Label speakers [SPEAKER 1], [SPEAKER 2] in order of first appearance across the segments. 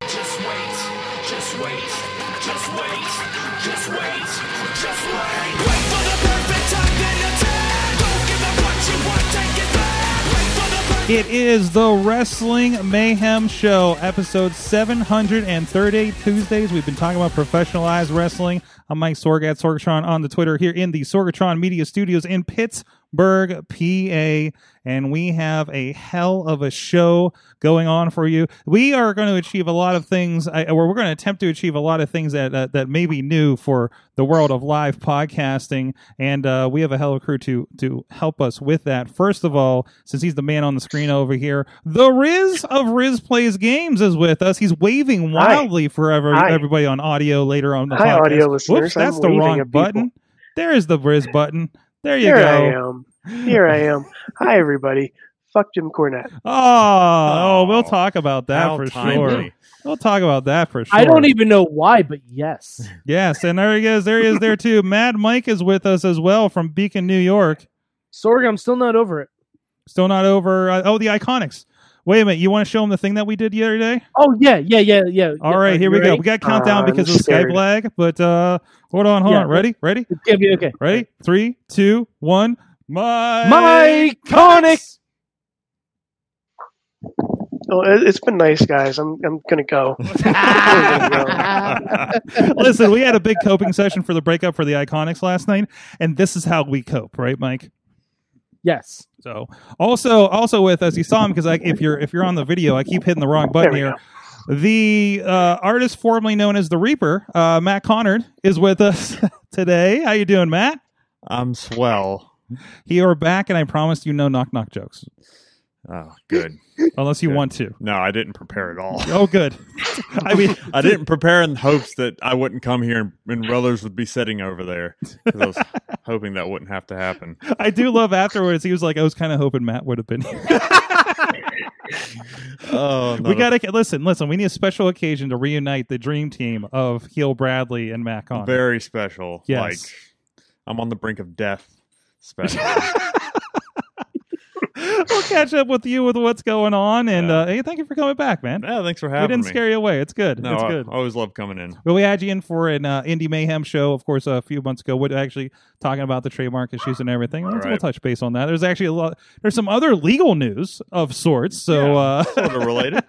[SPEAKER 1] Just wait, just wait, just wait, just wait, just wait. Wait for the perfect time then attack. Don't give up what you want, take it back. Wait for the perfect
[SPEAKER 2] It is the Wrestling Mayhem Show, episode 730, Tuesdays. We've been talking about professionalized wrestling. I'm Mike Sorg at Sorgatron on the Twitter here in the Sorgatron Media Studios in Pittsburgh, PA. And we have a hell of a show going on for you. We are going to achieve a lot of things, I, or we're going to attempt to achieve a lot of things that, uh, that may be new for the world of live podcasting. And uh, we have a hell of a crew to, to help us with that. First of all, since he's the man on the screen over here, the Riz of Riz Plays Games is with us. He's waving
[SPEAKER 3] Hi.
[SPEAKER 2] wildly for ever,
[SPEAKER 3] Hi.
[SPEAKER 2] everybody on audio later on the
[SPEAKER 3] Hi,
[SPEAKER 2] podcast.
[SPEAKER 3] audio listeners.
[SPEAKER 2] Whoops,
[SPEAKER 3] I'm
[SPEAKER 2] that's the
[SPEAKER 3] waving
[SPEAKER 2] wrong
[SPEAKER 3] at people.
[SPEAKER 2] button. There is the Riz button. There you
[SPEAKER 3] Here
[SPEAKER 2] go.
[SPEAKER 3] I am. Here I am. Hi, everybody. Fuck Jim Cornette.
[SPEAKER 2] Oh,
[SPEAKER 4] Oh,
[SPEAKER 2] we'll talk about that
[SPEAKER 4] How
[SPEAKER 2] for sure.
[SPEAKER 4] timely.
[SPEAKER 2] We'll talk about that for sure.
[SPEAKER 5] I don't even know why, but yes.
[SPEAKER 2] Yes, and there he is. There he is there too. Mad Mike is with us as well from Beacon, New York.
[SPEAKER 5] Sorg, I'm still not over it.
[SPEAKER 2] Still not over. Uh, oh, the Iconics. Wait a minute. You want to show him the thing that we did the other day?
[SPEAKER 5] Oh yeah, yeah, yeah, yeah. uh,
[SPEAKER 2] All right, here we go. We got countdown
[SPEAKER 3] Uh,
[SPEAKER 2] because of the
[SPEAKER 3] I'm scared.
[SPEAKER 2] Skype lag, but uh hold on, hold
[SPEAKER 5] Yeah.
[SPEAKER 2] on. Ready? Ready?
[SPEAKER 5] go. Okay, okay.
[SPEAKER 2] Ready? Three, two, one. My
[SPEAKER 5] My conic.
[SPEAKER 3] Oh, it- it's been nice, guys. I'm I'm gonna go.
[SPEAKER 2] Listen, we had a big coping session for the breakup for the Iconics last night, and this is how we cope, right, Mike?
[SPEAKER 5] yes.
[SPEAKER 2] So also also with us, you saw him because like if you're if you're on the video, I keep hitting the wrong button
[SPEAKER 3] There
[SPEAKER 2] here. The uh, artist formerly known as the Reaper, uh, Matt Connard, is with us today. How you doing, Matt?
[SPEAKER 4] I'm swell.
[SPEAKER 2] He are back, and I promised you no knock knock jokes
[SPEAKER 4] Oh, good.
[SPEAKER 2] unless you
[SPEAKER 4] Good.
[SPEAKER 2] want to.
[SPEAKER 4] No, I didn't prepare at all.
[SPEAKER 2] Oh, good. I mean,
[SPEAKER 4] I didn't prepare in hopes that I wouldn't come here and, and Rullers would be sitting over there. 'cause I was hoping that wouldn't have to happen.
[SPEAKER 2] I do love afterwards. He was like, I was kind of hoping Matt would have been here.
[SPEAKER 4] Oh,
[SPEAKER 2] we got to listen, listen. We need a special occasion to reunite the dream team of Heel Bradley and Matt Connard.
[SPEAKER 4] very special.
[SPEAKER 2] Yes.
[SPEAKER 4] Like I'm on the brink of death. Special.
[SPEAKER 2] we'll catch up with you with what's going on. And
[SPEAKER 4] Yeah.
[SPEAKER 2] uh, hey, thank you for coming back, man.
[SPEAKER 4] yeah, thanks for
[SPEAKER 2] We
[SPEAKER 4] having
[SPEAKER 2] didn't
[SPEAKER 4] me.
[SPEAKER 2] scare you away. It's good.
[SPEAKER 4] No,
[SPEAKER 2] it's
[SPEAKER 4] I,
[SPEAKER 2] good.
[SPEAKER 4] I always love coming in.
[SPEAKER 2] But we had you in for an uh, indie mayhem show, of course, a few months ago. We're actually talking about the trademark issues and everything. We'll,
[SPEAKER 4] All right.
[SPEAKER 2] we'll touch base on that. There's actually a lot. There's some other legal news of sorts. So
[SPEAKER 4] Yeah.
[SPEAKER 2] uh,
[SPEAKER 4] Sort of related.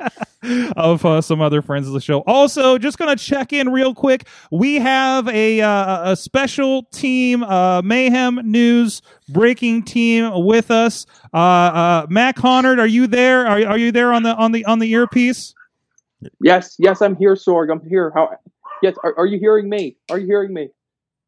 [SPEAKER 2] of uh, some other friends of the show. Also, just gonna check in real quick. We have a uh, a special team, uh, mayhem news breaking team with us. Uh, uh, Matt Connard, are you there? Are, are you there on the on the on the earpiece?
[SPEAKER 6] Yes, yes, I'm here, Sorg. I'm here. How? Yes, are, are you hearing me? Are you hearing me?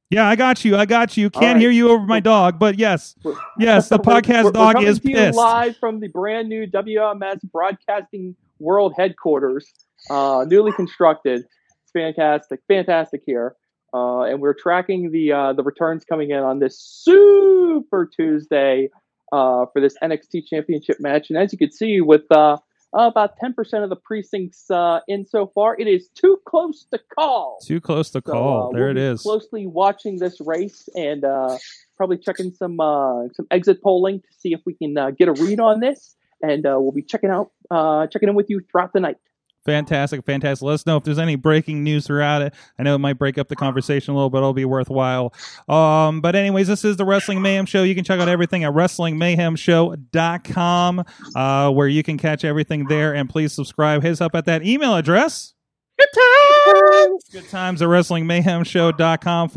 [SPEAKER 2] Yeah, I got you. I got you.
[SPEAKER 6] All
[SPEAKER 2] Can't
[SPEAKER 6] right.
[SPEAKER 2] hear you over my dog, but yes,
[SPEAKER 6] We're-
[SPEAKER 2] yes, the
[SPEAKER 6] We're-
[SPEAKER 2] podcast
[SPEAKER 6] we're- we're
[SPEAKER 2] dog
[SPEAKER 6] coming
[SPEAKER 2] is
[SPEAKER 6] to you
[SPEAKER 2] pissed.
[SPEAKER 6] Live from the brand new WMS Broadcasting World headquarters, uh, newly constructed. It's fantastic, fantastic here, uh, and we're tracking the uh, the returns coming in on this Super Tuesday uh, for this NXT Championship match. And as you can see, with uh, about 10% of the precincts uh, in so far, it is too close to call.
[SPEAKER 2] Too close to
[SPEAKER 6] So,
[SPEAKER 2] call.
[SPEAKER 6] uh,
[SPEAKER 2] Oh, there
[SPEAKER 6] we'll
[SPEAKER 2] it
[SPEAKER 6] be
[SPEAKER 2] is.
[SPEAKER 6] Closely watching this race and uh, probably checking some uh, some exit polling to see if we can uh, get a read on this. And uh, we'll be checking out uh, checking in with you throughout the night.
[SPEAKER 2] Fantastic, fantastic. Let us know if there's any breaking news throughout it. I know it might break up the conversation a little, but it'll be worthwhile. Um, but anyways, this is the Wrestling Mayhem Show. You can check out everything at WrestlingMayhemShow.com, uh, where you can catch everything there. And please subscribe. Hit us up at that email address. Good times at WrestlingMayhemShow.com,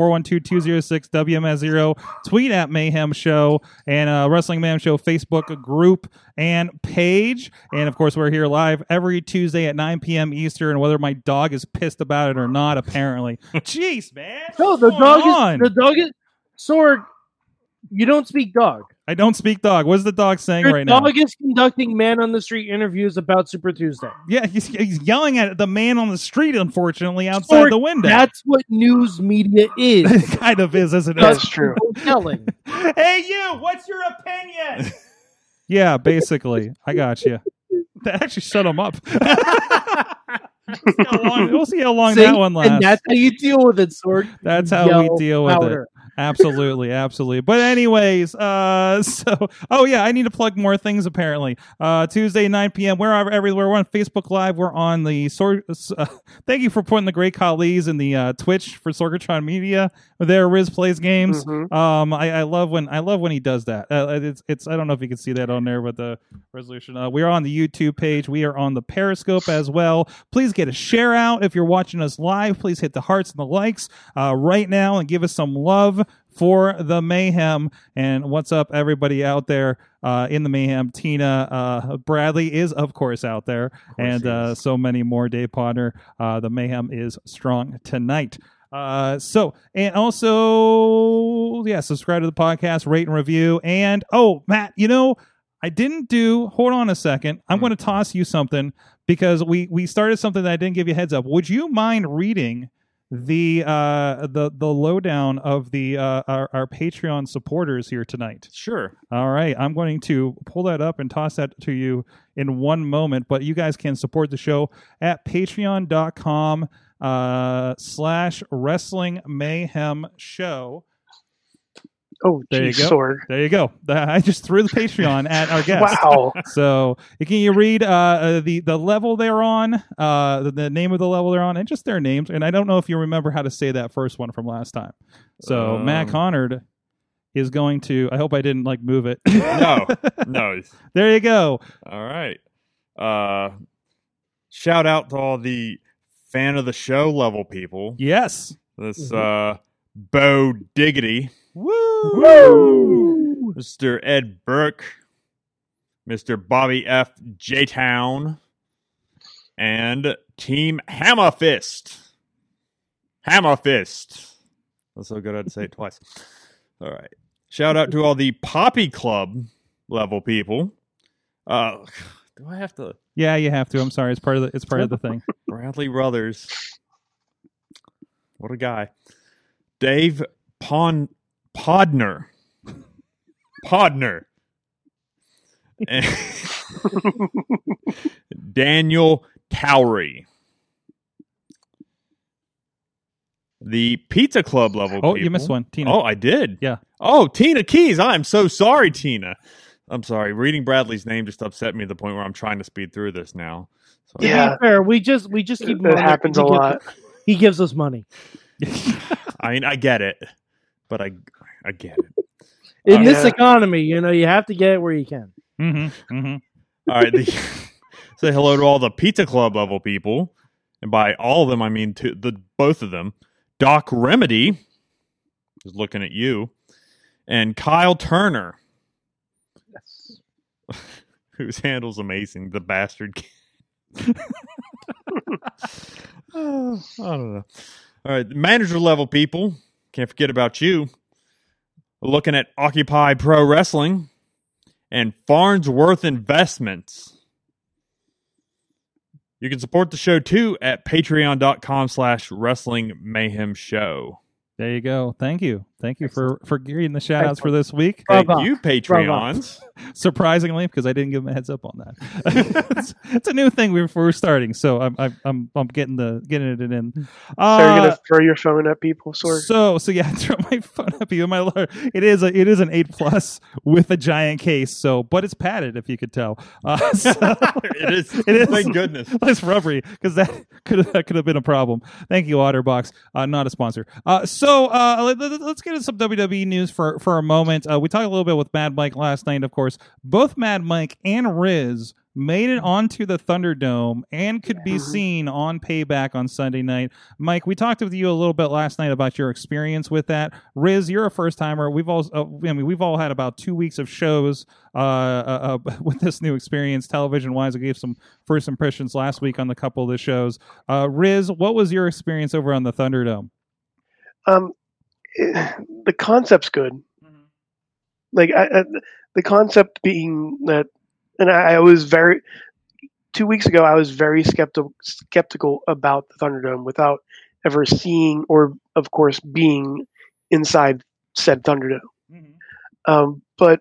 [SPEAKER 2] 412-206-WMS0. Tweet at Mayhem Show and uh, Wrestling Mayhem Show Facebook group and page. And of course, we're here live every Tuesday at 9 p.m. Eastern. And whether my dog is pissed about it or not, apparently. Jeez, man.
[SPEAKER 5] No,
[SPEAKER 2] What's
[SPEAKER 5] the
[SPEAKER 2] going
[SPEAKER 5] dog
[SPEAKER 2] on?
[SPEAKER 5] is the dog is Sorg. You don't speak dog.
[SPEAKER 2] I don't speak dog. What's the dog saying
[SPEAKER 5] Your
[SPEAKER 2] right now?
[SPEAKER 5] dog is conducting man on the street interviews about Super Tuesday.
[SPEAKER 2] Yeah, he's, he's yelling at the man on the street, unfortunately, outside
[SPEAKER 5] Sorry,
[SPEAKER 2] the window.
[SPEAKER 5] That's what news media is.
[SPEAKER 2] It kind of is, isn't it?
[SPEAKER 3] That's true.
[SPEAKER 5] No telling.
[SPEAKER 2] hey, you, what's your opinion? yeah, basically. I got you. That actually shut him up. We'll see how long- we'll see how long
[SPEAKER 5] See?
[SPEAKER 2] that one lasts.
[SPEAKER 5] And that's how you deal with it, Sorg.
[SPEAKER 2] That's how
[SPEAKER 5] Yell
[SPEAKER 2] we deal with
[SPEAKER 5] louder.
[SPEAKER 2] it. Absolutely, absolutely. But anyways, uh so oh yeah, I need to plug more things apparently. Uh Tuesday 9 p.m. We're all- everywhere. We're on Facebook Live, we're on the Sor- uh, thank you for putting the great colleagues in the uh Twitch for Sorgatron Media. There Riz plays games.
[SPEAKER 3] Mhm.
[SPEAKER 2] Um, I, I love when I love when he does that. Uh, it's it's I don't know if you can see that on there with the resolution. Uh, we are on the YouTube page. We are on the Periscope as well. Please get a share out if you're watching us live. Please hit the hearts and the likes uh, right now and give us some love for the mayhem. And what's up, everybody out there uh, in the mayhem? Tina uh, Bradley is of course out there, and
[SPEAKER 4] he
[SPEAKER 2] uh,
[SPEAKER 4] is.
[SPEAKER 2] so many more. Dave Potter. Uh, the mayhem is strong tonight. Uh, so and also, yeah, subscribe to the podcast, rate and review, and oh, Matt, you know, I didn't do. Hold on a second. I'm
[SPEAKER 4] Hmm.
[SPEAKER 2] going to toss you something because we we started something that I didn't give you a heads up. Would you mind reading the uh the the lowdown of the uh our, our Patreon supporters here tonight?
[SPEAKER 4] Sure.
[SPEAKER 2] All right, I'm going to pull that up and toss that to you in one moment. But you guys can support the show at patreon.com uh, slash wrestling mayhem show.
[SPEAKER 3] Oh,
[SPEAKER 2] There you
[SPEAKER 3] geez,
[SPEAKER 2] go.
[SPEAKER 3] Sorg.
[SPEAKER 2] There you go. I just threw the Patreon at our guest.
[SPEAKER 3] Wow.
[SPEAKER 2] So can you read uh, uh, the the level they're on, uh, the, the name of the level they're on, and just their names? And I don't know if you remember how to say that first one from last time. So Matt
[SPEAKER 4] Um.
[SPEAKER 2] Connard is going to. I hope I didn't like move it.
[SPEAKER 4] No. No.
[SPEAKER 2] there you go.
[SPEAKER 4] All right. Uh, shout out to all the fan of the show level people.
[SPEAKER 2] Yes.
[SPEAKER 4] This uh, Bo Diggity,
[SPEAKER 2] Woo.
[SPEAKER 4] Woo! Mr. Ed Burke, Mr. Bobby F. J Town, and Team Hammerfist. Hammerfist. That's so good I had to say it twice. All right. Shout out to all the Poppy Club level people. Uh, do I have to
[SPEAKER 2] Yeah, you have to. I'm sorry. It's part of the. It's part of the thing.
[SPEAKER 4] Bradley Brothers. What a guy. Dave Pon Podner. Podner. And- Daniel Towery. The Pizza Club level.
[SPEAKER 2] Oh, you
[SPEAKER 4] people.
[SPEAKER 2] missed one, Tina.
[SPEAKER 4] Oh, I did.
[SPEAKER 2] Yeah.
[SPEAKER 4] Oh, Tina Keys. I'm so sorry, Tina. I'm sorry. Reading Bradley's name just upset me to the point where I'm trying to speed through this now. So
[SPEAKER 5] To be
[SPEAKER 3] Yeah.
[SPEAKER 5] fair, we just we just keep. him on
[SPEAKER 3] That
[SPEAKER 5] there
[SPEAKER 3] happens a
[SPEAKER 5] because
[SPEAKER 3] lot.
[SPEAKER 5] He gives us money.
[SPEAKER 4] I mean, I get it, but I, I get it.
[SPEAKER 5] In
[SPEAKER 4] Uh,
[SPEAKER 5] this
[SPEAKER 3] yeah.
[SPEAKER 5] economy, you know, you have to get it where you can.
[SPEAKER 2] mm-hmm, mm-hmm.
[SPEAKER 4] All right, the, say hello to all the pizza club level people, and by all of them, I mean to the both of them. Doc Remedy is looking at you, and Kyle Turner, whose handle's amazing. The bastard. kid. Oh, I don't know. All right, the manager level people can't forget about you. Looking at Occupy Pro Wrestling and Farnsworth Investments. You can support the show too at patreon.com slash wrestling mayhem show.
[SPEAKER 2] There you go. Thank you. Thank you for for giving the shout outs for this week.
[SPEAKER 4] Thank
[SPEAKER 5] Bravo.
[SPEAKER 4] you, Patreons.
[SPEAKER 2] Surprisingly, because I didn't give them a heads up on that. it's, it's a new thing we we're starting, so I'm I'm I'm, I'm getting the getting it in.
[SPEAKER 3] so you're
[SPEAKER 2] Uh,
[SPEAKER 3] gonna throw your phone at people, Sorg?
[SPEAKER 2] So so yeah, I threw my phone up you my lord. It is a it is an eight plus with a giant case. So but it's padded if you could tell. Uh, so-
[SPEAKER 4] it is.
[SPEAKER 2] It is.
[SPEAKER 4] Thank goodness.
[SPEAKER 2] That's rubbery because that could that could have been a problem. Thank you, Otterbox, uh, not a sponsor. Uh, so uh, let, us get into some WWE news for for a moment. Uh, we talked a little bit with Mad Mike last night, of course. Both Mad Mike and Riz made it onto the Thunderdome and could be seen on Payback on Sunday night. Mike, we talked with you a little bit last night about your experience with that. Riz, you're a first timer. We've all uh, I mean we've all had about two weeks of shows uh, uh, uh, with this new experience, television wise. I gave some first impressions last week on the couple of the shows. Uh, Riz, what was your experience over on the Thunderdome?
[SPEAKER 3] um, it- the concept's good. Like I, I, the concept being that, and I, I was very two weeks ago. I was very skeptical skeptical about the Thunderdome without ever seeing or, of course, being inside said Thunderdome. Um, but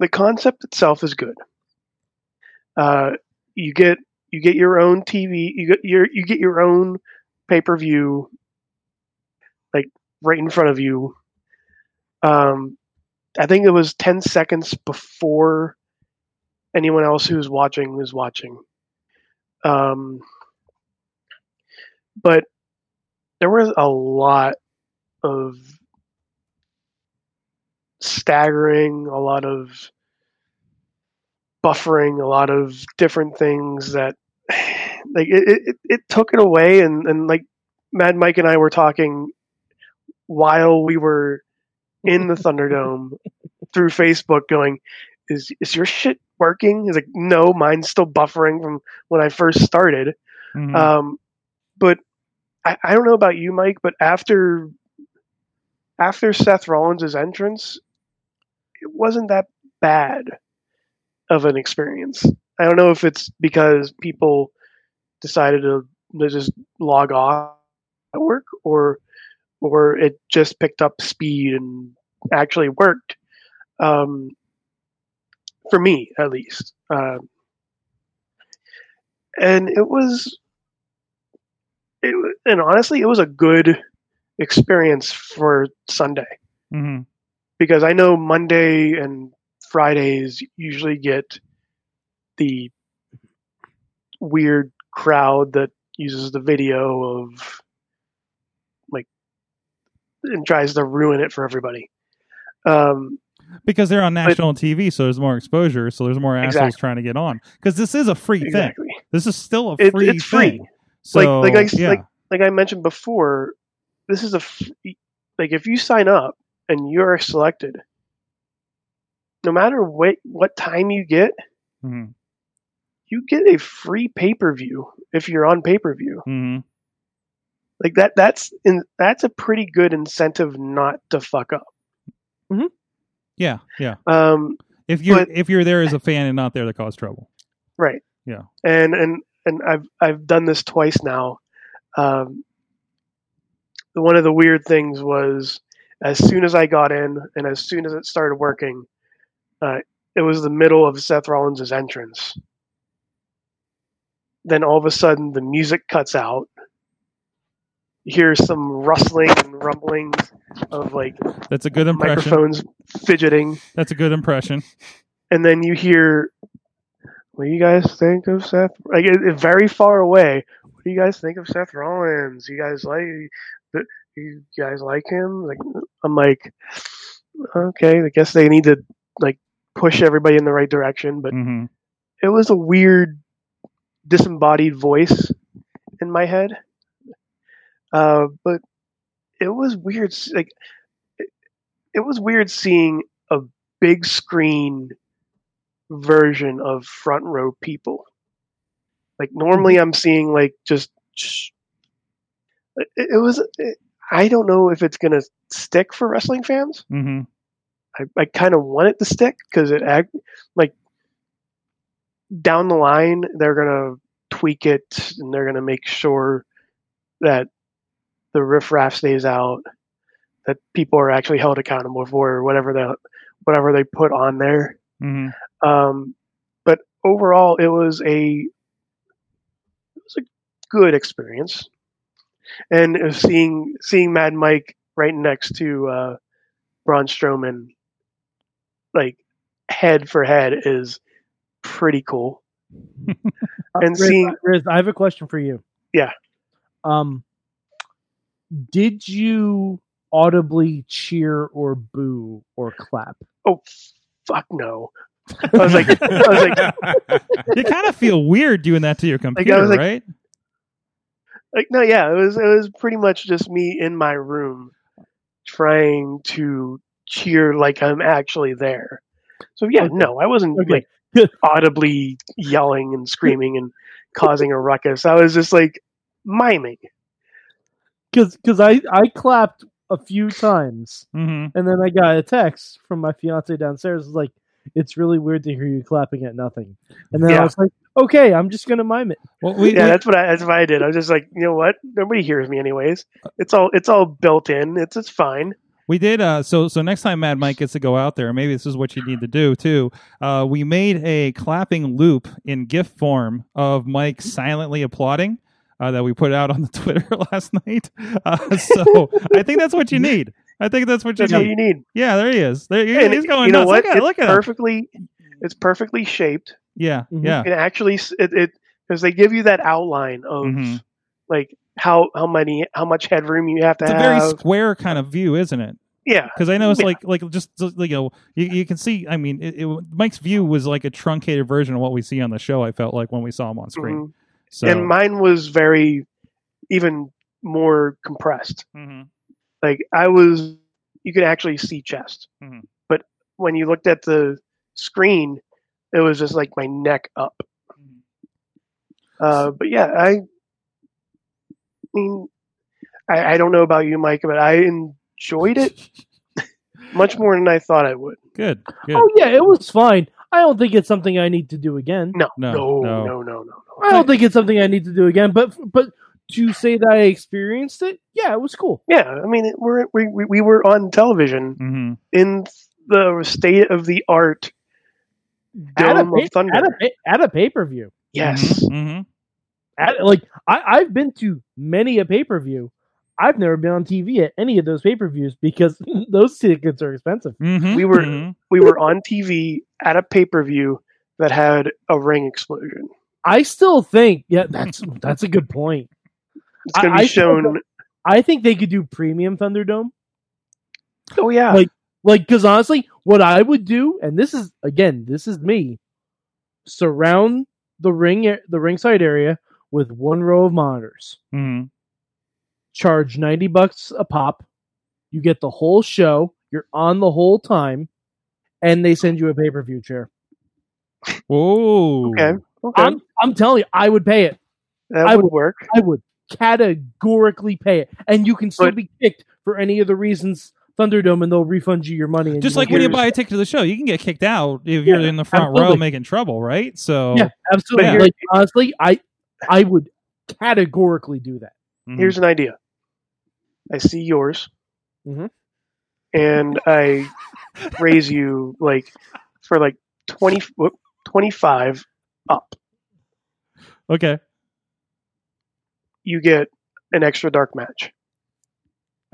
[SPEAKER 3] the concept itself is good. Uh, you get you get your own TV. You get your you get your own pay per view, like right in front of you. Um, I think it was ten seconds before anyone else who's watching was watching. Um, but there was a lot of staggering, a lot of buffering, a lot of different things that like it, it, it- it took it away and, and like Mad Mike and I were talking while we were in the Thunderdome through Facebook going, Is is your shit working? He's like, No, mine's still buffering from when I first started.
[SPEAKER 2] Mhm.
[SPEAKER 3] Um, but I, I don't know about you, Mike, but after after Seth Rollins' entrance, it wasn't that bad of an experience. I don't know if it's because people decided to, to just log off at work or or it just picked up speed and actually worked. Um, for me, at least. Um, and it was it, wa- and honestly, it was a good experience for Sunday
[SPEAKER 2] Mhm.
[SPEAKER 3] because I know Monday and Fridays usually get the weird crowd that uses the video of like and tries to ruin it for everybody. Um,
[SPEAKER 2] Because they're on national TV, so there's more exposure, so there's more assholes
[SPEAKER 3] Exactly.
[SPEAKER 2] trying to get on. Because this is a free thing.
[SPEAKER 3] exactly.
[SPEAKER 2] This is still a
[SPEAKER 3] It-
[SPEAKER 2] free
[SPEAKER 3] it's free.
[SPEAKER 2] thing. So,
[SPEAKER 3] like I s-
[SPEAKER 2] yeah.
[SPEAKER 3] like- like I mentioned before, this is a f- like if you sign up and you're selected, no matter what what time you get,
[SPEAKER 2] Mhm.
[SPEAKER 3] you get a free pay per view if you're on pay per view.
[SPEAKER 2] Mhm.
[SPEAKER 3] Like that that's in, that's a pretty good incentive not to fuck up.
[SPEAKER 2] yeah, yeah.
[SPEAKER 3] Um,
[SPEAKER 2] If you're
[SPEAKER 3] But-
[SPEAKER 2] if you're there as a fan and not there to cause trouble.
[SPEAKER 3] Right.
[SPEAKER 2] Yeah.
[SPEAKER 3] And and and I've I've done this twice now. Um, one of the weird things was as soon as I got in and as soon as it started working, uh, it was the middle of Seth Rollins' entrance. Then all of a sudden the music cuts out. You hear some rustling and rumblings of like
[SPEAKER 2] That's a good impression.
[SPEAKER 3] microphones fidgeting
[SPEAKER 2] That's a good impression.
[SPEAKER 3] and then you hear, "What do you guys think of Seth?" Like it, it- very far away. What do you guys think of Seth Rollins? You guys like th- you guys like him? Like I'm like, okay, I guess they need to like push everybody in the right direction. But
[SPEAKER 2] Mhm.
[SPEAKER 3] it was a weird disembodied voice in my head. Uh, but it was weird. s- Like it, it was weird seeing a big screen version of front row people. Like normally, I'm seeing like just. sh- It, it was. It, I don't know if it's gonna stick for wrestling fans.
[SPEAKER 2] Mhm.
[SPEAKER 3] I, I kind of want it to stick because it act like down the line they're gonna tweak it and they're gonna make sure that the riffraff stays out, that people are actually held accountable for whatever the whatever they put on there.
[SPEAKER 2] Mhm.
[SPEAKER 3] Um, but overall, it was a it was a good experience, and uh, seeing seeing Mad Mike right next to uh, Braun Strowman, like head for head, is pretty cool. And
[SPEAKER 5] Riz,
[SPEAKER 3] seeing-
[SPEAKER 5] Riz, I have a question for you.
[SPEAKER 3] Yeah.
[SPEAKER 5] Um, did you audibly cheer or boo or clap?
[SPEAKER 3] Oh fuck no! I was like, I was like,
[SPEAKER 2] you kind of feel weird doing that to your computer,
[SPEAKER 3] was like-
[SPEAKER 2] right?
[SPEAKER 3] like no, yeah, it was it was pretty much just me in my room trying to cheer like I'm actually there. So yeah,
[SPEAKER 5] Okay.
[SPEAKER 3] no, I wasn't
[SPEAKER 5] Okay.
[SPEAKER 3] like audibly yelling and screaming and causing a ruckus. I was just like miming.
[SPEAKER 5] Because I I clapped a few times
[SPEAKER 2] Mhm.
[SPEAKER 5] Mm-hmm. and then I got a text from my fiance downstairs it was like, it's really weird to hear you clapping at nothing. And then I
[SPEAKER 3] Yeah.
[SPEAKER 5] was like, okay, I'm just gonna mime it.
[SPEAKER 2] Well, we,
[SPEAKER 3] yeah,
[SPEAKER 2] we-
[SPEAKER 3] that's what I that's what I did. I was just like, you know what? Nobody hears me anyways. It's all it's all built in. It's it's fine.
[SPEAKER 2] We did. Uh, so so next time Mad Mike gets to go out there, and maybe this is what you need to do too. Uh, we made a clapping loop in GIF form of Mike silently applauding. Uh, that we put out on the Twitter last night. Uh, so I think that's what you need. I think that's what you
[SPEAKER 3] That's what
[SPEAKER 2] need.
[SPEAKER 3] you need.
[SPEAKER 2] Yeah, there he is. There he,
[SPEAKER 3] And
[SPEAKER 2] he's going.
[SPEAKER 3] you know
[SPEAKER 2] nuts.
[SPEAKER 3] what?
[SPEAKER 2] Look at,
[SPEAKER 3] it's
[SPEAKER 2] look at him.
[SPEAKER 3] perfectly. It's perfectly shaped.
[SPEAKER 2] Yeah,
[SPEAKER 5] Mhm.
[SPEAKER 2] yeah.
[SPEAKER 3] It actually s- it it because they give you that outline of
[SPEAKER 2] Mhm.
[SPEAKER 3] like how how many how much headroom you have to
[SPEAKER 2] It's a very
[SPEAKER 3] have.
[SPEAKER 2] square kind of view, isn't it?
[SPEAKER 3] yeah,
[SPEAKER 2] Because I know it's
[SPEAKER 3] Yeah.
[SPEAKER 2] like like just just, you know you, you can see. I mean, it, it, Mike's view was like a truncated version of what we see on the show. I felt like when we saw him on screen.
[SPEAKER 3] mhm.
[SPEAKER 2] So
[SPEAKER 3] and mine was very even more compressed.
[SPEAKER 2] Mhm.
[SPEAKER 3] Like I was, you could actually see chest,
[SPEAKER 2] Mhm.
[SPEAKER 3] but when you looked at the screen, it was just like my neck up. Uh, but yeah, I mean, I, I don't know about you, Mike, but I enjoyed it much more than I thought I would.
[SPEAKER 2] good, good.
[SPEAKER 5] Oh yeah, it was fine. I don't think it's something I need to do again.
[SPEAKER 3] No,
[SPEAKER 2] No,
[SPEAKER 3] no, no,
[SPEAKER 2] no.
[SPEAKER 3] no, no, no.
[SPEAKER 5] I don't think it's something I need to do again. But but to say that I experienced it, yeah, it was cool.
[SPEAKER 3] Yeah, I mean, it- we're, we we we were on television
[SPEAKER 2] hmm
[SPEAKER 3] in the state of the art
[SPEAKER 5] At a,
[SPEAKER 3] dome of
[SPEAKER 5] pa-
[SPEAKER 3] thunder.
[SPEAKER 5] at a, pa- at a pay per view.
[SPEAKER 3] yes,
[SPEAKER 2] hmm
[SPEAKER 5] at like I, I've been to many a pay per view. I've never been on TV at any of those pay per views because those tickets are expensive.
[SPEAKER 2] hmm
[SPEAKER 3] We were-
[SPEAKER 2] Mhm.
[SPEAKER 3] we were on TV at a pay per view that had a ring explosion.
[SPEAKER 5] I still think yeah, that's that's a good point.
[SPEAKER 3] It's going to
[SPEAKER 5] I-
[SPEAKER 3] be
[SPEAKER 5] I still
[SPEAKER 3] shown.
[SPEAKER 5] don't- I think they could do premium Thunderdome.
[SPEAKER 3] Oh yeah,
[SPEAKER 5] Like- Like, because honestly, what I would do, and this is again, this is me, surround the ring the ringside area with one row of monitors.
[SPEAKER 2] Mhm.
[SPEAKER 5] charge 90 bucks a pop. You get the whole show, you're on the whole time, and they send you a pay-per-view chair.
[SPEAKER 2] Whoa.
[SPEAKER 3] okay, okay,
[SPEAKER 5] I'm I'm telling you, I would pay it.
[SPEAKER 3] that
[SPEAKER 5] I
[SPEAKER 3] would
[SPEAKER 5] would- Mm-hmm.
[SPEAKER 3] work.
[SPEAKER 5] I would categorically pay it. And you can still
[SPEAKER 3] But-
[SPEAKER 5] be kicked for any of the reasons Thunderdome and they'll refund you your money. And
[SPEAKER 2] Just
[SPEAKER 5] won't
[SPEAKER 2] like when you
[SPEAKER 5] get-
[SPEAKER 2] buy a ticket to the show, you can get kicked out if
[SPEAKER 5] Yeah,
[SPEAKER 2] you're in the front row
[SPEAKER 5] absolutely.
[SPEAKER 2] making trouble, right? So
[SPEAKER 5] Yeah, absolutely.
[SPEAKER 2] But here-
[SPEAKER 5] Like honestly, I I would categorically do that.
[SPEAKER 2] Mhm.
[SPEAKER 3] Here's an idea. I see yours,
[SPEAKER 5] Mhm.
[SPEAKER 3] and I raise you like for like 20, whoop, 25 up.
[SPEAKER 2] okay.
[SPEAKER 3] You get an extra dark match.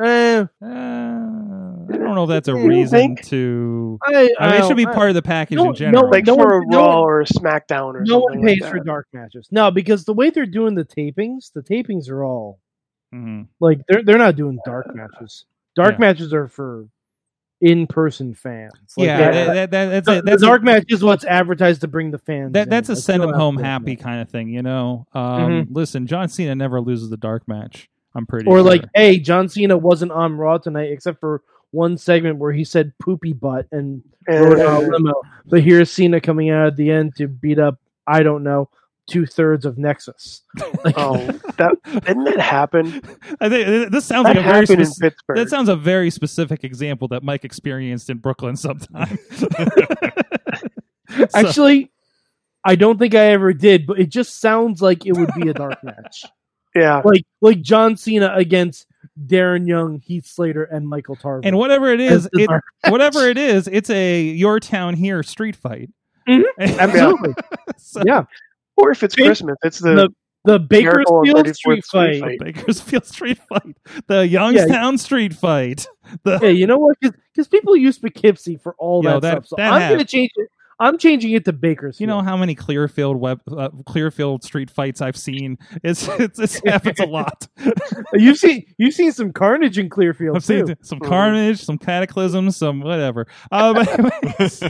[SPEAKER 5] Eh,
[SPEAKER 2] Uh, I don't know if that's a
[SPEAKER 3] You don't
[SPEAKER 2] reason
[SPEAKER 3] think?
[SPEAKER 2] to.
[SPEAKER 5] I,
[SPEAKER 2] I mean, it should be
[SPEAKER 5] Oh, I-
[SPEAKER 2] part of the package
[SPEAKER 5] No-
[SPEAKER 2] in general.
[SPEAKER 5] no,
[SPEAKER 3] Like
[SPEAKER 5] no
[SPEAKER 3] for
[SPEAKER 5] one-
[SPEAKER 3] a
[SPEAKER 5] no
[SPEAKER 3] Raw
[SPEAKER 5] one-
[SPEAKER 3] or a SmackDown or
[SPEAKER 5] no
[SPEAKER 3] something
[SPEAKER 5] one pays
[SPEAKER 3] like
[SPEAKER 5] for
[SPEAKER 3] that.
[SPEAKER 5] dark matches. No, because the way they're doing the tapings, the tapings are all
[SPEAKER 2] Mhm.
[SPEAKER 5] Like they're they're not doing dark matches. Dark
[SPEAKER 2] Yeah.
[SPEAKER 5] matches are for in person fans. Like,
[SPEAKER 2] yeah,
[SPEAKER 3] that-
[SPEAKER 2] that, that, that, that's
[SPEAKER 5] the,
[SPEAKER 2] it. That's
[SPEAKER 5] the
[SPEAKER 2] a-
[SPEAKER 5] dark match is what's advertised to bring the fans.
[SPEAKER 2] That,
[SPEAKER 5] in.
[SPEAKER 2] that's a
[SPEAKER 5] That's
[SPEAKER 2] send
[SPEAKER 5] not
[SPEAKER 2] them home
[SPEAKER 5] dark
[SPEAKER 2] happy
[SPEAKER 5] match.
[SPEAKER 2] kind of thing, you know. Um, Listen, John Cena never loses the dark match. I'm pretty
[SPEAKER 5] Or
[SPEAKER 2] sure.
[SPEAKER 5] like, hey, John Cena wasn't on Raw tonight except for one segment where he said "poopy butt" and rode on a
[SPEAKER 3] And-
[SPEAKER 5] limo. But here's Cena coming out at the end to beat up I don't know two thirds of Nexus.
[SPEAKER 3] oh, that didn't that happen?
[SPEAKER 2] I think this sounds
[SPEAKER 3] That
[SPEAKER 2] like a very
[SPEAKER 3] happened in
[SPEAKER 2] specific.
[SPEAKER 3] Pittsburgh.
[SPEAKER 2] That sounds a very specific example that Mike experienced in Brooklyn sometime. So-
[SPEAKER 5] Actually, I don't think I ever did, but it just sounds like it would be a dark match.
[SPEAKER 3] yeah,
[SPEAKER 5] like like John Cena against Darren Young, Heath Slater, and Michael Tarver.
[SPEAKER 2] and whatever it
[SPEAKER 5] As
[SPEAKER 2] is,
[SPEAKER 5] the
[SPEAKER 2] it,
[SPEAKER 5] dark match.
[SPEAKER 2] whatever it is, it's a your town here street fight.
[SPEAKER 5] Mhm.
[SPEAKER 3] Absolutely.
[SPEAKER 2] So-
[SPEAKER 5] yeah,
[SPEAKER 3] or if it's
[SPEAKER 5] Ba-
[SPEAKER 3] Christmas, it's the,
[SPEAKER 5] the- the
[SPEAKER 3] Miracle on
[SPEAKER 5] Bakersfield
[SPEAKER 3] 34th
[SPEAKER 5] Street
[SPEAKER 3] Street
[SPEAKER 5] fight.
[SPEAKER 3] fight.
[SPEAKER 2] Bakersfield street fight, the Youngstown street fight. The,
[SPEAKER 5] Yeah, you know what? Because people use Poughkeepsie for all
[SPEAKER 2] Yo,
[SPEAKER 5] that,
[SPEAKER 2] that-
[SPEAKER 5] stuff. So
[SPEAKER 2] that
[SPEAKER 5] I'm
[SPEAKER 2] happened.
[SPEAKER 5] gonna change it. I'm changing it to Bakersfield.
[SPEAKER 2] You know how many Clearfield web uh, Clearfield street fights I've seen? It's it's, it's happens a lot.
[SPEAKER 5] you've seen you've seen some carnage in Clearfield
[SPEAKER 2] I've seen
[SPEAKER 5] too.
[SPEAKER 2] some
[SPEAKER 3] Mhm.
[SPEAKER 2] carnage, some cataclysm, some whatever. Uh, but anyways,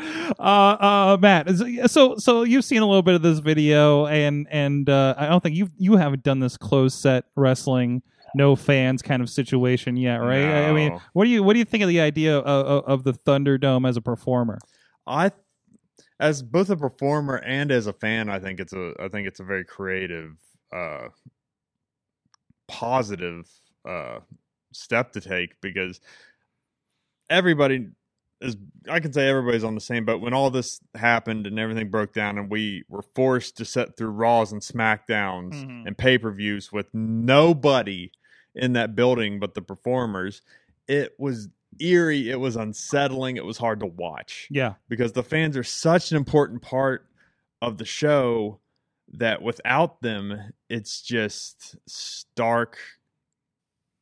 [SPEAKER 2] uh, uh, Matt, is- so so you've seen a little bit of this video, and and uh, I don't think you you haven't done this closed set wrestling, no fans kind of situation yet, right? I- I mean,
[SPEAKER 4] No.
[SPEAKER 2] what do you what do you think of the idea of, of, of the Thunderdome as a performer?
[SPEAKER 4] I as both a performer and as a fan, I think it's a I think it's a very creative uh positive uh step to take because everybody as I can say everybody's on the same boat. When all this happened and everything broke down, and we were forced to set through Raws and SmackDowns
[SPEAKER 2] Mhm.
[SPEAKER 4] and pay per views with nobody in that building but the performers, it was eerie. It was unsettling. It was hard to watch
[SPEAKER 2] Yeah.
[SPEAKER 4] because the fans are such an important part of the show that without them, it's just stark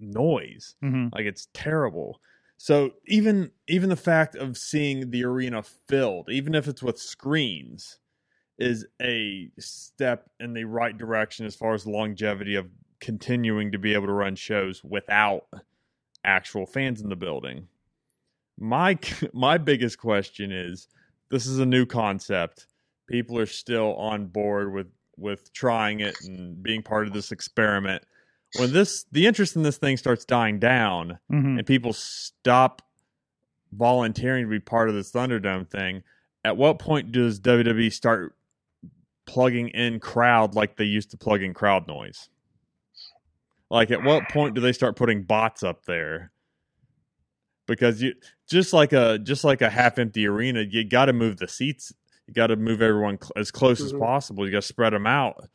[SPEAKER 4] noise
[SPEAKER 2] hmm
[SPEAKER 4] like it's terrible so even even the fact of seeing the arena filled even if it's with screens is a step in the right direction as far as longevity of continuing to be able to run shows without actual fans in the building my my biggest question is this is a new concept people are still on board with with trying it and being part of this experiment when this the interest in this thing starts dying down
[SPEAKER 2] hmm
[SPEAKER 4] and people stop volunteering to be part of this Thunderdome thing, at what point does WWE start plugging in crowd like they used to plug in crowd noise? Like, at what point do they start putting bots up there? Because you just like a just like a half empty arena, you got to move the seats. You got to move everyone cl- as close as
[SPEAKER 3] Mhm.
[SPEAKER 4] possible. You got to spread them out.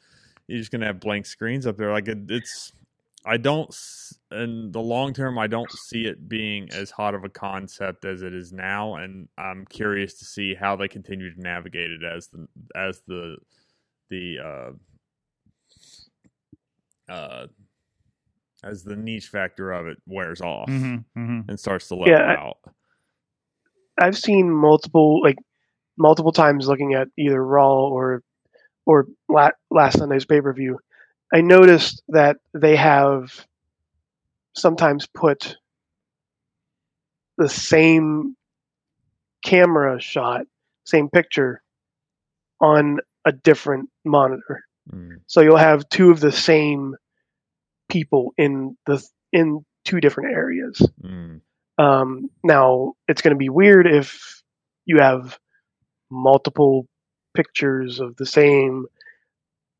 [SPEAKER 4] You're just gonna have blank screens up there. Like it, it's I don't, s- in the long term, I don't see it being as hot of a concept as it is now, and I'm curious to see how they continue to navigate it as the as the the uh, uh, as the niche factor of it wears off
[SPEAKER 2] hmm hmm
[SPEAKER 4] and starts to level
[SPEAKER 3] Mm-hmm. Yeah, I-
[SPEAKER 4] out.
[SPEAKER 3] I've seen multiple like multiple times looking at either Raw or or la- last Sunday's pay per view. I noticed that they have sometimes put the same camera shot, same picture on a different monitor.
[SPEAKER 4] Mm.
[SPEAKER 3] So you'll have two of the same people in the in two different areas.
[SPEAKER 4] Mm.
[SPEAKER 3] Um, now it's going to be weird if you have multiple pictures of the same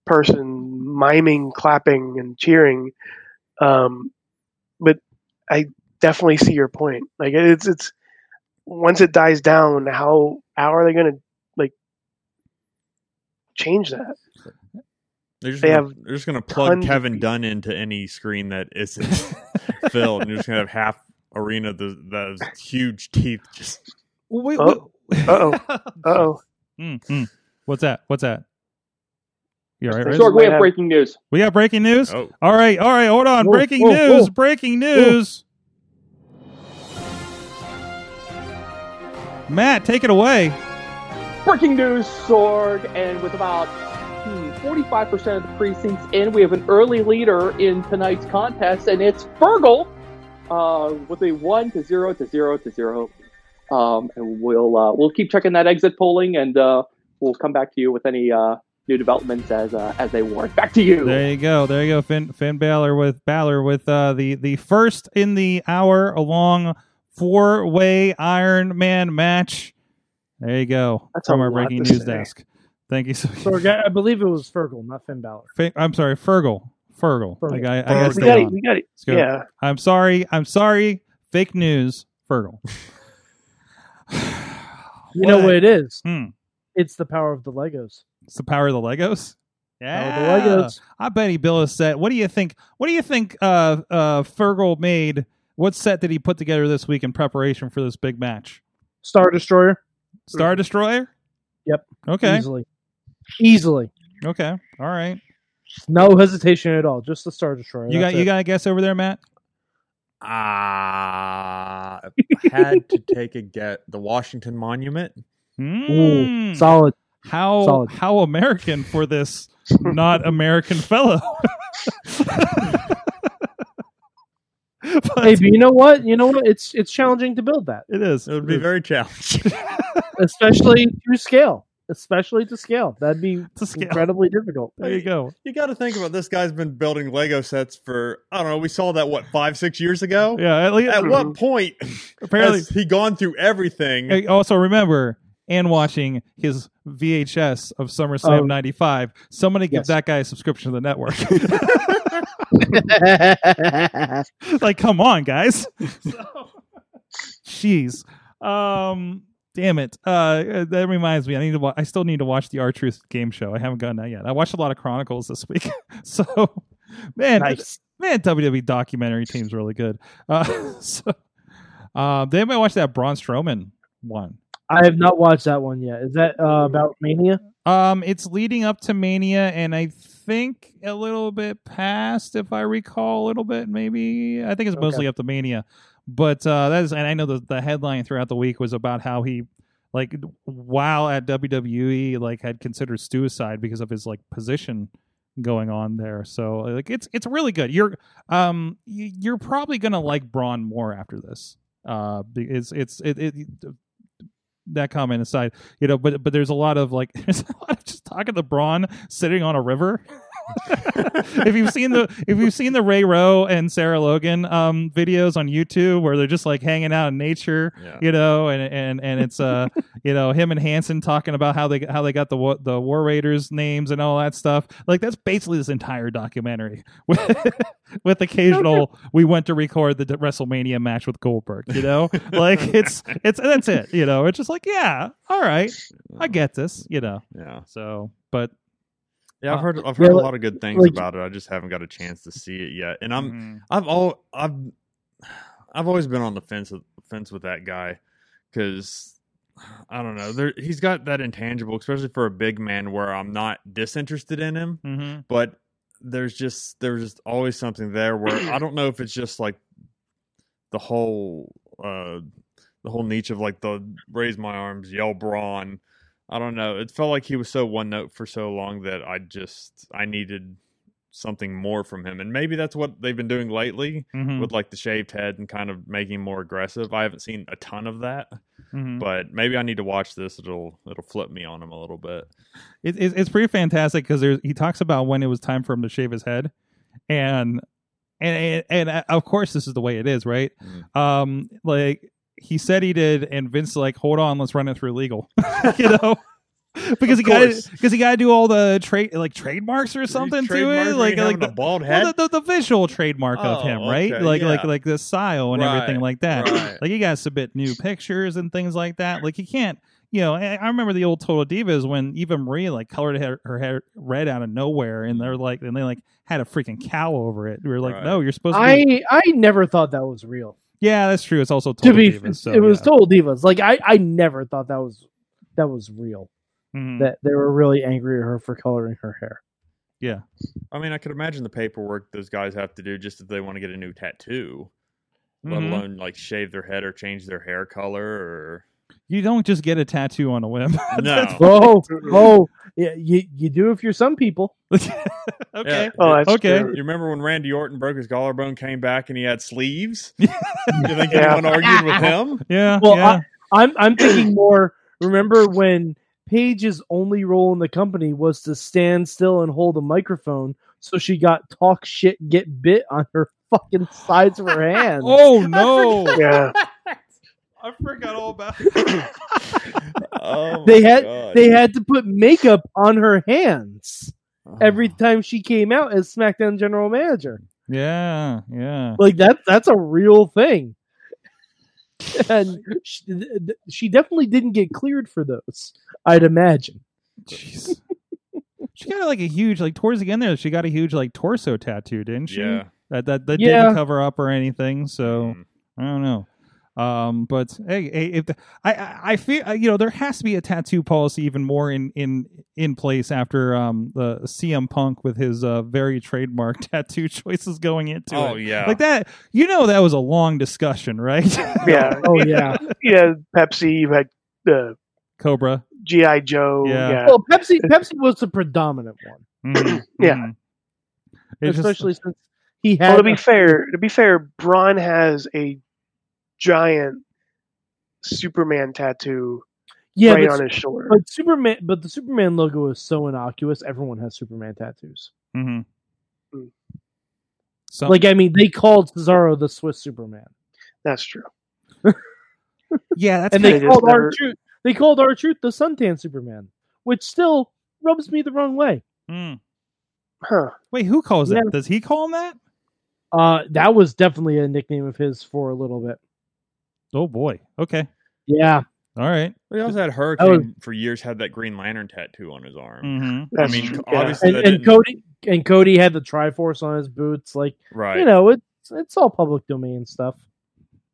[SPEAKER 3] person miming, clapping, and cheering. Um, but I definitely see your point. Like it's it's once it dies down, how how are they going to like change that?
[SPEAKER 4] They're just
[SPEAKER 3] They
[SPEAKER 4] gonna,
[SPEAKER 3] have
[SPEAKER 4] they're just gonna plug
[SPEAKER 3] tons of
[SPEAKER 4] Kevin
[SPEAKER 3] people.
[SPEAKER 4] Dunn into any screen that isn't filled, and you're just gonna have half arena those, those huge teeth just
[SPEAKER 2] Wait,
[SPEAKER 3] Oh.
[SPEAKER 2] wait-
[SPEAKER 3] Uh-oh. Oh,
[SPEAKER 2] Mm, mm. What's that? What's that? You all right,
[SPEAKER 3] Sorry.
[SPEAKER 2] Riz?
[SPEAKER 6] Sorg, we
[SPEAKER 3] might
[SPEAKER 6] have
[SPEAKER 3] have-
[SPEAKER 6] breaking news.
[SPEAKER 2] We got breaking news.
[SPEAKER 4] oh.
[SPEAKER 2] All right, all right, hold on.
[SPEAKER 5] Whoa,
[SPEAKER 2] breaking
[SPEAKER 5] whoa,
[SPEAKER 2] news,
[SPEAKER 5] whoa.
[SPEAKER 2] breaking news. Matt, take it away.
[SPEAKER 6] Breaking news, Sorg, and with about hmm, 45% of the precincts in, we have an early leader in tonight's contest, and it's Fergal uh, with a 1 to 0 to 0 to 0. Um, and we'll uh, we'll keep checking that exit polling, and uh, we'll come back to you with any uh, new developments as uh, as they warrant. Back to you.
[SPEAKER 2] There you go. There you go. Finn Finn Balor with Balor with uh, the the first in the hour long four way Iron Man match. There you go.
[SPEAKER 3] That's
[SPEAKER 2] from
[SPEAKER 3] a
[SPEAKER 2] our
[SPEAKER 3] lot
[SPEAKER 2] breaking
[SPEAKER 3] to
[SPEAKER 2] news
[SPEAKER 3] say.
[SPEAKER 2] desk. Thank you so much.
[SPEAKER 5] So I, I believe it was Fergal, not Finn Balor.
[SPEAKER 2] Fe- I'm sorry, Fergal. Fergal.
[SPEAKER 5] Fergal.
[SPEAKER 2] Like I, I gotta
[SPEAKER 4] Fergal.
[SPEAKER 3] we
[SPEAKER 2] stay
[SPEAKER 3] got
[SPEAKER 2] on.
[SPEAKER 3] it. We got it.
[SPEAKER 2] Let's go.
[SPEAKER 3] Yeah,
[SPEAKER 2] I'm sorry. I'm sorry. Fake news. Fergal.
[SPEAKER 5] You know what it is?
[SPEAKER 2] Hmm.
[SPEAKER 5] It's the power of the Legos.
[SPEAKER 2] It's the power of the Legos.
[SPEAKER 5] Power of the Legos.
[SPEAKER 2] I bet he built a set. What do you think? What do you think? Uh, uh, Fergal made. What set did he put together this week in preparation for this big match?
[SPEAKER 5] Star Destroyer.
[SPEAKER 2] Star Destroyer.
[SPEAKER 5] Yep.
[SPEAKER 2] Okay.
[SPEAKER 5] Easily. Easily.
[SPEAKER 2] Okay. All right.
[SPEAKER 5] No hesitation at all. Just the Star Destroyer.
[SPEAKER 2] You got.
[SPEAKER 5] That's
[SPEAKER 2] You
[SPEAKER 5] it.
[SPEAKER 2] got a guess over there, Matt.
[SPEAKER 4] Ah, if I had to take a get the Washington Monument.
[SPEAKER 2] Mm.
[SPEAKER 5] Ooh, solid.
[SPEAKER 2] how
[SPEAKER 5] solid.
[SPEAKER 2] how American for this not American fellow. But
[SPEAKER 5] Hey, but you know what? You know what? It's it's challenging to build that,
[SPEAKER 2] it is.
[SPEAKER 4] It would be very challenging.
[SPEAKER 5] especially to scale. Especially to scale. That'd be
[SPEAKER 2] To scale.
[SPEAKER 5] incredibly difficult.
[SPEAKER 2] There you go.
[SPEAKER 4] you got to think about this guy's been building Lego sets for I don't know. We saw that what five six years ago.
[SPEAKER 2] Yeah. At least
[SPEAKER 4] At what point
[SPEAKER 2] apparently.
[SPEAKER 4] has he gone through everything?
[SPEAKER 2] I also remember and watching his VHS of SummerSlam
[SPEAKER 5] Oh.
[SPEAKER 2] '95. Somebody give
[SPEAKER 5] Yes.
[SPEAKER 2] that guy a subscription to the network. like, come on, guys. So- Jeez. Um, damn it. Uh, that reminds me. I need to. Wa- I still need to watch the R Truth game show. I haven't gotten that yet. I watched a lot of Chronicles this week. so, man,
[SPEAKER 5] Nice.
[SPEAKER 2] man, WWE documentary team's really good. Uh, so, uh, they might watch that Braun Strowman one.
[SPEAKER 5] I have not watched that one yet. Is that uh, about Mania?
[SPEAKER 2] Um, it's leading up to Mania, and I think a little bit past, if I recall, a little bit maybe. I think it's
[SPEAKER 5] Okay.
[SPEAKER 2] mostly up to Mania, but uh, that is, and I know that the headline throughout the week was about how he, like, while at WWE, like, had considered suicide because of his like position going on there. So like, it's it's really good. You're um, y- you're probably gonna like Braun more after this. Uh, be- it's it's it. it that comment aside, you know, but but there's a lot of like there's a lot of just talking to Braun sitting on a river. if you've seen the if you've seen the Ray Rowe and Sarah Logan um videos on YouTube where they're just like hanging out in nature,
[SPEAKER 4] Yeah.
[SPEAKER 2] you know, and and and it's uh you know him and Hanson talking about how they how they got the wa- the War Raiders names and all that stuff. Like that's basically this entire documentary with with occasional we went to record the WrestleMania match with Goldberg. You know, like it's it's that's it. You know, it's just like yeah, all right, I get this. You know,
[SPEAKER 4] Yeah.
[SPEAKER 2] so but
[SPEAKER 4] Yeah, I've
[SPEAKER 2] Uh,
[SPEAKER 4] heard I've heard a
[SPEAKER 5] like-
[SPEAKER 4] lot of good things
[SPEAKER 5] like-
[SPEAKER 4] about it. I just haven't got a chance to see it yet. And I'm
[SPEAKER 2] mm,
[SPEAKER 4] I've all I've I've always been on the fence fence with that guy because I don't know. There he's got that intangible, especially for a big man, where I'm not disinterested in him,
[SPEAKER 2] mhm.
[SPEAKER 4] but there's just there's just always something there where I don't know if it's just like the whole uh the whole niche of like the raise my arms, yell brawn. I don't know. It felt like he was so one note for so long that I just I needed something more from him. And maybe that's what they've been doing lately
[SPEAKER 2] Mhm.
[SPEAKER 4] with like the shaved head and kind of making him more aggressive. I haven't seen a ton of that,
[SPEAKER 2] Mhm.
[SPEAKER 4] but maybe I need to watch this. It'll it'll flip me on him a little bit.
[SPEAKER 2] it, it's it's pretty fantastic because there's he talks about when it was time for him to shave his head, and and and, and uh, of course this is the way it is, right?
[SPEAKER 4] Mm.
[SPEAKER 2] Um, like he said he did, and Vince like, hold on, let's run it through legal, you know. Because he got
[SPEAKER 4] course.
[SPEAKER 2] because he got to do all the trade like trademarks or something to
[SPEAKER 4] Trademark
[SPEAKER 2] it
[SPEAKER 4] me
[SPEAKER 2] like like
[SPEAKER 4] having
[SPEAKER 2] the,
[SPEAKER 4] a bald
[SPEAKER 2] well,
[SPEAKER 4] head.
[SPEAKER 2] the, the, the visual trademark of
[SPEAKER 4] Oh,
[SPEAKER 2] him right
[SPEAKER 4] okay,
[SPEAKER 2] like like
[SPEAKER 4] yeah.
[SPEAKER 2] like the style and everything
[SPEAKER 4] Right,
[SPEAKER 2] like that
[SPEAKER 4] right.
[SPEAKER 2] like you got to submit new pictures and things like that like you can't you know I, I remember the old total divas when eva marie like colored her, her hair red out of nowhere and they're like and they like had a freaking cow over it we were like
[SPEAKER 4] Right.
[SPEAKER 2] no you're supposed to be
[SPEAKER 5] I I never thought that was real.
[SPEAKER 2] yeah, that's true. It's also total
[SPEAKER 5] to be,
[SPEAKER 2] divas. So,
[SPEAKER 5] it was
[SPEAKER 2] yeah.
[SPEAKER 5] total divas. Like I I never thought that was that was real.
[SPEAKER 2] Mhm.
[SPEAKER 5] That they were really angry at her for coloring her hair.
[SPEAKER 4] I mean, I could imagine the paperwork those guys have to do just if they want to get a new tattoo, let
[SPEAKER 2] Mhm.
[SPEAKER 4] alone like shave their head or change their hair color or
[SPEAKER 2] You don't just get a tattoo on a whim.
[SPEAKER 4] no.
[SPEAKER 5] Oh oh yeah, you you do if you're some people.
[SPEAKER 2] okay.
[SPEAKER 3] Oh, that's
[SPEAKER 2] Okay.
[SPEAKER 3] true.
[SPEAKER 4] You remember when Randy Orton broke his collarbone, came back, and he had sleeves? you think anyone argued with him?
[SPEAKER 2] Yeah.
[SPEAKER 5] Well,
[SPEAKER 2] yeah.
[SPEAKER 5] I'm I'm thinking more. Remember when Paige's only role in the company was to stand still and hold a microphone, so she got talk shit, get bit on her fucking sides of her hands.
[SPEAKER 2] oh no!
[SPEAKER 3] Yeah.
[SPEAKER 2] I forgot all about.
[SPEAKER 4] Oh,
[SPEAKER 5] They
[SPEAKER 4] my
[SPEAKER 5] had-
[SPEAKER 4] God.
[SPEAKER 5] They had to put makeup on her hands
[SPEAKER 4] Oh.
[SPEAKER 5] every time she came out as SmackDown general manager.
[SPEAKER 2] Yeah. Yeah.
[SPEAKER 5] Like that that's a real thing. And she, she definitely didn't get cleared for those, I'd imagine.
[SPEAKER 2] Jeez. she got like a huge like towards the end there. She got a huge like torso tattoo, didn't she?
[SPEAKER 4] Yeah.
[SPEAKER 2] That that, that
[SPEAKER 5] Yeah.
[SPEAKER 2] didn't cover up or anything. So
[SPEAKER 4] Mm.
[SPEAKER 2] I don't know. Um, but hey, hey if the, I, I I feel uh, you know there has to be a tattoo policy even more in in in place after um the CM Punk with his uh very trademark tattoo choices going into
[SPEAKER 4] Oh,
[SPEAKER 2] it.
[SPEAKER 4] yeah.
[SPEAKER 2] Like that, you know, that was a long discussion, right?
[SPEAKER 3] Yeah.
[SPEAKER 5] Oh yeah.
[SPEAKER 3] You had Pepsi. You had uh,
[SPEAKER 2] Cobra.
[SPEAKER 3] GI Joe.
[SPEAKER 2] Yeah.
[SPEAKER 3] Yeah.
[SPEAKER 5] Well, Pepsi Pepsi was the predominant one.
[SPEAKER 2] Mhm,
[SPEAKER 3] Yeah.
[SPEAKER 2] mhm. It's just-
[SPEAKER 5] especially since he had
[SPEAKER 3] Well, to be fair, to be fair, Braun has a giant Superman tattoo
[SPEAKER 5] yeah,
[SPEAKER 3] right
[SPEAKER 5] but,
[SPEAKER 3] on his shoulder.
[SPEAKER 5] but Superman, but the Superman logo is so innocuous. Everyone has Superman tattoos.
[SPEAKER 2] mhm.
[SPEAKER 5] Hmm.
[SPEAKER 3] Mm.
[SPEAKER 2] Some-
[SPEAKER 5] Like I mean, they called Cesaro the Swiss Superman,
[SPEAKER 3] That's true.
[SPEAKER 2] yeah, that's
[SPEAKER 5] and
[SPEAKER 2] kinda-
[SPEAKER 5] they
[SPEAKER 3] kinda
[SPEAKER 5] called
[SPEAKER 3] just
[SPEAKER 5] our
[SPEAKER 3] never-
[SPEAKER 5] truth. They called our truth the Suntan Superman, which still rubs me the wrong way.
[SPEAKER 2] Mm.
[SPEAKER 3] Huh.
[SPEAKER 2] Wait, who calls
[SPEAKER 5] Yeah.
[SPEAKER 2] it? Does he call him that?
[SPEAKER 5] Uh, that was definitely a nickname of his for a little bit.
[SPEAKER 2] Oh boy. Okay.
[SPEAKER 5] Yeah.
[SPEAKER 2] All right.
[SPEAKER 4] We also had Hurricane for years had that Green Lantern tattoo on his arm.
[SPEAKER 5] Mm.
[SPEAKER 2] Mm-hmm.
[SPEAKER 4] I
[SPEAKER 3] That's
[SPEAKER 4] mean,
[SPEAKER 3] true. Yeah.
[SPEAKER 4] obviously,
[SPEAKER 5] And,
[SPEAKER 4] that
[SPEAKER 5] and
[SPEAKER 4] didn't-
[SPEAKER 5] Cody and Cody had the Triforce on his boots. Like
[SPEAKER 4] right?
[SPEAKER 5] you know, it's it's all public domain stuff.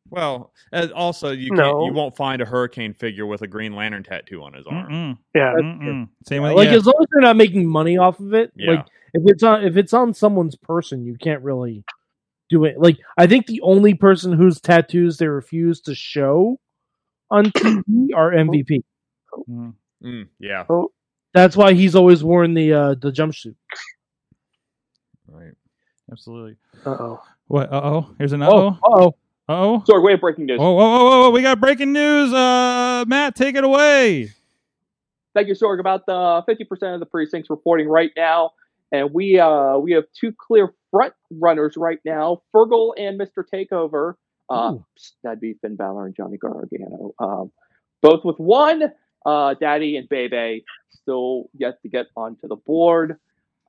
[SPEAKER 4] Well, and also you can't,
[SPEAKER 3] No.
[SPEAKER 4] you won't find a Hurricane figure with a Green Lantern tattoo on his arm.
[SPEAKER 2] Mm-mm.
[SPEAKER 3] Yeah.
[SPEAKER 2] Mm-mm. Same with
[SPEAKER 5] Like
[SPEAKER 2] yeah.
[SPEAKER 5] as long as you're not making money off of it,
[SPEAKER 4] Yeah.
[SPEAKER 5] like if it's on if it's on someone's person, you can't really do it. Like I think the only person whose tattoos they refuse to show on TV are MVP.
[SPEAKER 2] Mm.
[SPEAKER 4] Mm, yeah,
[SPEAKER 5] That's why he's always worn the uh, the jumpsuit.
[SPEAKER 4] right.
[SPEAKER 2] Absolutely.
[SPEAKER 3] Uh-oh.
[SPEAKER 2] What? Uh oh. Here's an uh
[SPEAKER 5] Oh,
[SPEAKER 2] oh.
[SPEAKER 5] oh,
[SPEAKER 2] Uh oh.
[SPEAKER 6] Sorg, way of breaking news.
[SPEAKER 2] Oh, whoa, whoa, whoa, whoa. We got breaking news. Uh, Matt, take it away.
[SPEAKER 6] Thank you, Sorg. About the fifty percent of the precincts reporting right now, and we uh we have two clear front runners right now: Fergal and Mister Takeover. Uh,
[SPEAKER 5] Ooh.
[SPEAKER 6] that'd be Finn Balor and Johnny Gargano. Um, both with one. Uh, Daddy and Bebe still yet to get onto the board.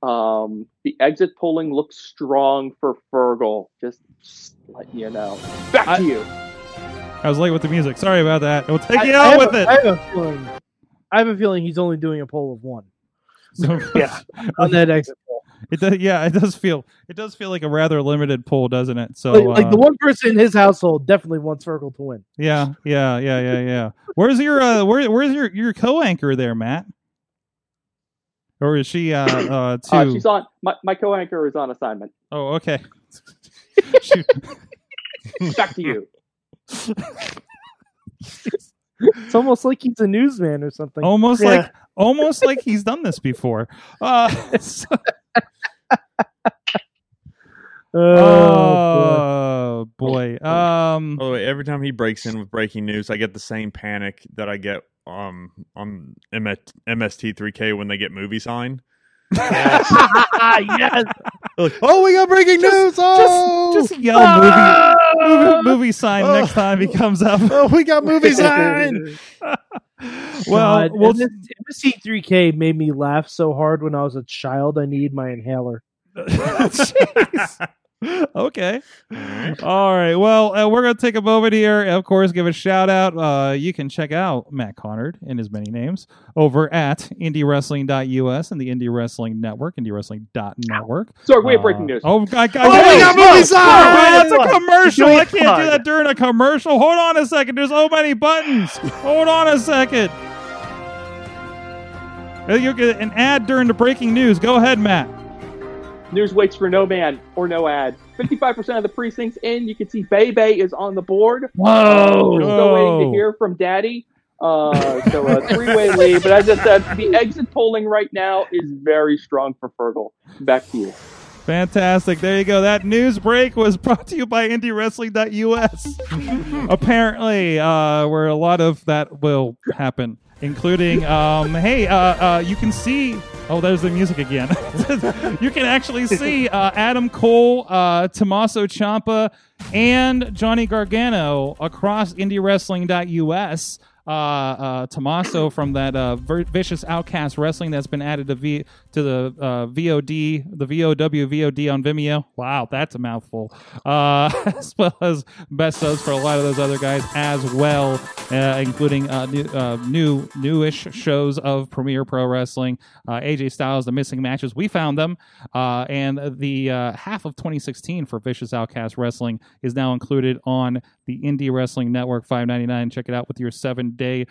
[SPEAKER 6] Um, the exit polling looks strong for Fergal. Just, just letting you know. Back to
[SPEAKER 2] I-
[SPEAKER 6] you.
[SPEAKER 2] I was late with the music. Sorry about that. We'll take
[SPEAKER 5] I-
[SPEAKER 2] you
[SPEAKER 5] I
[SPEAKER 2] out
[SPEAKER 5] have
[SPEAKER 2] with
[SPEAKER 5] a-
[SPEAKER 2] it.
[SPEAKER 5] I have a feeling. I have a feeling he's only doing a poll of one
[SPEAKER 2] So-
[SPEAKER 3] Yeah.
[SPEAKER 5] on that exit.
[SPEAKER 2] It does, yeah, it does feel it does feel like a rather limited pool, doesn't it? So
[SPEAKER 5] Like, like
[SPEAKER 2] uh,
[SPEAKER 5] the one person in his household definitely wants Fergal to win.
[SPEAKER 2] yeah, yeah, yeah, yeah, yeah. Where's your uh, where, where's your your co-anchor there, Matt? Or is she uh, uh two?
[SPEAKER 6] Uh, she's on. My, my co-anchor is on assignment.
[SPEAKER 2] oh, okay. She-
[SPEAKER 6] Back to you.
[SPEAKER 5] It's almost like he's a newsman or something.
[SPEAKER 2] almost
[SPEAKER 3] Yeah.
[SPEAKER 2] like almost like he's done this before. Uh, so-
[SPEAKER 5] Oh, boy.
[SPEAKER 2] oh boy. Um,
[SPEAKER 4] By the way, every time he breaks in with breaking news, I get the same panic that I get um on M- MST3K when they get movie sign.
[SPEAKER 5] yes.
[SPEAKER 4] They're like, oh, we got breaking news! Oh,
[SPEAKER 2] just yell movie, movie movie sign
[SPEAKER 4] Oh.
[SPEAKER 2] next time he comes up.
[SPEAKER 4] oh, we got movie sign!
[SPEAKER 2] well,
[SPEAKER 5] God,
[SPEAKER 2] we'll
[SPEAKER 5] and this MSC3K made me laugh so hard when I was a child. I need my inhaler.
[SPEAKER 2] Jeez. okay.
[SPEAKER 4] Alright.
[SPEAKER 2] All right. Well, uh, we're going to take a moment here. and Of course, give a shout out. Uh, you can check out Matt Connard and his many names over at indiewrestling.us and the Indie Wrestling Network, indiewrestling.network.
[SPEAKER 6] Sorg, way of
[SPEAKER 2] Uh,
[SPEAKER 6] breaking news.
[SPEAKER 2] Oh, God. God
[SPEAKER 4] Oh, we
[SPEAKER 2] wait,
[SPEAKER 4] got
[SPEAKER 2] wait,
[SPEAKER 4] movie
[SPEAKER 2] wait, that's
[SPEAKER 4] sign!
[SPEAKER 2] a commercial.
[SPEAKER 3] Doing
[SPEAKER 2] I can't do
[SPEAKER 3] fun.
[SPEAKER 2] that during a commercial. Hold on a second. There's so many buttons. Hold on a second. Uh, You'll get an ad during the breaking news. Go ahead, Matt.
[SPEAKER 6] News waits for no man or no ad. 55% of the precincts in. You can see Bebe is on the board. We're
[SPEAKER 2] Oh.
[SPEAKER 5] Whoa.
[SPEAKER 6] still waiting
[SPEAKER 2] Whoa.
[SPEAKER 6] to hear from Daddy. Uh, so a three-way lead. But as I said, the exit polling right now is very strong for Fergal. Back to you.
[SPEAKER 2] Fantastic. There you go. That news break was brought to you by IndieWrestling.us. Apparently, uh, where a lot of that will happen, including, um, hey, uh, uh, you can see. Oh, there's the music again. you can actually see uh, Adam Cole, uh, Tommaso Ciampa, and Johnny Gargano across IndieWrestling.us uh, uh, Tommaso from that uh, Vir- Vicious Outcast Wrestling that's been added to v- to the uh, VOD, the VOW VOD on Vimeo. Wow, that's a mouthful. Uh, as well as best subs for a lot of those other guys as well, uh, including uh, new, uh, new newish shows of Premier Pro Wrestling, uh, AJ Styles, the missing matches. We found them, uh, and the uh, half of 2016 for Vicious Outcast Wrestling is now included on the Indie Wrestling Network 5.99. Check it out with your seven day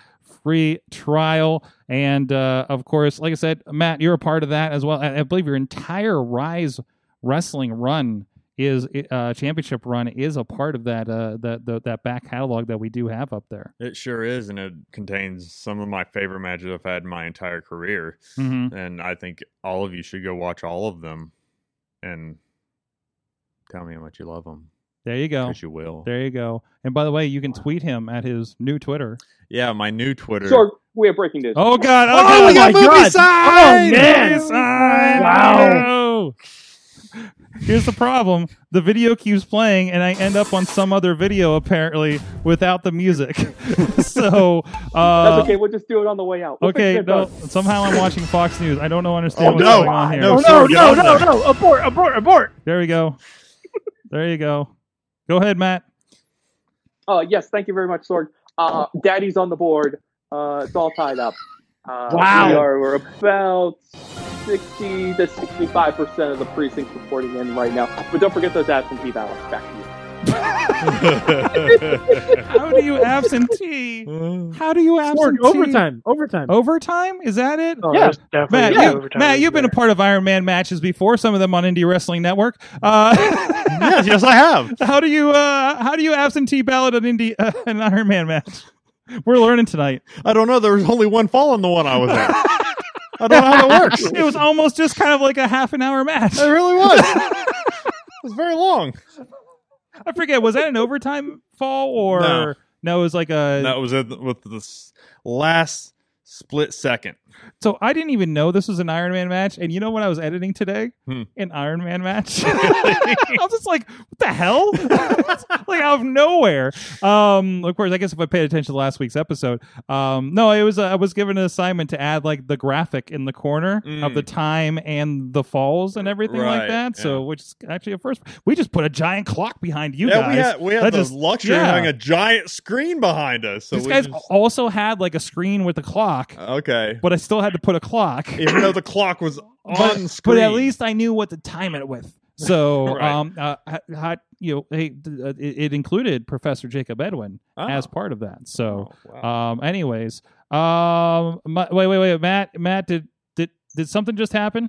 [SPEAKER 2] free trial, and uh, of course, like I said, Matt, you're a part of that as well. I, I believe your entire Rise Wrestling run is uh, championship run is a part of that uh, that the, that back catalog that we do have up there.
[SPEAKER 4] It sure is, and it contains some of my favorite matches I've had in my entire career.
[SPEAKER 2] Mm-hmm.
[SPEAKER 4] and I think all of you should go watch all of them and tell me how much you love them
[SPEAKER 2] There you go.
[SPEAKER 4] because you will.
[SPEAKER 2] There you go. And by the way, you can tweet him at his new Twitter.
[SPEAKER 4] Yeah, my new Twitter.
[SPEAKER 6] Sorg, way of breaking news.
[SPEAKER 2] Oh God! Oh, God.
[SPEAKER 4] Oh, we got
[SPEAKER 5] my
[SPEAKER 4] movie
[SPEAKER 5] God.
[SPEAKER 4] sign!
[SPEAKER 5] Oh, man.
[SPEAKER 2] Movie sign!
[SPEAKER 5] Wow.
[SPEAKER 2] No. Here's the problem: the video keeps playing, and I end up on some other video apparently without the music. so uh,
[SPEAKER 6] That's okay. We'll just do it on the way out. We'll
[SPEAKER 2] okay,
[SPEAKER 6] fix it,
[SPEAKER 2] no.
[SPEAKER 6] Doug.
[SPEAKER 2] Somehow I'm watching Fox News. I don't know. Understand
[SPEAKER 4] Oh,
[SPEAKER 2] what's
[SPEAKER 4] no.
[SPEAKER 2] going on here.
[SPEAKER 4] No,
[SPEAKER 5] Oh, no,
[SPEAKER 4] Sorg,
[SPEAKER 5] no,
[SPEAKER 4] get
[SPEAKER 5] no,
[SPEAKER 4] on
[SPEAKER 5] no. Abort, abort, abort.
[SPEAKER 2] There we go. There you go. Go ahead, Matt.
[SPEAKER 6] Uh, yes, thank you very much, Sorg. Uh, Daddy's on the board. Uh, it's all tied up. Uh,
[SPEAKER 5] Wow.
[SPEAKER 6] We are, we're about 60 to 65% of the precincts reporting in right now. But don't forget those absentee ballots. Back to you.
[SPEAKER 2] How do you absentee? How do you
[SPEAKER 5] Sorg,
[SPEAKER 2] absentee?
[SPEAKER 5] overtime, overtime.
[SPEAKER 2] Oh. Overtime? Is that it?
[SPEAKER 5] Oh,
[SPEAKER 3] Yeah, definitely.
[SPEAKER 2] Matt,
[SPEAKER 3] yeah,
[SPEAKER 2] you,
[SPEAKER 3] overtime
[SPEAKER 2] Matt,
[SPEAKER 3] is
[SPEAKER 2] you've been a
[SPEAKER 3] better.
[SPEAKER 2] part of Iron Man matches before, some of them on Indie Wrestling Network. Uh,
[SPEAKER 4] yes, yes, I have.
[SPEAKER 2] how do you uh, how do you absentee ballot an indie uh, an Iron Man match? We're learning tonight.
[SPEAKER 4] I don't know. There was only one fall on the one I was at. I don't know how that works.
[SPEAKER 2] It was almost just kind of like a half an hour match.
[SPEAKER 4] It really was. it was very long.
[SPEAKER 2] I forget. Was that an overtime fall or
[SPEAKER 4] No.
[SPEAKER 2] no, it was like a
[SPEAKER 4] That was it with the s- last split second.
[SPEAKER 2] So I didn't even know this was an Iron Man match. And you know when I was editing today?
[SPEAKER 4] Hmm.
[SPEAKER 2] An Iron Man match. I was just like, what the hell? It's like out of nowhere. Um, of course, I guess if I paid attention to last week's episode. Um, no, it was uh, I was given an assignment to add like the graphic in the corner of
[SPEAKER 4] Mm.
[SPEAKER 2] the time and the falls and everything like
[SPEAKER 4] Right,
[SPEAKER 2] that. So which is actually a first. We just put a giant clock behind you
[SPEAKER 4] yeah,
[SPEAKER 2] guys.
[SPEAKER 4] we had we
[SPEAKER 2] That
[SPEAKER 4] had the
[SPEAKER 2] just-
[SPEAKER 4] luxury
[SPEAKER 2] yeah.
[SPEAKER 4] of having a giant screen behind us. So
[SPEAKER 2] These
[SPEAKER 4] we
[SPEAKER 2] guys
[SPEAKER 4] just- Uh,
[SPEAKER 2] also had like a screen with a clock,
[SPEAKER 4] okay,
[SPEAKER 2] but I still had to put a clock.
[SPEAKER 4] even though the clock was
[SPEAKER 2] but,
[SPEAKER 4] on
[SPEAKER 2] but
[SPEAKER 4] screen,
[SPEAKER 2] at least I knew what to time it with. So,
[SPEAKER 4] Right.
[SPEAKER 2] um, uh, hot- hot, you know, hey, th- uh, it, it included Professor Jacob Edwin
[SPEAKER 4] Oh.
[SPEAKER 2] as part of that. So,
[SPEAKER 4] Oh, wow.
[SPEAKER 2] um, anyways, um, my, wait, wait, wait, Matt, Matt, did did did something just happen,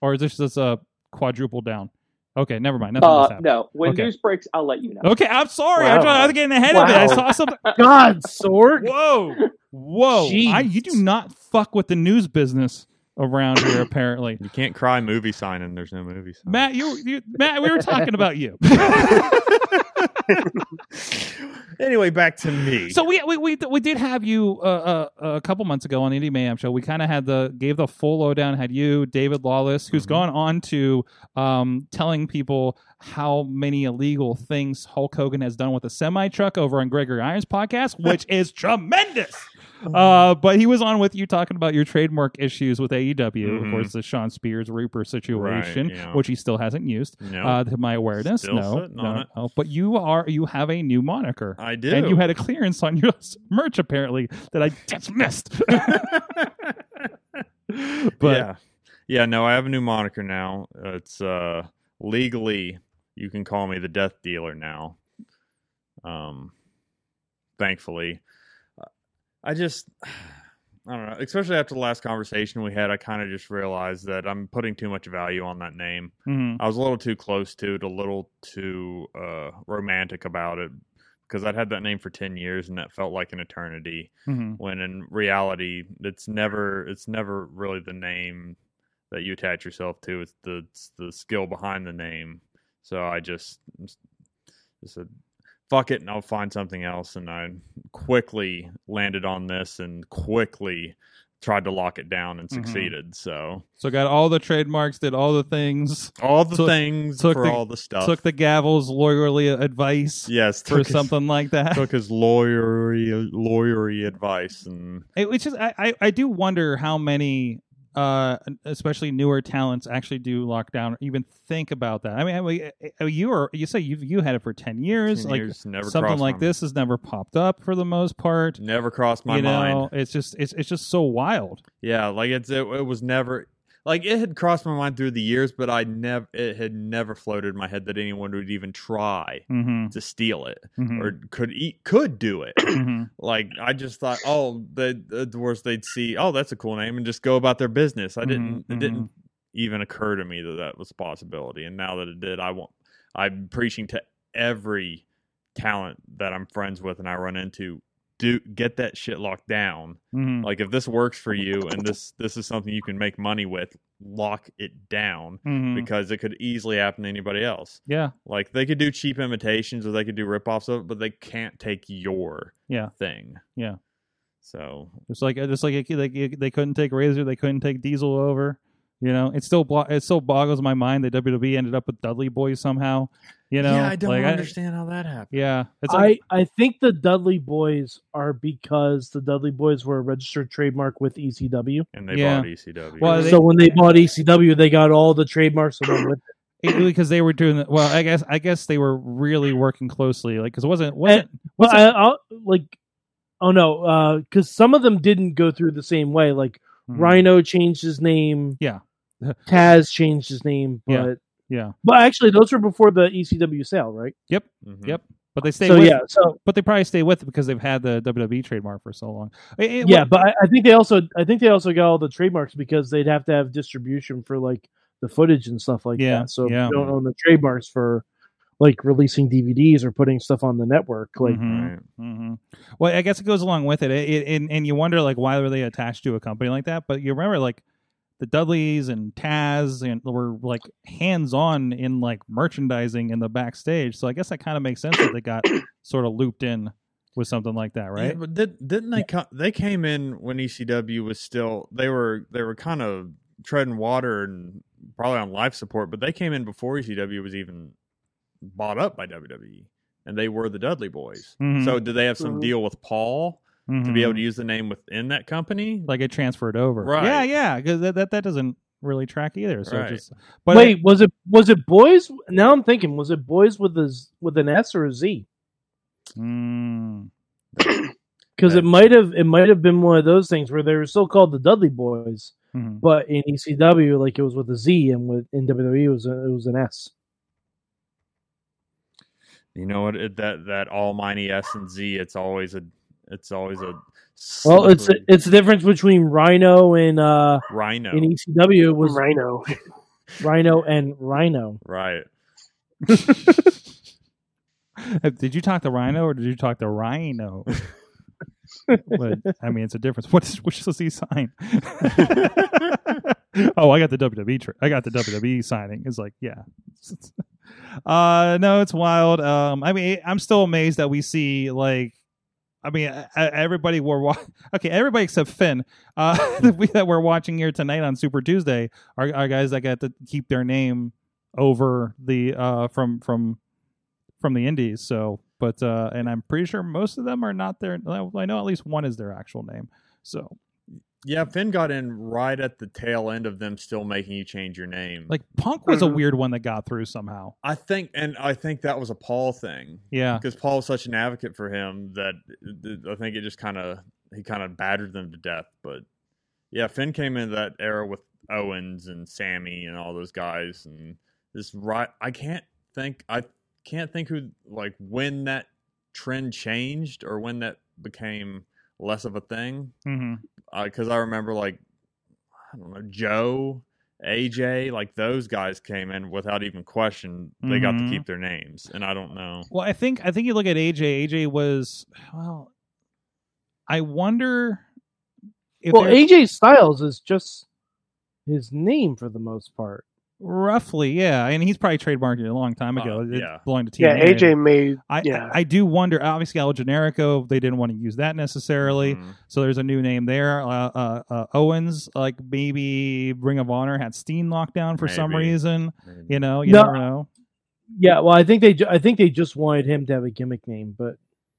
[SPEAKER 2] or is this just a quadruple down? Okay, never mind. Nothing just
[SPEAKER 6] Uh,
[SPEAKER 2] happened.
[SPEAKER 6] no, when
[SPEAKER 2] Okay.
[SPEAKER 6] news breaks, I'll let you know.
[SPEAKER 2] Okay, I'm sorry. I,
[SPEAKER 3] Wow.
[SPEAKER 2] thought I was getting ahead of it. I
[SPEAKER 3] Wow.
[SPEAKER 2] saw something.
[SPEAKER 5] God, Sorg.
[SPEAKER 2] Whoa, whoa! I, you do
[SPEAKER 5] Jeez.
[SPEAKER 2] not fuck with the news business around here. Apparently,
[SPEAKER 4] you can't cry movie sign and there's no movie sign.
[SPEAKER 2] Matt, you, you Matt, we were talking about you.
[SPEAKER 4] anyway, back to me.
[SPEAKER 2] so we we we, we did have you uh, uh, a couple months ago on the Indie Mayhem show. We kind of had the gave the full lowdown. Had you, David Lawless, who's
[SPEAKER 4] Mhm.
[SPEAKER 2] gone on to um, telling people how many illegal things Hulk Hogan has done with a semi truck over on Gregory Irons podcast, which is tremendous. Uh, but he was on with you talking about your trademark issues with AEW, of
[SPEAKER 4] Mhm.
[SPEAKER 2] course, the Sean Spears Reaper situation,
[SPEAKER 4] yeah.
[SPEAKER 2] which he still hasn't used.
[SPEAKER 4] no,
[SPEAKER 2] uh, to my awareness.
[SPEAKER 4] Still
[SPEAKER 2] no,
[SPEAKER 4] sitting
[SPEAKER 2] no,
[SPEAKER 4] on it.
[SPEAKER 2] no. But you are you have a new moniker,
[SPEAKER 4] I do.
[SPEAKER 2] and you had a clearance on your merch apparently that I just missed. but
[SPEAKER 4] yeah, yeah. No, I have a new moniker now. It's uh legally you can call me the Death Dealer now. Um, thankfully, I just I don't know. Especially after the last conversation we had, I kind of just realized that I'm putting too much value on that name.
[SPEAKER 2] mhm.
[SPEAKER 4] I was a little too close to it, a little too uh, romantic about it, because I'd had that name for ten years, and that felt like an eternity.
[SPEAKER 2] Mhm.
[SPEAKER 4] When in reality, it's never it's never really the name that you attach yourself to. It's the it's the skill behind the name. So I just just said, "Fuck it," and I'll find something else. And I quickly landed on this, and quickly tried to lock it down, and
[SPEAKER 2] Mhm.
[SPEAKER 4] succeeded. So
[SPEAKER 2] so got all the trademarks, did all the things,
[SPEAKER 4] all the
[SPEAKER 2] Took-
[SPEAKER 4] things
[SPEAKER 2] took
[SPEAKER 4] for
[SPEAKER 2] the-
[SPEAKER 4] all the stuff.
[SPEAKER 2] took the gavels, lawyerly advice
[SPEAKER 4] Yes,
[SPEAKER 2] or
[SPEAKER 4] took his-
[SPEAKER 2] something like that.
[SPEAKER 4] took his lawyery lawyery advice and
[SPEAKER 2] It, it's just I, I I do wonder how many uh especially newer talents actually do lock down or even think about that. I mean, I mean, I mean, you are you say you you had it for ten years,
[SPEAKER 4] 10
[SPEAKER 2] like
[SPEAKER 4] years never
[SPEAKER 2] something
[SPEAKER 4] crossed
[SPEAKER 2] like
[SPEAKER 4] my-
[SPEAKER 2] this has never popped up for the most part.
[SPEAKER 4] Never crossed my
[SPEAKER 2] you know,
[SPEAKER 4] mind.
[SPEAKER 2] it's just it's it's just so wild.
[SPEAKER 4] Yeah, like it's it, it was never like it had crossed my mind through the years, but I never it had never floated in my head that anyone would even try
[SPEAKER 2] Mm-hmm.
[SPEAKER 4] to steal it
[SPEAKER 2] Mhm.
[SPEAKER 4] or could eat could do it.
[SPEAKER 2] Mhm.
[SPEAKER 4] like I just thought, oh, the the worst they'd see, oh, that's a cool name, and just go about their business. I
[SPEAKER 2] Mhm,
[SPEAKER 4] didn't
[SPEAKER 2] mhm.
[SPEAKER 4] it didn't even occur to me that that was a possibility, and now that it did, I want I'm preaching to every talent that I'm friends with and I run into. Do get that shit locked down.
[SPEAKER 2] Mhm.
[SPEAKER 4] Like if this works for you and this this is something you can make money with, lock it down
[SPEAKER 2] Mhm.
[SPEAKER 4] because it could easily happen to anybody else.
[SPEAKER 2] yeah,
[SPEAKER 4] Like they could do cheap imitations or they could do ripoffs of it, but they can't take your
[SPEAKER 2] Yeah.
[SPEAKER 4] thing.
[SPEAKER 2] Yeah.
[SPEAKER 4] So
[SPEAKER 2] it's like it's like, like they couldn't take Razor, they couldn't take Diesel over. You know, it still blo- it still boggles my mind that WWE ended up with Dudley Boy somehow. You know,
[SPEAKER 4] yeah, I don't
[SPEAKER 2] like,
[SPEAKER 4] understand how that happened.
[SPEAKER 2] yeah, it's like,
[SPEAKER 5] I, I think the Dudley Boys are because the Dudley Boys were a registered trademark with E ECW.
[SPEAKER 4] And they
[SPEAKER 2] Yeah.
[SPEAKER 4] bought E ECW.
[SPEAKER 2] Well, they-
[SPEAKER 5] E so when they bought ECW, they got all the trademarks along with
[SPEAKER 2] It- because they were doing well. I guess I guess they were really working closely, like because it wasn't wasn't
[SPEAKER 5] Well, I, I'll, like, oh no, because some of them didn't go through the same way. Like
[SPEAKER 2] Mhm.
[SPEAKER 5] Rhino changed his name.
[SPEAKER 2] Yeah.
[SPEAKER 5] Taz changed his name, but
[SPEAKER 2] Yeah. Yeah,
[SPEAKER 5] but actually those were before the ECW sale, right?
[SPEAKER 4] Mhm.
[SPEAKER 2] Yep. but they stay.
[SPEAKER 5] so
[SPEAKER 2] with,
[SPEAKER 5] yeah, so
[SPEAKER 2] but they probably stay with it because they've had the WWE trademark for so long. It- it-
[SPEAKER 5] yeah, but I, I think they also I think they also got all the trademarks because they'd have to have distribution for like the footage and stuff like
[SPEAKER 2] Yeah,
[SPEAKER 5] that. So
[SPEAKER 2] yeah.
[SPEAKER 5] if you don't own the trademarks for like releasing DVDs or putting stuff on the network, like
[SPEAKER 2] Mhm.
[SPEAKER 4] Mm-hmm. Right.
[SPEAKER 2] hmm Well, I guess it goes along with it. It, it, and, and you wonder like why were they attached to a company like that? But you remember like the Dudleys and Taz and were like hands on in like merchandising in the backstage. So I guess that kind of makes sense that they got sort of looped in with something like that,
[SPEAKER 4] Yeah,
[SPEAKER 2] right?
[SPEAKER 4] but did, didn't they come? They came in when ECW was still. They were they were kind of treading water and probably on life support, but they came in before ECW was even bought up by WWE, and they were the Dudley Boys.
[SPEAKER 2] Mhm.
[SPEAKER 4] So did they have some
[SPEAKER 3] Mhm.
[SPEAKER 4] deal with Paul to be able to use the name within that company?
[SPEAKER 2] Mm-hmm. like it transferred over,
[SPEAKER 4] Right.
[SPEAKER 2] Yeah, yeah, because that, that that doesn't really track either. So it
[SPEAKER 4] Right.
[SPEAKER 2] just but
[SPEAKER 5] wait, was it was it boys? Now I'm thinking, was it boys with a Z- with an S or a Z?
[SPEAKER 2] Mm. Uh,
[SPEAKER 5] Because it
[SPEAKER 4] Right.
[SPEAKER 5] might have it might have been one of those things where they were still called the Dudley Boys,
[SPEAKER 2] Mhm.
[SPEAKER 5] but in ECW, like it was with a Z, and with in WWE, it was a, it was an S.
[SPEAKER 4] you know what? It, that that almighty S and Z. It's always a it's always a
[SPEAKER 5] Well, it's
[SPEAKER 4] slippery
[SPEAKER 5] it's the difference between Rhino and uh
[SPEAKER 4] rhino.
[SPEAKER 5] in ECW was
[SPEAKER 3] Rhino.
[SPEAKER 5] Rhino and Rhino.
[SPEAKER 4] right.
[SPEAKER 2] Uh, did you talk to Rhino or did you talk to Rhino? but I mean, it's a difference. What is which is he sign? oh, I got the WWE. Tra- I got the WWE signing. It's like, yeah. uh, no, it's wild. Um, I mean, I'm still amazed that we see like. I mean, I, I- everybody we're wa- okay. Everybody except Finn, uh, that, we, that we're watching here tonight on Super Tuesday, are, are guys that got to keep their name over the uh, from from from the indies. So, but uh, and I'm pretty sure most of them are not their. I know at least one is their actual name. So,
[SPEAKER 4] Yeah, Finn got in right at the tail end of them still making you change your name.
[SPEAKER 2] like Punk was a
[SPEAKER 3] Mhm.
[SPEAKER 2] weird one that got through somehow.
[SPEAKER 4] I think, and I think that was a Paul thing
[SPEAKER 2] Yeah,
[SPEAKER 4] because Paul was such an advocate for him that th- I think it just kind of he kind of battered them to death. But yeah, Finn came into that era with Owens and Sammy and all those guys, and this right. I can't think. I can't think who like when that trend changed or when that became less of a thing
[SPEAKER 2] hmm
[SPEAKER 4] because uh, I remember like I don't know Joe, AJ, like those guys came in without even question. They got to
[SPEAKER 2] Mhm.
[SPEAKER 4] keep their names, and I don't know.
[SPEAKER 2] Well, I think I think you look at AJ. AJ was well. I wonder. If
[SPEAKER 5] well,
[SPEAKER 2] there-
[SPEAKER 5] AJ Styles is just his name for the most part.
[SPEAKER 2] roughly, yeah, and he's probably trademarked it a long time
[SPEAKER 4] Uh,
[SPEAKER 2] ago. it
[SPEAKER 4] yeah.
[SPEAKER 2] belonged to
[SPEAKER 3] Yeah,
[SPEAKER 2] TNA.
[SPEAKER 3] AJ made.
[SPEAKER 2] I,
[SPEAKER 3] yeah.
[SPEAKER 2] I I do wonder. Obviously, El Generico, they didn't want to use that necessarily.
[SPEAKER 4] Mhm.
[SPEAKER 2] So there's a new name there. Uh, uh, uh, Owens, like maybe Ring of Honor had Steen locked down for some
[SPEAKER 4] Maybe.
[SPEAKER 2] reason.
[SPEAKER 4] Mm-hmm.
[SPEAKER 2] You know, you
[SPEAKER 5] No.
[SPEAKER 2] never know.
[SPEAKER 5] Yeah, well, I think they ju- I think they just wanted him to have a gimmick name, but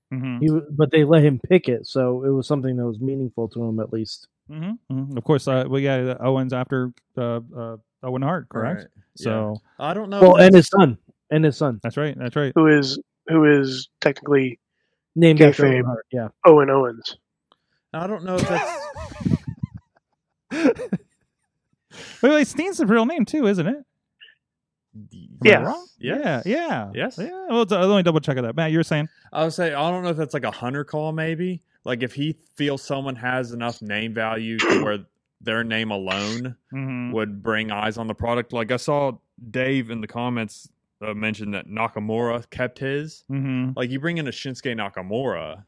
[SPEAKER 2] hmm
[SPEAKER 5] he w- but they let him pick it, so it was something that was meaningful to him at least.
[SPEAKER 2] hmm hmm Of course, uh, we got Owens after uh, uh, Owen Hart, correct?
[SPEAKER 4] Right.
[SPEAKER 2] So
[SPEAKER 4] I don't know.
[SPEAKER 5] Well,
[SPEAKER 4] if Oh, that's-
[SPEAKER 5] and his son, and his son
[SPEAKER 2] that's right. That's right.
[SPEAKER 3] who is who is technically
[SPEAKER 5] named after
[SPEAKER 3] Kayfabe.
[SPEAKER 5] Owen Hart, Yeah,
[SPEAKER 3] Owen Owens.
[SPEAKER 4] I don't know if Oh, that's.
[SPEAKER 2] Wait, wait, Steen's the real name too, isn't it? Am I
[SPEAKER 3] Yeah.
[SPEAKER 2] wrong?
[SPEAKER 4] Yes.
[SPEAKER 2] Yeah. Yeah.
[SPEAKER 4] Yes.
[SPEAKER 2] Yeah. Well, d- uh, let me double check on that. Matt, you were saying.
[SPEAKER 4] I would say I don't know if that's like a hunter call, maybe. Like if he feels someone has enough name value to where their name alone
[SPEAKER 2] Mhm.
[SPEAKER 4] would bring eyes on the product. Like I saw Dave in the comments uh, mention that Nakamura kept his.
[SPEAKER 2] Mhm.
[SPEAKER 4] like you bring in a Shinsuke Nakamura,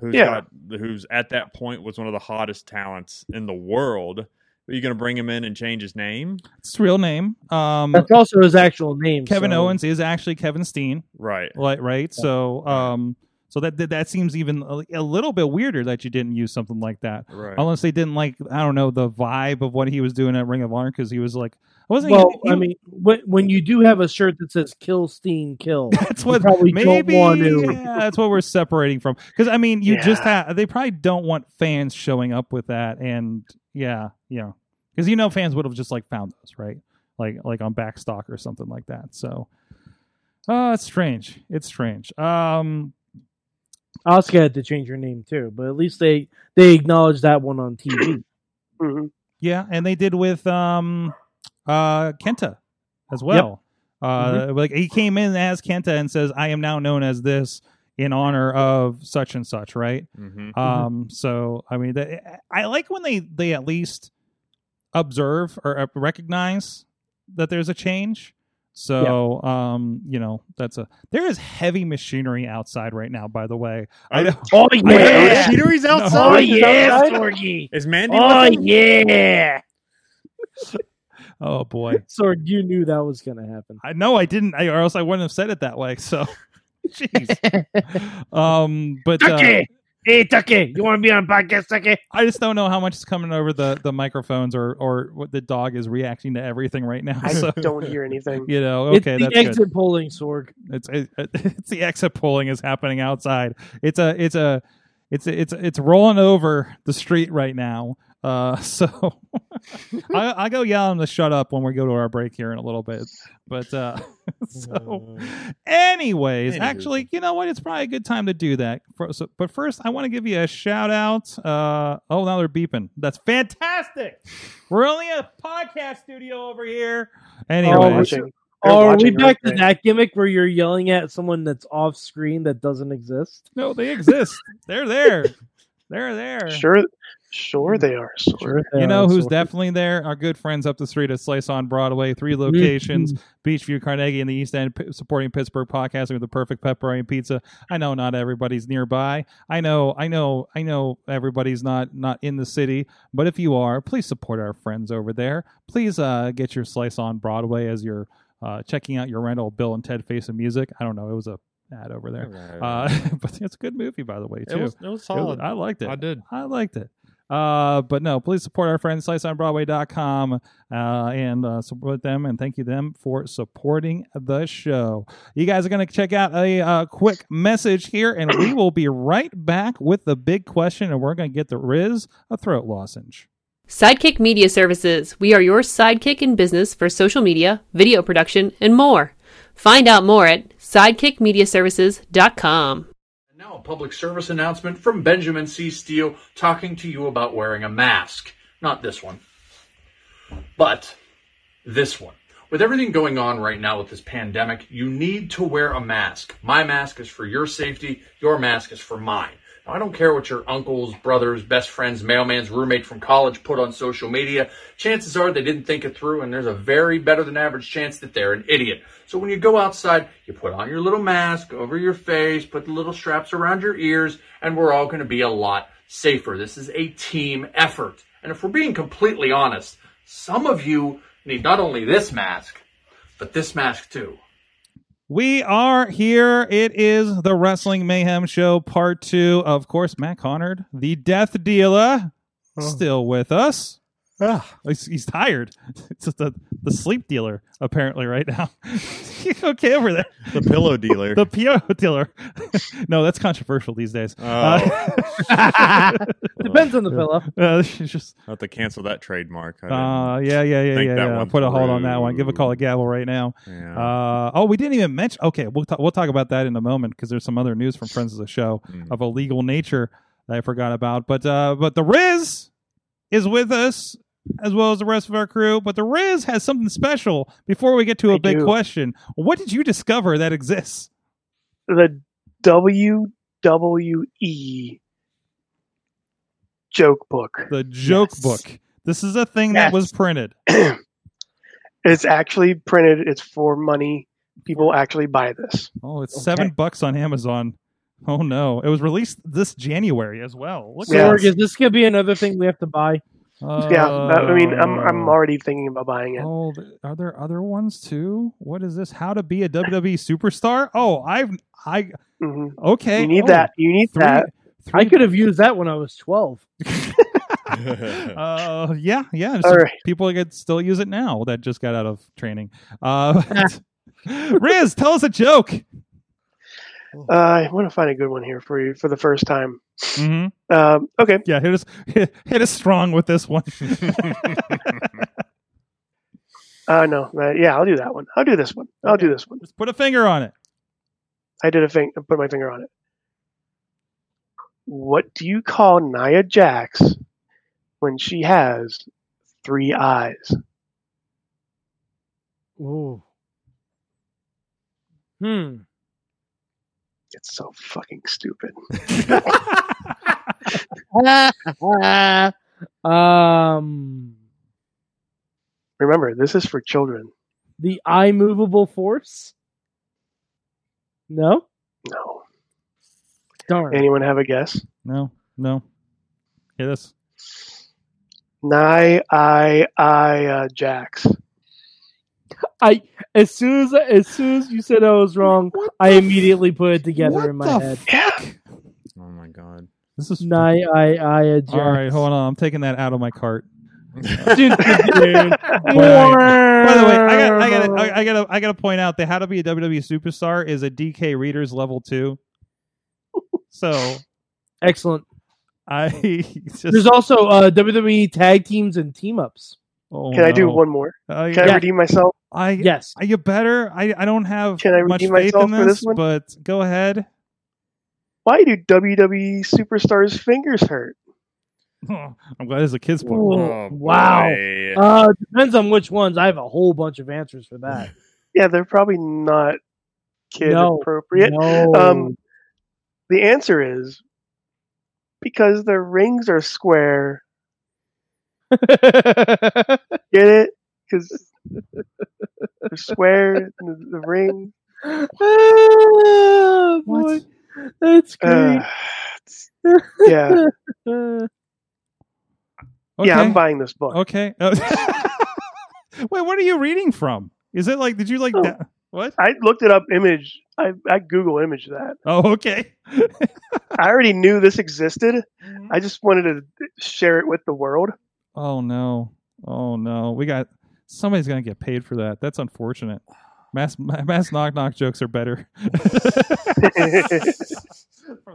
[SPEAKER 4] who's
[SPEAKER 3] Yeah.
[SPEAKER 4] got who's at that point was one of the hottest talents in the world. Are you going to bring him in and change his name?
[SPEAKER 2] It's his real name. Um,
[SPEAKER 5] that's also his actual name.
[SPEAKER 2] Kevin
[SPEAKER 5] so-
[SPEAKER 2] Owens is actually Kevin Steen.
[SPEAKER 4] Right.
[SPEAKER 2] like right so um so that that, that seems even a, a little bit weirder that you didn't use something like that
[SPEAKER 4] Right.
[SPEAKER 2] unless they didn't like i don't know the vibe of what he was doing at ring of honor because he was like i wasn't
[SPEAKER 5] Well,
[SPEAKER 2] he-
[SPEAKER 5] I mean, when, when you do have a shirt that says "Kill Steen, Kill,"
[SPEAKER 2] that's what
[SPEAKER 5] probably don't
[SPEAKER 2] maybe
[SPEAKER 5] want to.
[SPEAKER 2] yeah, that's what we're separating from because i mean you just
[SPEAKER 3] Yeah.
[SPEAKER 2] have they probably don't want fans showing up with that and yeah yeah because you know fans would have just like found those right like like on backstock or something like that. So uh it's strange. It's strange. Um
[SPEAKER 5] Oscar had to change her name too, but at least they they acknowledged that one on TV.
[SPEAKER 3] hmm
[SPEAKER 2] Yeah, and they did with um uh Kenta as well. Uh like he came in as Kenta and says, I am now known as this in honor of such and such, right?
[SPEAKER 4] Mm-hmm.
[SPEAKER 2] Um so I mean that I like when they they at least observe or uh, recognize that there's a change. So um you know that's a there is heavy machinery outside right now by the way. I know
[SPEAKER 3] Oh
[SPEAKER 4] I know the
[SPEAKER 3] yeah.
[SPEAKER 4] machinery's
[SPEAKER 3] Oh
[SPEAKER 4] outside.
[SPEAKER 3] yeah,
[SPEAKER 5] outside?
[SPEAKER 3] Sorgy.
[SPEAKER 4] Is Mandy?
[SPEAKER 3] Oh
[SPEAKER 4] with us?
[SPEAKER 3] yeah.
[SPEAKER 2] Oh boy.
[SPEAKER 5] Sorg, you knew that was going to happen.
[SPEAKER 2] I know I didn't, I, or else I wouldn't have said it that way. So, jeez. um, but uh,
[SPEAKER 3] Tucky. Hey Tucky, you want to be on podcast, Tucky?
[SPEAKER 2] I just don't know how much is coming over the the microphones, or or what the dog is reacting to everything right now.
[SPEAKER 3] I
[SPEAKER 2] So,
[SPEAKER 3] don't hear anything.
[SPEAKER 2] you know,
[SPEAKER 5] It's
[SPEAKER 2] okay,
[SPEAKER 5] the
[SPEAKER 2] that's
[SPEAKER 5] exit
[SPEAKER 2] good.
[SPEAKER 5] polling, Sorg.
[SPEAKER 2] It's it, it's the exit polling is happening outside. It's a it's a it's a, it's a, it's rolling over the street right now. Uh, so I I go yell at them to shut up when we go to our break here in a little bit. But uh, so. Anyways,
[SPEAKER 4] Anywho.
[SPEAKER 2] actually, you know what? It's probably a good time to do that. For- so- but first, I want to give you a shout out. Uh, oh, now they're beeping. That's fantastic. We're only a podcast studio over here. Anyways,
[SPEAKER 3] watching. They're
[SPEAKER 5] Are we
[SPEAKER 3] watching
[SPEAKER 5] back
[SPEAKER 3] right
[SPEAKER 5] to that gimmick where you're yelling at someone that's off screen that doesn't exist?
[SPEAKER 2] no, they exist. They're there. They're there.
[SPEAKER 3] Sure, sure they are. Sure.
[SPEAKER 2] You know who's
[SPEAKER 5] Sorg.
[SPEAKER 2] definitely there? Our good friends up the street at Slice on Broadway,
[SPEAKER 5] Mm-hmm.
[SPEAKER 2] three locations Beachview, Carnegie, in the East End, p- supporting Pittsburgh podcasting with the perfect pepperoni pizza. I know not everybody's nearby. I know, I know, I know everybody's not not in the city. But if you are, please support our friends over there. Please uh, get your Slice on Broadway as you're uh, checking out your rental. Bill and Ted Face of Music. I don't know, it was a ad over there, uh, but it's a good movie by the way too.
[SPEAKER 4] it was, it was
[SPEAKER 2] It was-
[SPEAKER 4] solid.
[SPEAKER 2] I liked it.
[SPEAKER 4] I did.
[SPEAKER 2] I liked it. Uh, but no, please support our friends, sliceonbroadway.com, uh, and uh, support them and thank you them for supporting the show. You guys are going to check out a uh, quick message here, and we will be right back with the big question, and we're going to get the Riz a throat lozenge.
[SPEAKER 7] Sidekick Media Services. We are your sidekick in business for social media, video production, and more. Find out more at sidekickmediaservices.com.
[SPEAKER 8] And now a public service announcement from Benjamin C. Steele talking to you about wearing a mask. Not this one, but this one. With everything going on right now with this pandemic, you need to wear a mask. My mask is for your safety, your mask is for mine. Now, I don't care what your uncles, brothers, best friends, mailman's roommate from college put on social media. Chances are they didn't think it through, and there's a very better than average chance that they're an idiot. So when you go outside, you put on your little mask over your face, put the little straps around your ears, and we're all going to be a lot safer. This is a team effort. And if we're being completely honest, some of you need not only this mask, but this mask too.
[SPEAKER 2] We are here. It is the Wrestling Mayhem Show, part two. Of course, Matt Connard, the death dealer,
[SPEAKER 4] Oh.
[SPEAKER 2] still with us.
[SPEAKER 4] Ah.
[SPEAKER 2] He's, he's tired. It's just the, the sleep dealer, apparently, right now. okay, over there.
[SPEAKER 4] The pillow dealer.
[SPEAKER 2] The PO dealer. no, that's controversial these days.
[SPEAKER 4] oh,
[SPEAKER 5] Depends on the pillow.
[SPEAKER 2] Uh, it's just,
[SPEAKER 4] not to cancel that trademark. I
[SPEAKER 2] uh, yeah, yeah, yeah,
[SPEAKER 4] Think
[SPEAKER 2] yeah.
[SPEAKER 4] that
[SPEAKER 2] yeah.
[SPEAKER 4] one
[SPEAKER 2] Put a hold on that one. Give a
[SPEAKER 4] through.
[SPEAKER 2] call to Gavel right now.
[SPEAKER 4] didn't. Yeah.
[SPEAKER 2] Uh, oh, we didn't even mention. Okay, we'll talk. We'll talk about that in a moment because there's some other news from friends of the show
[SPEAKER 4] Mm.
[SPEAKER 2] of a legal nature that I forgot about. But uh, but the Riz is with us as well as the rest of our crew. But the Riz has something special before we get to a
[SPEAKER 3] I
[SPEAKER 2] big
[SPEAKER 3] do.
[SPEAKER 2] question. What did you discover that exists?
[SPEAKER 3] The WWE joke book.
[SPEAKER 2] The joke
[SPEAKER 3] Yes.
[SPEAKER 2] book. This is a thing that
[SPEAKER 3] Yes.
[SPEAKER 2] was printed.
[SPEAKER 3] It's actually printed. It's for money. People actually buy this.
[SPEAKER 2] Oh, it's
[SPEAKER 5] Okay.
[SPEAKER 2] seven bucks on Amazon. Oh no! It was released this January as well. Look
[SPEAKER 3] Yeah.
[SPEAKER 2] at
[SPEAKER 5] Sorg, is this going to be another thing we have to buy?
[SPEAKER 3] yeah, I mean,
[SPEAKER 2] Uh,
[SPEAKER 3] I'm I'm already thinking about buying it.
[SPEAKER 2] Oh, th- are there other ones too? What is this? How to be a WWE superstar? Oh, I've I
[SPEAKER 3] hmm
[SPEAKER 2] okay.
[SPEAKER 3] You need
[SPEAKER 2] oh,
[SPEAKER 3] that. You need
[SPEAKER 2] three-
[SPEAKER 3] that.
[SPEAKER 2] three-
[SPEAKER 5] I could have used that when I was 12.
[SPEAKER 2] Uh, yeah, yeah.
[SPEAKER 3] All
[SPEAKER 2] some
[SPEAKER 3] right.
[SPEAKER 2] People could still use it now that just got out of training. Uh, Riz, tell us a joke.
[SPEAKER 3] Uh, I want to find a good one here for you for the first time.
[SPEAKER 2] Mhm.
[SPEAKER 3] Um, okay,
[SPEAKER 2] Yeah, hit us hit, hit us strong with this one.
[SPEAKER 3] Uh, no, uh, yeah, I'll do that one. I'll do this one. I'll do this one.
[SPEAKER 2] Just put a finger on it.
[SPEAKER 3] I did a thing. I put my finger on it. What do you call Nia Jax when she has three eyes?
[SPEAKER 5] Ooh. Hmm.
[SPEAKER 3] It's so fucking stupid.
[SPEAKER 5] um,
[SPEAKER 3] Remember, this is for children.
[SPEAKER 5] the I movable force. No,
[SPEAKER 3] No.
[SPEAKER 5] darn.
[SPEAKER 3] Anyone have a guess?
[SPEAKER 2] No, no. Hit us.
[SPEAKER 3] Nye, I, I, uh, Jax.
[SPEAKER 5] I as soon as as soon as you said I was wrong, I immediately put it together
[SPEAKER 2] What
[SPEAKER 5] in
[SPEAKER 2] the
[SPEAKER 5] my head.
[SPEAKER 3] Yeah.
[SPEAKER 4] Oh my god.
[SPEAKER 2] This is
[SPEAKER 5] Nai, I, I, a
[SPEAKER 2] All right,
[SPEAKER 5] Jax.
[SPEAKER 2] hold on. I'm taking that out of my cart.
[SPEAKER 5] Dun, dun, dun.
[SPEAKER 2] By the way, I got, I got, I got, I got to point out that how to be a WWE superstar is a DK Readers level two. So
[SPEAKER 5] Excellent.
[SPEAKER 2] I just
[SPEAKER 5] There's also uh, WWE tag teams and team ups.
[SPEAKER 2] oh,
[SPEAKER 3] Can I do
[SPEAKER 2] no.
[SPEAKER 3] one more?
[SPEAKER 2] I,
[SPEAKER 3] Can I
[SPEAKER 2] yeah.
[SPEAKER 3] redeem myself?
[SPEAKER 2] I,
[SPEAKER 5] Yes.
[SPEAKER 2] I- you better. I, I don't have
[SPEAKER 3] Can I
[SPEAKER 2] much
[SPEAKER 3] redeem
[SPEAKER 2] faith
[SPEAKER 3] myself
[SPEAKER 2] in
[SPEAKER 3] for
[SPEAKER 2] this,
[SPEAKER 3] this one?
[SPEAKER 2] but go ahead.
[SPEAKER 3] Why do WWE superstars' fingers hurt?
[SPEAKER 2] I'm glad it's a kids book.
[SPEAKER 5] Ooh,
[SPEAKER 4] Oh,
[SPEAKER 5] wow.
[SPEAKER 4] boy.
[SPEAKER 5] Uh, depends on which ones. I have a whole bunch of answers for that.
[SPEAKER 3] Yeah, they're probably not kid
[SPEAKER 5] No.
[SPEAKER 3] appropriate.
[SPEAKER 5] No.
[SPEAKER 3] Um, The answer is because their rings are square. Get it? Because they're square. and The, the ring.
[SPEAKER 5] Ah, boy. That's
[SPEAKER 3] Uh,
[SPEAKER 5] great.
[SPEAKER 3] yeah,
[SPEAKER 5] Uh,
[SPEAKER 2] Okay.
[SPEAKER 3] yeah. I'm buying this book.
[SPEAKER 2] Okay. Uh, Wait, what are you reading from? Is it like? Did you like
[SPEAKER 3] Oh.
[SPEAKER 2] that? What?
[SPEAKER 3] I looked it up. Image. I I Google image that.
[SPEAKER 2] Oh, okay.
[SPEAKER 3] I already knew this existed.
[SPEAKER 2] Mm-hmm.
[SPEAKER 3] I just wanted to share it with the world.
[SPEAKER 2] Oh no. Oh no. We got somebody's gonna get paid for that. That's unfortunate. Mass ma- mass knock knock jokes are better. From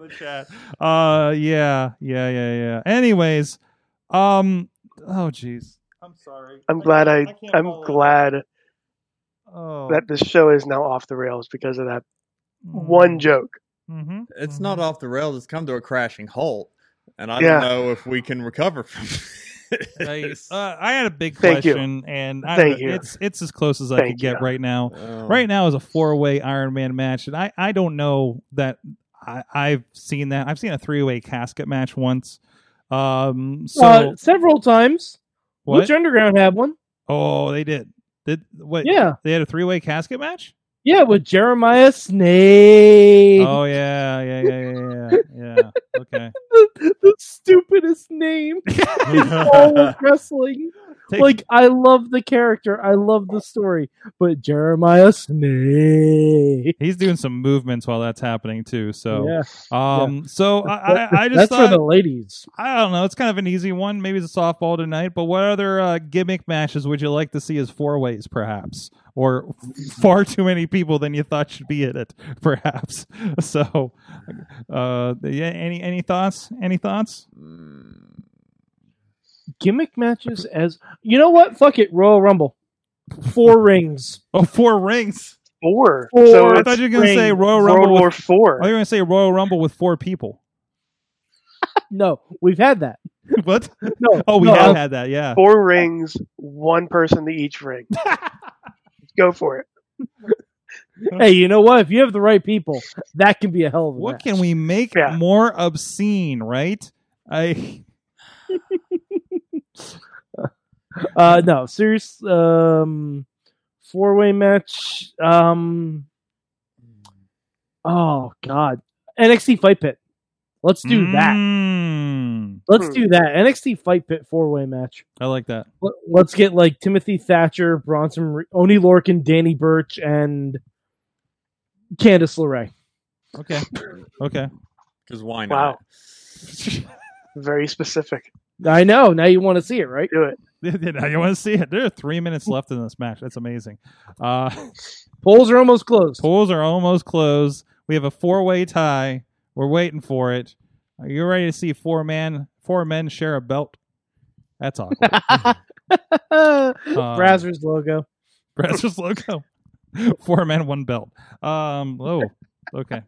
[SPEAKER 2] the chat. Uh yeah, yeah, yeah, yeah. Anyways, um oh jeez. I'm sorry.
[SPEAKER 3] I'm glad I.
[SPEAKER 2] can't
[SPEAKER 3] I'm
[SPEAKER 2] follow
[SPEAKER 3] glad
[SPEAKER 2] up. Oh. Mm.
[SPEAKER 3] that this show is now off the rails because of that one joke.
[SPEAKER 2] Mm-hmm.
[SPEAKER 4] It's not off the rails. It's come to a crashing halt, and I
[SPEAKER 3] Yeah.
[SPEAKER 4] don't know if we can recover from
[SPEAKER 2] I,
[SPEAKER 4] this.
[SPEAKER 2] uh, I had a big
[SPEAKER 3] Thank you.
[SPEAKER 2] question, and I,
[SPEAKER 3] Thank you.
[SPEAKER 2] it's it's as close as I
[SPEAKER 3] Thank
[SPEAKER 2] could get
[SPEAKER 3] you.
[SPEAKER 2] right now.
[SPEAKER 4] Um,
[SPEAKER 2] right now is a four way Iron Man match, and I, I don't know that I, I've seen that. I've seen a three way casket match once. Um, so
[SPEAKER 5] uh, several times.
[SPEAKER 2] what?
[SPEAKER 5] Lucha Underground had one.
[SPEAKER 2] oh, they did. Did what?
[SPEAKER 5] Yeah.
[SPEAKER 2] they had a three way casket match.
[SPEAKER 5] Yeah, with Jeremiah Snake.
[SPEAKER 2] Oh yeah, yeah, yeah, yeah, yeah. yeah. Okay.
[SPEAKER 5] the, the stupidest name in all of wrestling.
[SPEAKER 2] Take-
[SPEAKER 5] Like, I love the character, I love the story, but Jeremiah Snake.
[SPEAKER 2] He's doing some movements while that's happening too. So,
[SPEAKER 5] yeah,
[SPEAKER 2] um, so I, I, I just
[SPEAKER 5] that's
[SPEAKER 2] thought
[SPEAKER 5] for the ladies.
[SPEAKER 2] I don't know. It's kind of an easy one. Maybe it's a softball tonight. But what other uh, gimmick matches would you like to see as four ways, perhaps, or far too many people than you thought should be in it, perhaps? So, uh, yeah. Any any thoughts? Any thoughts?
[SPEAKER 4] Mm,
[SPEAKER 5] Gimmick matches as you know what? Fuck it, Royal Rumble. Four rings.
[SPEAKER 2] Oh, four rings.
[SPEAKER 3] Four.
[SPEAKER 5] Four.
[SPEAKER 3] So
[SPEAKER 2] I
[SPEAKER 3] it's
[SPEAKER 2] thought you were gonna say
[SPEAKER 5] rings.
[SPEAKER 2] Royal
[SPEAKER 3] World
[SPEAKER 2] Rumble.
[SPEAKER 3] War
[SPEAKER 2] with,
[SPEAKER 3] Four.
[SPEAKER 2] oh, you were gonna say Royal Rumble with four people.
[SPEAKER 5] No, we've had that.
[SPEAKER 2] what?
[SPEAKER 5] No.
[SPEAKER 2] Oh, we
[SPEAKER 5] no,
[SPEAKER 2] have
[SPEAKER 5] I'm-
[SPEAKER 2] had that. Yeah.
[SPEAKER 3] Four rings. One person to each ring. Go for it.
[SPEAKER 5] Hey, you know what? If you have the right people, that can be a hell of a
[SPEAKER 2] What
[SPEAKER 5] match.
[SPEAKER 2] can we make
[SPEAKER 3] Yeah.
[SPEAKER 2] more obscene? Right. I.
[SPEAKER 5] Uh, no, serious. Um, four way match. Um, oh God, NXT Fight Pit. Let's do
[SPEAKER 2] Mm-hmm.
[SPEAKER 5] that.
[SPEAKER 2] Mm.
[SPEAKER 5] Let's
[SPEAKER 3] Hmm.
[SPEAKER 5] do that. NXT Fight Pit four way match.
[SPEAKER 2] I like that.
[SPEAKER 5] Let- Let's get like Timothy Thatcher, Bronson, Re- Oni Lorcan, Danny Birch, and Candice LeRae.
[SPEAKER 2] Okay. Okay.
[SPEAKER 4] Because why
[SPEAKER 3] Wow.
[SPEAKER 4] not?
[SPEAKER 3] Very specific.
[SPEAKER 5] I know. Now you want to see it, right?
[SPEAKER 3] Do it.
[SPEAKER 2] now you want to see it. There are three minutes left in this match. That's amazing. Uh,
[SPEAKER 5] Polls are almost closed.
[SPEAKER 2] polls are almost closed. We have a four-way tie. We're waiting for it. Are you ready to see four man, four men share a belt? That's awkward.
[SPEAKER 5] Brazzers logo.
[SPEAKER 2] Brassers logo. Four men, one belt. Um. Oh. Okay.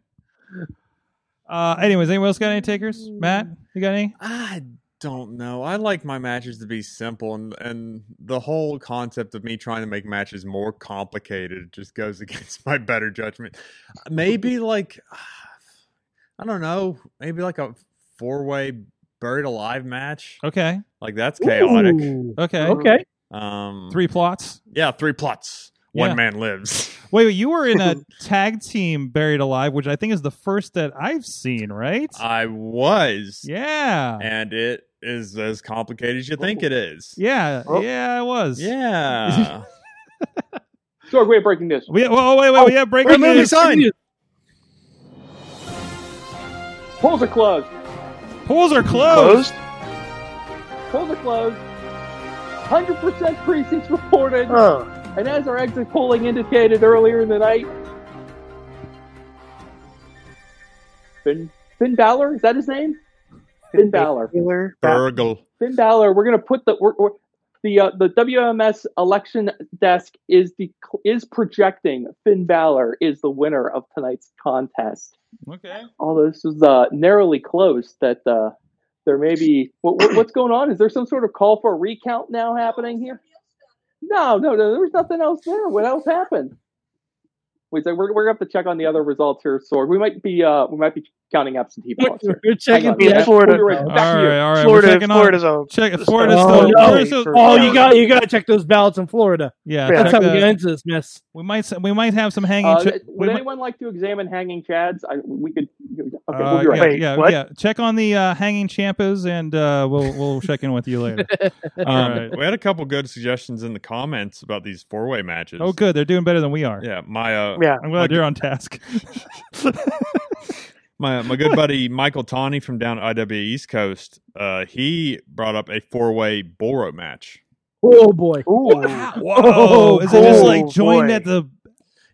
[SPEAKER 2] Uh. Anyways, anyone else got any takers? Matt, you got any?
[SPEAKER 4] I don't know. I like my matches to be simple, and and the whole concept of me trying to make matches more complicated just goes against my better judgment. Maybe like I don't know. Maybe like a four way buried alive match.
[SPEAKER 2] Okay.
[SPEAKER 4] Like that's chaotic.
[SPEAKER 5] Ooh.
[SPEAKER 2] Okay.
[SPEAKER 5] Okay.
[SPEAKER 4] Um,
[SPEAKER 2] Three plots.
[SPEAKER 4] yeah, three plots.
[SPEAKER 2] Yeah.
[SPEAKER 4] One man lives.
[SPEAKER 2] Wait, wait, you were in a tag team buried alive, which I think is the first that I've seen, right?
[SPEAKER 4] I was,
[SPEAKER 2] yeah.
[SPEAKER 4] and it is as complicated as you
[SPEAKER 2] Oh,
[SPEAKER 4] think it is.
[SPEAKER 2] Yeah.
[SPEAKER 3] Oh.
[SPEAKER 2] Yeah, I was.
[SPEAKER 4] Yeah.
[SPEAKER 6] Sorg, wait, breaking news.
[SPEAKER 2] We, oh, wait, wait, wait, yeah, breaking
[SPEAKER 4] Remove the
[SPEAKER 2] news.
[SPEAKER 4] sign.
[SPEAKER 6] Polls are closed.
[SPEAKER 2] Pools are closed.
[SPEAKER 3] Closed?
[SPEAKER 6] Polls are closed. 100% precincts
[SPEAKER 3] Oh,
[SPEAKER 6] reported.
[SPEAKER 3] Huh.
[SPEAKER 6] And as our exit polling indicated earlier in the night, Finn, Finn Balor, is that his name? Finn Balor.
[SPEAKER 3] Taylor, Bat-
[SPEAKER 4] Burgle.
[SPEAKER 6] Finn Balor, we're gonna put the we're, we're, the uh, the WMS election desk is the is projecting Finn Balor is the winner of tonight's contest.
[SPEAKER 2] Okay.
[SPEAKER 6] Although this was uh, narrowly close, that uh, there may be what, what- what's going on. Is there some sort of call for a recount now happening here? No, no, no. There was nothing else there. What else happened? Wait, so we're we're gonna have to check on the other results here, Sorg. We might be uh we might be counting absentee ballots. here.
[SPEAKER 5] You're checking
[SPEAKER 6] Hang on,
[SPEAKER 5] the
[SPEAKER 3] yeah.
[SPEAKER 6] we'll be
[SPEAKER 3] Florida.
[SPEAKER 6] right
[SPEAKER 2] All
[SPEAKER 6] back to you.
[SPEAKER 2] right, all right.
[SPEAKER 3] Florida,
[SPEAKER 2] we're checking on.
[SPEAKER 3] Florida's on.
[SPEAKER 2] Check Florida's
[SPEAKER 5] Oh,
[SPEAKER 2] still.
[SPEAKER 5] no.
[SPEAKER 2] Florida's still-
[SPEAKER 5] Oh, you got you got to check those ballots in Florida.
[SPEAKER 2] Yeah,
[SPEAKER 3] Yeah.
[SPEAKER 2] check
[SPEAKER 5] That's how we
[SPEAKER 2] that.
[SPEAKER 5] get into this mess.
[SPEAKER 2] We might s- we might have some hanging. ch-
[SPEAKER 6] Uh,
[SPEAKER 2] we
[SPEAKER 6] would
[SPEAKER 2] might-
[SPEAKER 6] anyone like to examine hanging chads? I, we could. Okay,
[SPEAKER 2] uh,
[SPEAKER 6] we'll be right.
[SPEAKER 2] yeah,
[SPEAKER 6] back.
[SPEAKER 3] Wait,
[SPEAKER 2] yeah,
[SPEAKER 3] what?
[SPEAKER 2] yeah. Check on the uh, hanging champos, and uh, we'll we'll check in with you later. All
[SPEAKER 4] Um,
[SPEAKER 2] right.
[SPEAKER 4] We had a couple good suggestions in the comments about these four way matches.
[SPEAKER 2] Oh, good. They're doing better than we are.
[SPEAKER 4] Yeah, my uh,
[SPEAKER 3] Yeah.
[SPEAKER 2] I'm glad you're on task.
[SPEAKER 4] my my good buddy Michael Tawney from down at IW East Coast. Uh, he brought up a four way Boro match.
[SPEAKER 5] Oh boy.
[SPEAKER 3] Ooh.
[SPEAKER 2] Whoa! Is it just
[SPEAKER 3] cool,
[SPEAKER 2] like joined
[SPEAKER 3] boy.
[SPEAKER 2] at the?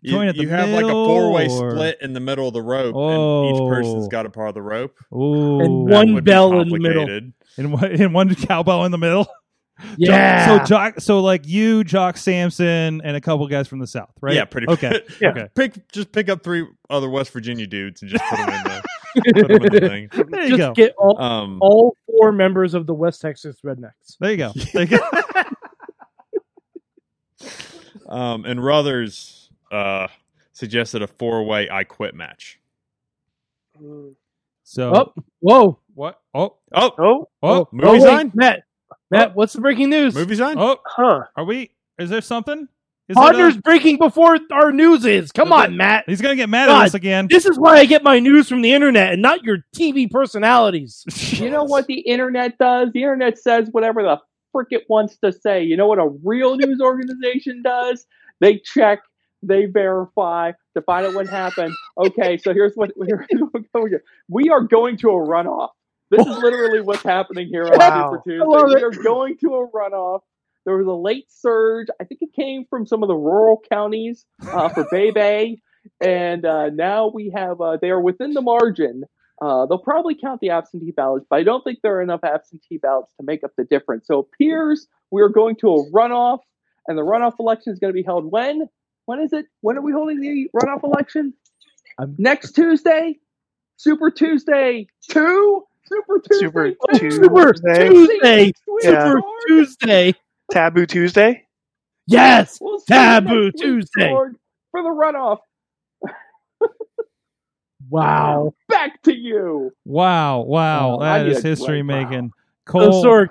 [SPEAKER 4] You,
[SPEAKER 2] Join at the
[SPEAKER 4] you have like a
[SPEAKER 2] middle,
[SPEAKER 4] four way
[SPEAKER 2] or-
[SPEAKER 4] split in the middle of the rope, and
[SPEAKER 2] Oh.
[SPEAKER 4] each person's got a part of the rope.
[SPEAKER 2] Ooh,
[SPEAKER 5] And
[SPEAKER 4] That
[SPEAKER 5] one
[SPEAKER 4] would be
[SPEAKER 5] bell in the middle.
[SPEAKER 4] complicated.
[SPEAKER 2] in one in one cowbell in the middle.
[SPEAKER 5] Yeah.
[SPEAKER 2] So Jock, so like you, Jock Sampson, and a couple guys from the south, right?
[SPEAKER 4] Yeah, pretty
[SPEAKER 2] Okay.
[SPEAKER 3] Yeah.
[SPEAKER 2] Okay.
[SPEAKER 4] pick just pick up three other West Virginia dudes and just put them in the, put 'em in the thing.
[SPEAKER 2] There you
[SPEAKER 5] Just
[SPEAKER 2] go.
[SPEAKER 5] get all,
[SPEAKER 4] Um,
[SPEAKER 5] all four members of the West Texas Rednecks.
[SPEAKER 2] There you go. There you go.
[SPEAKER 4] um, and Ruthers uh, suggested a four way I quit match.
[SPEAKER 2] So
[SPEAKER 5] Oh, whoa.
[SPEAKER 2] what? Oh,
[SPEAKER 4] Oh,
[SPEAKER 3] Oh,
[SPEAKER 2] oh,
[SPEAKER 4] movie
[SPEAKER 5] wait,
[SPEAKER 4] sign?
[SPEAKER 5] Matt. Matt, what's the breaking news?
[SPEAKER 4] movies on.
[SPEAKER 2] oh.
[SPEAKER 3] huh.
[SPEAKER 2] Are we? Is there something? Is that
[SPEAKER 5] Hodner's breaking before our news is. Come on, Matt.
[SPEAKER 2] a- he's gonna get mad at
[SPEAKER 5] God.
[SPEAKER 2] us again.
[SPEAKER 5] This is why I get my news from the internet and not your TV personalities.
[SPEAKER 6] You know what the internet does? The internet says whatever the frick it wants to say. You know what a real news organization does? They check, they verify to find out what happened. Okay, so here's what here's what we're going to- we are going to a runoff. This is literally what's happening here on
[SPEAKER 3] Wow.
[SPEAKER 6] Super
[SPEAKER 5] I love
[SPEAKER 6] Tuesday. We are going to a runoff. There was a late surge. I think it came from some of the rural counties uh, for Bay Bay, and uh, now we have uh, they are within the margin. Uh, they'll probably count the absentee ballots, but I don't think there are enough absentee ballots to make up the difference. So it appears we are going to a runoff, and the runoff election is going to be held when? When is it? When are we holding the runoff election?
[SPEAKER 5] I'm-
[SPEAKER 6] Next Tuesday, Super Tuesday two, Super Tuesday,
[SPEAKER 3] Super
[SPEAKER 6] two.
[SPEAKER 5] Super
[SPEAKER 3] Tuesday.
[SPEAKER 5] Tuesday.
[SPEAKER 6] Sweet
[SPEAKER 3] Yeah.
[SPEAKER 5] Super
[SPEAKER 6] Lord.
[SPEAKER 5] Tuesday.
[SPEAKER 3] Taboo Tuesday.
[SPEAKER 5] Yes.
[SPEAKER 6] We'll see
[SPEAKER 5] Taboo
[SPEAKER 6] you next week,
[SPEAKER 5] Tuesday.
[SPEAKER 6] Lord, for the runoff.
[SPEAKER 5] Wow.
[SPEAKER 6] Back to you.
[SPEAKER 2] Wow! Wow!
[SPEAKER 6] Oh, I
[SPEAKER 2] that
[SPEAKER 6] did
[SPEAKER 2] is
[SPEAKER 6] it.
[SPEAKER 2] history
[SPEAKER 6] Like, wow.
[SPEAKER 2] making.
[SPEAKER 5] So,
[SPEAKER 2] Cole,
[SPEAKER 5] Sorg,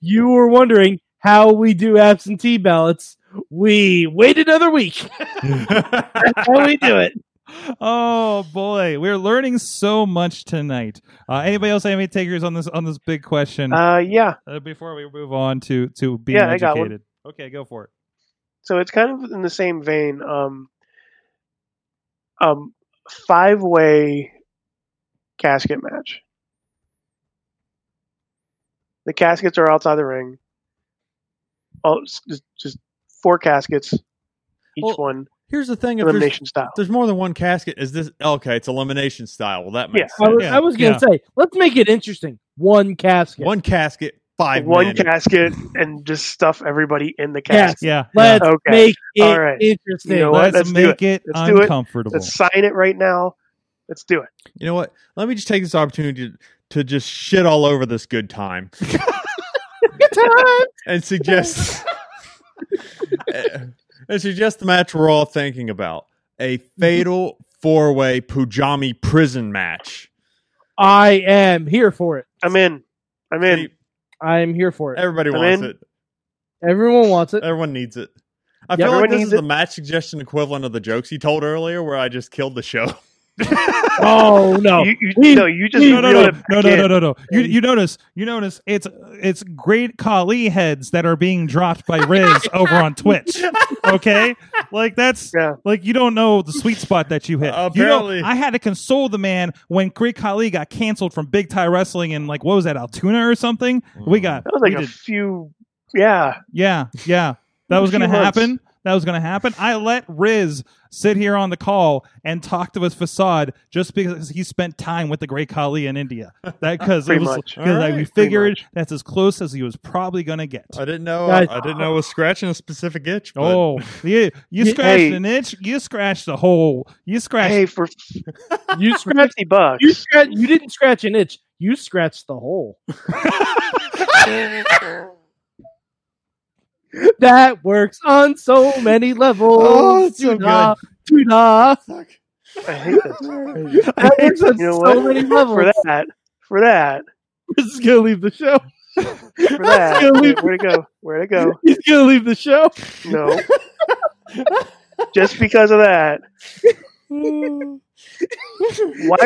[SPEAKER 5] you were wondering how we do absentee ballots. We wait another week. That's how we do it.
[SPEAKER 2] oh boy, we're learning so much tonight. Uh, anybody else have any takers on this on this big question
[SPEAKER 3] Uh, yeah.
[SPEAKER 2] uh, before we move on to to being
[SPEAKER 3] Yeah, I got one.
[SPEAKER 2] educated? Okay, go for it.
[SPEAKER 3] So it's kind of in the same vein. Um, um, five way casket match. The caskets are outside the ring. All it's just, just four caskets, each
[SPEAKER 4] Well,
[SPEAKER 3] one
[SPEAKER 4] Here's the thing: if there's,
[SPEAKER 3] elimination style.
[SPEAKER 4] there's more than one casket, is this okay? It's elimination style. Well, that
[SPEAKER 3] Yeah.
[SPEAKER 4] makes
[SPEAKER 5] I was,
[SPEAKER 2] Yeah.
[SPEAKER 5] I was going to say, let's make it interesting. One casket.
[SPEAKER 4] one casket, five
[SPEAKER 3] one
[SPEAKER 4] minutes.
[SPEAKER 3] casket and just stuff everybody in the casket.
[SPEAKER 2] Yeah.
[SPEAKER 5] Let's
[SPEAKER 3] Okay.
[SPEAKER 5] make it
[SPEAKER 3] All right.
[SPEAKER 5] interesting.
[SPEAKER 3] You know what?
[SPEAKER 2] Let's,
[SPEAKER 3] Let's do
[SPEAKER 2] make it,
[SPEAKER 3] Let's do it.
[SPEAKER 2] uncomfortable.
[SPEAKER 3] Let's sign it right now. Let's do it.
[SPEAKER 4] You know what? Let me just take this opportunity to, to just shit all over this good time. and suggest and suggest the match we're all thinking about. A fatal four way Pujami prison match.
[SPEAKER 5] I am here for it.
[SPEAKER 3] I'm in. I'm in.
[SPEAKER 5] I am here for it.
[SPEAKER 4] Everybody
[SPEAKER 3] I'm
[SPEAKER 4] wants
[SPEAKER 3] in.
[SPEAKER 4] it.
[SPEAKER 5] Everyone wants it.
[SPEAKER 4] Everyone needs it. I
[SPEAKER 5] Yeah,
[SPEAKER 4] feel like
[SPEAKER 3] everyone
[SPEAKER 4] this
[SPEAKER 3] needs
[SPEAKER 4] is
[SPEAKER 3] it.
[SPEAKER 4] the match suggestion equivalent of the jokes you told earlier where I just killed the show.
[SPEAKER 5] Oh no!
[SPEAKER 3] You, you,
[SPEAKER 5] We-
[SPEAKER 3] no, you just
[SPEAKER 5] we-
[SPEAKER 2] no, no, no,
[SPEAKER 3] reeled it
[SPEAKER 2] no,
[SPEAKER 3] back
[SPEAKER 2] no,
[SPEAKER 3] in.
[SPEAKER 2] no, no, no. You, you notice, you notice, it's it's great Kali heads that are being dropped by Riz over on Twitch. Okay, like that's
[SPEAKER 3] Yeah.
[SPEAKER 2] like you don't know the sweet spot that you hit. You know,
[SPEAKER 4] Apparently.
[SPEAKER 2] I had to console the man when Great Kali got canceled from Big Tie Wrestling and like what was that Altoona or something? We got
[SPEAKER 3] That was like
[SPEAKER 2] we
[SPEAKER 3] a
[SPEAKER 2] did-
[SPEAKER 3] few. Yeah.
[SPEAKER 2] yeah, yeah. That was
[SPEAKER 3] Few
[SPEAKER 2] going to
[SPEAKER 3] months.
[SPEAKER 2] happen. That was going to happen. I let Riz sit here on the call and talk to his facade just because he spent time with the great Kali in India. That because it
[SPEAKER 3] Pretty
[SPEAKER 2] was
[SPEAKER 3] much.
[SPEAKER 2] because
[SPEAKER 4] All
[SPEAKER 2] like, we
[SPEAKER 4] right. Uh,
[SPEAKER 2] figured that's as close as he was probably going to get.
[SPEAKER 4] I didn't know
[SPEAKER 5] Guys-
[SPEAKER 4] I, didn't know I was scratching a specific itch. But
[SPEAKER 2] Oh, you, you
[SPEAKER 5] Hey.
[SPEAKER 2] scratched an itch, you scratched a hole, you scratched.
[SPEAKER 3] Hey, for
[SPEAKER 5] You scratched.
[SPEAKER 3] fifty bucks.
[SPEAKER 5] You scratch. You didn't scratch an itch. You scratched the hole. that works on so many levels.
[SPEAKER 4] Oh, it's so
[SPEAKER 5] Doo-dah, doo-dah.
[SPEAKER 3] I hate this.
[SPEAKER 5] That works on
[SPEAKER 3] You know
[SPEAKER 5] so
[SPEAKER 3] what?
[SPEAKER 5] many levels.
[SPEAKER 3] For that. For that.
[SPEAKER 5] This is gonna leave the show.
[SPEAKER 3] For that.
[SPEAKER 5] gonna leave-
[SPEAKER 3] Where'd it go? Where'd it go?
[SPEAKER 5] He's gonna leave the show.
[SPEAKER 3] No. Just because of that. Why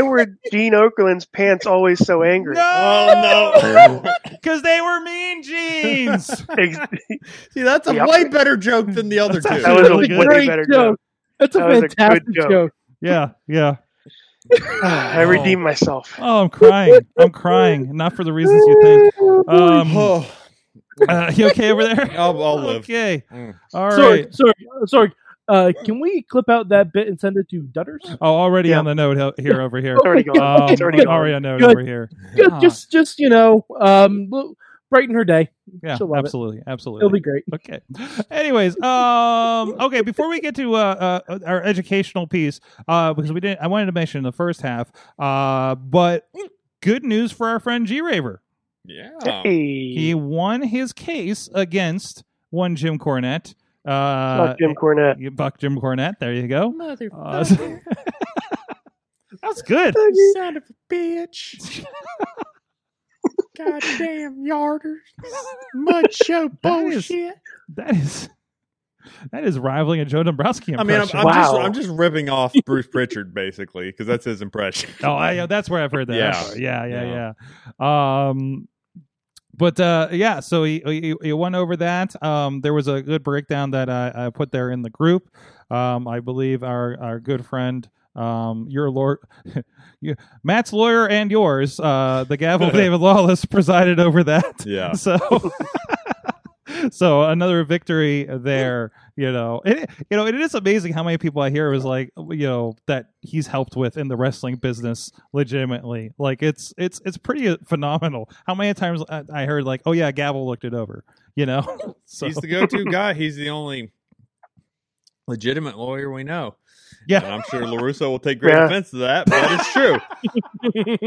[SPEAKER 3] were Gene Okerlund's pants always so angry?
[SPEAKER 4] Oh, no.
[SPEAKER 2] because they were mean jeans.
[SPEAKER 3] Ex-
[SPEAKER 4] See, that's a
[SPEAKER 3] Yep.
[SPEAKER 4] way better joke than the other two.
[SPEAKER 3] That was a
[SPEAKER 2] Really good.
[SPEAKER 3] way
[SPEAKER 5] Great
[SPEAKER 3] better
[SPEAKER 5] joke.
[SPEAKER 3] joke.
[SPEAKER 5] That's a
[SPEAKER 3] That was a good
[SPEAKER 5] fantastic
[SPEAKER 3] joke.
[SPEAKER 5] joke.
[SPEAKER 2] yeah, yeah.
[SPEAKER 3] I redeemed myself.
[SPEAKER 2] Oh, I'm crying. I'm crying. Not for the reasons you think. Um,
[SPEAKER 4] Oh,
[SPEAKER 2] uh, you okay over there?
[SPEAKER 4] I'll, I'll live.
[SPEAKER 2] Okay.
[SPEAKER 4] Mm.
[SPEAKER 2] All right.
[SPEAKER 5] sorry, sorry, sorry. Uh, can we clip out that bit and send it to Dutters?
[SPEAKER 2] Oh, already
[SPEAKER 3] Yeah.
[SPEAKER 2] on the note he- here over here.
[SPEAKER 3] It's already gone.
[SPEAKER 2] Um,
[SPEAKER 3] it's already gone.
[SPEAKER 2] already on note
[SPEAKER 5] Good.
[SPEAKER 2] over here.
[SPEAKER 5] Ju-
[SPEAKER 2] Huh.
[SPEAKER 5] Just, just you know, um, l- brighten her day.
[SPEAKER 2] yeah,
[SPEAKER 5] she'll love it.
[SPEAKER 2] absolutely,
[SPEAKER 5] It'll
[SPEAKER 2] absolutely.
[SPEAKER 5] be great.
[SPEAKER 2] Okay. Anyways, um, okay. Before we get to uh, uh, our educational piece, uh, because we didn't, I wanted to mention in the first half, uh, but good news for our friend G Raver.
[SPEAKER 4] Yeah.
[SPEAKER 3] Hey,
[SPEAKER 2] He won his case against one Jim Cornette. Uh,
[SPEAKER 3] fuck Jim Cornette.
[SPEAKER 2] you buck Jim Cornette. There you
[SPEAKER 1] Oh,
[SPEAKER 2] go. Uh,
[SPEAKER 7] Motherfucker.
[SPEAKER 2] That's good.
[SPEAKER 1] Son of a bitch. Goddamn yarders. Mud show bullshit.
[SPEAKER 2] That is that is rivaling a Joe Dombrowski
[SPEAKER 4] I mean, I'm,
[SPEAKER 2] impression.
[SPEAKER 4] I'm just
[SPEAKER 3] Wow.
[SPEAKER 4] I'm just ripping off Bruce Pritchard basically because that's his impression.
[SPEAKER 2] oh, I, yeah, that's where I've heard that.
[SPEAKER 4] Yeah.
[SPEAKER 2] I'm sorry. yeah, yeah, yeah, Um, but uh, yeah, so he, he he went over that. Um, there was a good breakdown that I, I put there in the group. Um, I believe our our good friend. Um, your lord, you, Matt's lawyer and yours, uh, the gavel of David Lawless presided over that.
[SPEAKER 4] Yeah.
[SPEAKER 2] So, so another victory there. You know, it you know it is amazing how many people I hear is like you know that he's helped with in the wrestling business legitimately. Like it's it's it's pretty phenomenal how many times I, I heard like, oh yeah, Gavel looked it over. You know, so
[SPEAKER 4] He's the go-to guy. He's the only legitimate lawyer we know. And
[SPEAKER 2] yeah,
[SPEAKER 4] I'm sure Larusso will take great
[SPEAKER 3] Yeah.
[SPEAKER 4] offense to that, but it's true.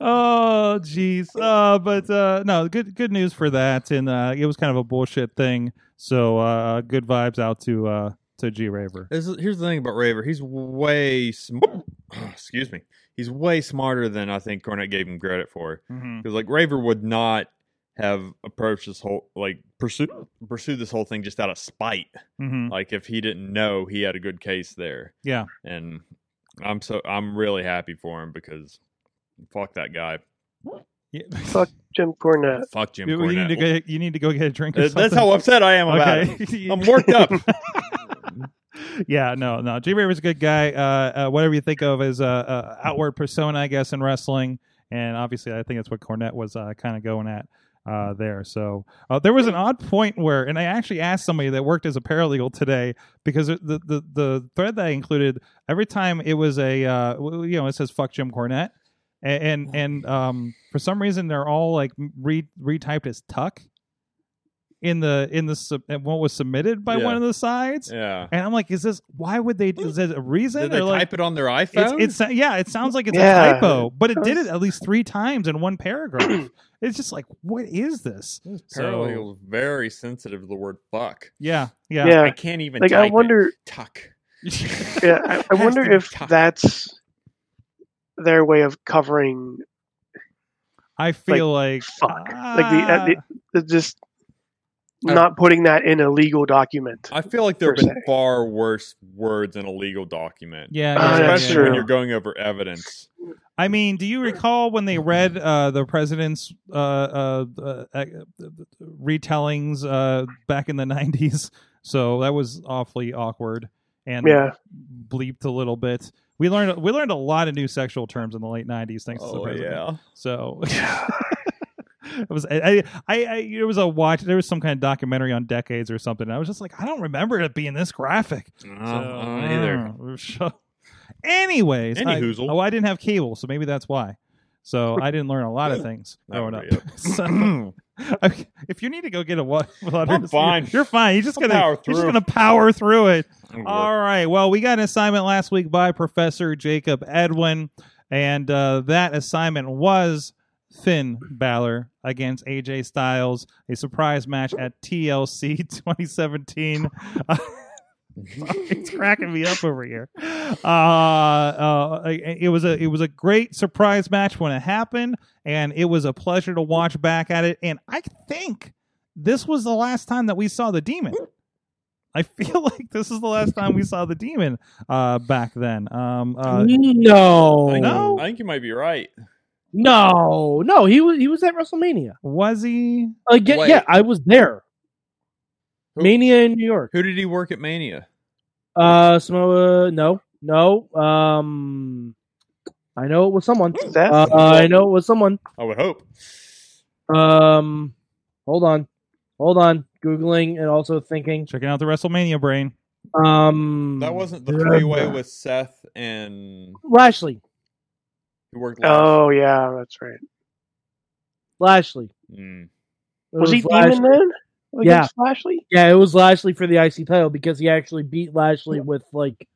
[SPEAKER 2] oh jeez uh but uh no good good news for that and uh it was kind of a bullshit thing so uh good vibes out to uh to g raver
[SPEAKER 4] This is- here's the thing about Raver. He's way sm- excuse me. He's way smarter than I think Cornette gave him credit for. because like Raver would not have approached this whole like pursue pursue this whole thing just out of spite.
[SPEAKER 2] hmm
[SPEAKER 4] Like if he didn't know he had a good case there,
[SPEAKER 2] yeah
[SPEAKER 4] and I'm so I'm really happy for him because fuck that guy,
[SPEAKER 2] Yeah.
[SPEAKER 3] Fuck Jim Cornette.
[SPEAKER 4] fuck Jim
[SPEAKER 2] you, you need to
[SPEAKER 4] Cornette.
[SPEAKER 2] go, you need to go get a drink or
[SPEAKER 4] Uh, That's
[SPEAKER 2] something.
[SPEAKER 4] how upset I am about it.
[SPEAKER 2] okay
[SPEAKER 4] I'm worked up.
[SPEAKER 2] yeah no no g raver's a good guy uh, uh whatever you think of as a, uh outward persona i guess in wrestling and obviously i think that's what cornette was uh, kind of going at uh, there so uh, there was an odd point where and i actually asked somebody that worked as a paralegal today because the the, the thread that i included every time it was a uh, w- you know it says fuck jim cornette and and, and um, for some reason they're all like re- retyped as Tuck in the in the sub- in what was submitted by
[SPEAKER 4] Yeah.
[SPEAKER 2] one of the sides.
[SPEAKER 4] Yeah.
[SPEAKER 2] And I'm like, is this why would they? Is there a reason?
[SPEAKER 4] Did they
[SPEAKER 2] Or, like,
[SPEAKER 4] type it on their
[SPEAKER 2] it's,
[SPEAKER 4] iPhone?
[SPEAKER 2] it's yeah, it sounds like it's a
[SPEAKER 3] Yeah.
[SPEAKER 2] typo, but it did it at least three times in one paragraph. it's just like, what is this?
[SPEAKER 4] Parallel is very sensitive to the word fuck.
[SPEAKER 2] Yeah, yeah,
[SPEAKER 3] Yeah,
[SPEAKER 4] I can't even
[SPEAKER 3] Uh, like
[SPEAKER 4] type
[SPEAKER 3] I wonder.
[SPEAKER 4] it. tuck.
[SPEAKER 3] Yeah, I, I
[SPEAKER 4] Has to
[SPEAKER 3] wonder
[SPEAKER 4] be
[SPEAKER 3] if
[SPEAKER 4] tuck.
[SPEAKER 3] that's their way of covering
[SPEAKER 2] I feel like,
[SPEAKER 3] fuck, like the, uh,
[SPEAKER 2] ah,
[SPEAKER 3] the, the just
[SPEAKER 4] I-
[SPEAKER 3] not putting that in a legal document.
[SPEAKER 4] I feel like there have
[SPEAKER 3] Per
[SPEAKER 4] been far worse words in a legal document.
[SPEAKER 2] yeah, yeah,
[SPEAKER 3] Uh, that's
[SPEAKER 4] Especially
[SPEAKER 2] yeah,
[SPEAKER 3] true.
[SPEAKER 4] when
[SPEAKER 2] yeah.
[SPEAKER 4] you're going over evidence.
[SPEAKER 2] I mean, do you recall when they read uh, the president's uh, uh, uh, uh, retellings uh, back in the '90s? So that was awfully awkward and
[SPEAKER 3] Yeah.
[SPEAKER 2] bleeped a little bit. We learned we learned a lot of new sexual terms in the late '90s thanks to the
[SPEAKER 4] Oh,
[SPEAKER 2] president.
[SPEAKER 4] yeah.
[SPEAKER 2] So it was I, I I it was a watch. There was some kind of documentary on decades or something. and I was just like, I don't remember it being this graphic. So,
[SPEAKER 4] Uh-huh.
[SPEAKER 2] uh, Anyways,
[SPEAKER 4] Any
[SPEAKER 2] I-
[SPEAKER 4] hoozle.
[SPEAKER 2] oh, I didn't have cable, so maybe that's why. So I didn't learn a lot of things
[SPEAKER 4] That
[SPEAKER 2] growing up.
[SPEAKER 4] would be
[SPEAKER 2] so, I- if you need to go get a wa- water,
[SPEAKER 4] I'm fine.
[SPEAKER 2] You're, fine. You just
[SPEAKER 4] I'll
[SPEAKER 2] gotta
[SPEAKER 4] power
[SPEAKER 2] you're just
[SPEAKER 4] through.
[SPEAKER 2] gonna power through it.
[SPEAKER 4] I'm
[SPEAKER 2] All right. Well, we got an assignment last week by Professor Jacob Edwin, and uh, that assignment was Finn Balor against AJ Styles, a surprise match at TLC 2017. Uh, it's cracking me up over here. Uh, uh, it was a it was a great surprise match when it happened, and it was a pleasure to watch back at it. And I think this was the last time that we saw the demon. I feel like this is the last time we saw the demon uh, back then. Um, uh,
[SPEAKER 5] no,
[SPEAKER 4] I,
[SPEAKER 2] No.
[SPEAKER 4] Oh, I think you might be right.
[SPEAKER 5] no, no. He was he was at WrestleMania.
[SPEAKER 2] was he?
[SPEAKER 5] Again,
[SPEAKER 4] Wait.
[SPEAKER 5] yeah, I was there.
[SPEAKER 4] Who-
[SPEAKER 5] Mania in New York.
[SPEAKER 4] Who did he work at Mania?
[SPEAKER 5] Uh, Samoa. No, no. Um, I know it was someone.
[SPEAKER 3] Is that
[SPEAKER 5] Uh, I know it was someone.
[SPEAKER 4] I would hope.
[SPEAKER 5] Um, hold on, hold on. Googling and also thinking.
[SPEAKER 2] Checking out the WrestleMania brain.
[SPEAKER 5] Um,
[SPEAKER 4] That wasn't the
[SPEAKER 5] Yeah.
[SPEAKER 4] three way with Seth and
[SPEAKER 5] Lashley.
[SPEAKER 4] who worked last.
[SPEAKER 3] oh yeah, that's right.
[SPEAKER 5] Lashley. It
[SPEAKER 4] Mm.
[SPEAKER 3] Was, he
[SPEAKER 5] Lash-
[SPEAKER 3] demon then? Like
[SPEAKER 5] Yeah.
[SPEAKER 3] it's Lashley.
[SPEAKER 5] Yeah, it was Lashley for the IC title because he actually beat Lashley with like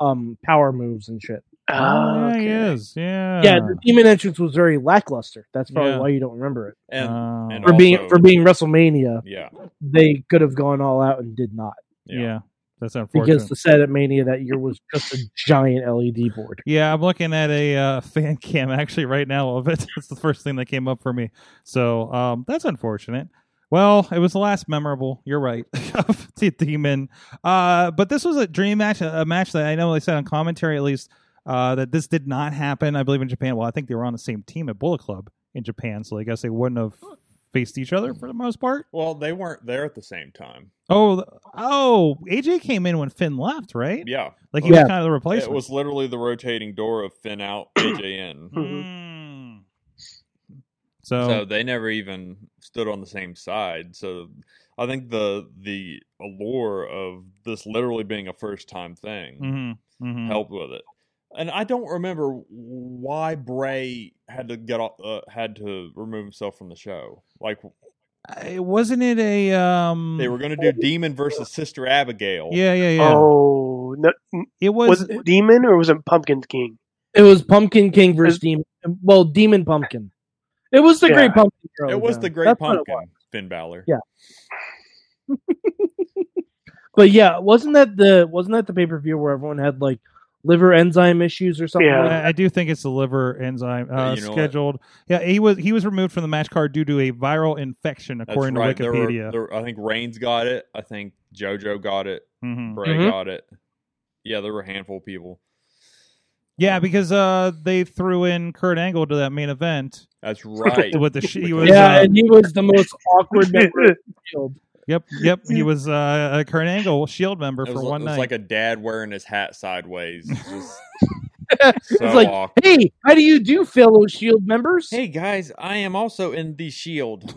[SPEAKER 5] um power moves and shit.
[SPEAKER 2] Oh, yeah,
[SPEAKER 3] Ah, okay.
[SPEAKER 2] he is. Yeah.
[SPEAKER 5] Yeah, the demon entrance was very lackluster. That's probably
[SPEAKER 2] Yeah.
[SPEAKER 5] why you don't remember it.
[SPEAKER 4] And
[SPEAKER 2] Oh.
[SPEAKER 4] and
[SPEAKER 5] For being
[SPEAKER 4] also-
[SPEAKER 5] for being WrestleMania,
[SPEAKER 4] yeah,
[SPEAKER 5] they could have gone all out and did not
[SPEAKER 2] yeah.
[SPEAKER 4] yeah.
[SPEAKER 2] That's unfortunate.
[SPEAKER 5] because the set at Mania that year was just a giant LED board.
[SPEAKER 2] Yeah, I'm looking at a uh, fan cam actually right now of it. That's the first thing that came up for me. So um, that's unfortunate. Well, it was the last memorable. You're right of the demon. Uh, but this was a dream match, a, a match that I know they said on commentary at least uh, that this did not happen. I believe in Japan. Well, I think they were on the same team at Bullet Club in Japan, so I guess they wouldn't have faced each other for the most part.
[SPEAKER 4] Well, they weren't there at the same time.
[SPEAKER 2] Oh, oh, AJ came in when Finn left, right?
[SPEAKER 4] Yeah,
[SPEAKER 2] Like he
[SPEAKER 5] Yeah.
[SPEAKER 2] was kind of the
[SPEAKER 4] it
[SPEAKER 2] replacement.
[SPEAKER 4] was literally the rotating door of Finn out, AJ in.
[SPEAKER 2] Mm.
[SPEAKER 4] So they never even stood on the same side. So I think the the allure of this literally being a first time thing
[SPEAKER 2] Mm-hmm. Mm-hmm.
[SPEAKER 4] helped with it. And I don't remember why Bray had to get off, uh, had to remove himself from the show. Like
[SPEAKER 2] wasn't it a um?
[SPEAKER 4] they were going to do Demon versus Sister Abigail.
[SPEAKER 2] yeah, yeah, yeah.
[SPEAKER 3] Oh, no, n-
[SPEAKER 2] it was.
[SPEAKER 3] was it Demon or was it Pumpkin King?
[SPEAKER 5] It was Pumpkin King versus Demon. Well, Demon Pumpkin. It was the
[SPEAKER 3] Yeah.
[SPEAKER 5] Great Pumpkin. Girl
[SPEAKER 4] it was
[SPEAKER 5] Down.
[SPEAKER 4] the Great
[SPEAKER 5] That's what it was.
[SPEAKER 4] Pumpkin, Finn Balor.
[SPEAKER 5] Yeah. But yeah, wasn't that the wasn't that the pay per view where everyone had like liver enzyme issues or something?
[SPEAKER 3] Yeah.
[SPEAKER 5] like that?
[SPEAKER 2] I I do think it's the liver enzyme uh,
[SPEAKER 4] You know what?
[SPEAKER 2] scheduled. Yeah, he was he was removed from the match card due to a viral infection,
[SPEAKER 4] That's
[SPEAKER 2] according
[SPEAKER 4] right.
[SPEAKER 2] to
[SPEAKER 4] There were-
[SPEAKER 2] Wikipedia.
[SPEAKER 4] there- I think Reigns got it. I think JoJo got it.
[SPEAKER 2] Mhm.
[SPEAKER 4] Bray
[SPEAKER 5] Mhm.
[SPEAKER 4] got it. Yeah, there were a handful of people.
[SPEAKER 2] Yeah, because uh, they threw in Kurt Angle to that main event
[SPEAKER 4] That's right.
[SPEAKER 2] with the sh- he was
[SPEAKER 5] yeah,
[SPEAKER 2] uh,
[SPEAKER 5] and he was the most awkward member of the field.
[SPEAKER 2] yep yep he was uh, a Kurt Angle Shield member
[SPEAKER 4] it
[SPEAKER 2] for
[SPEAKER 4] was,
[SPEAKER 2] one
[SPEAKER 4] it was
[SPEAKER 2] night.
[SPEAKER 4] like a dad wearing his hat sideways. It's Just
[SPEAKER 5] It's
[SPEAKER 4] so
[SPEAKER 5] like,
[SPEAKER 4] awkward.
[SPEAKER 5] hey, how do you do, fellow Shield members?
[SPEAKER 4] Hey guys, I am also in the Shield.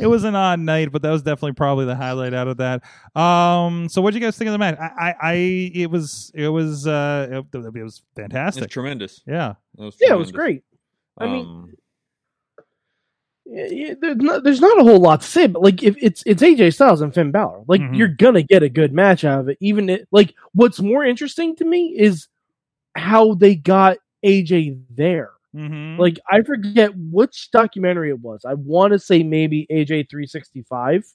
[SPEAKER 2] it was an odd night, but that was definitely probably the highlight out of that. Um, so what would you guys think of the match? I, I, I it was, it was, uh, it, it was
[SPEAKER 4] It's
[SPEAKER 2] fantastic.
[SPEAKER 4] tremendous.
[SPEAKER 2] Yeah,
[SPEAKER 4] was
[SPEAKER 5] Yeah, it was
[SPEAKER 4] tremendous.
[SPEAKER 5] great. I mean-
[SPEAKER 4] Um,
[SPEAKER 5] Yeah, yeah, there's not there's not a whole lot to say, but like if it's it's AJ Styles and Finn Balor, like
[SPEAKER 2] Mhm.
[SPEAKER 5] you're gonna get a good match out of it. Even it, like what's more interesting to me is how they got AJ there.
[SPEAKER 2] Mm-hmm.
[SPEAKER 5] Like I forget which documentary it was. I want to say maybe AJ 365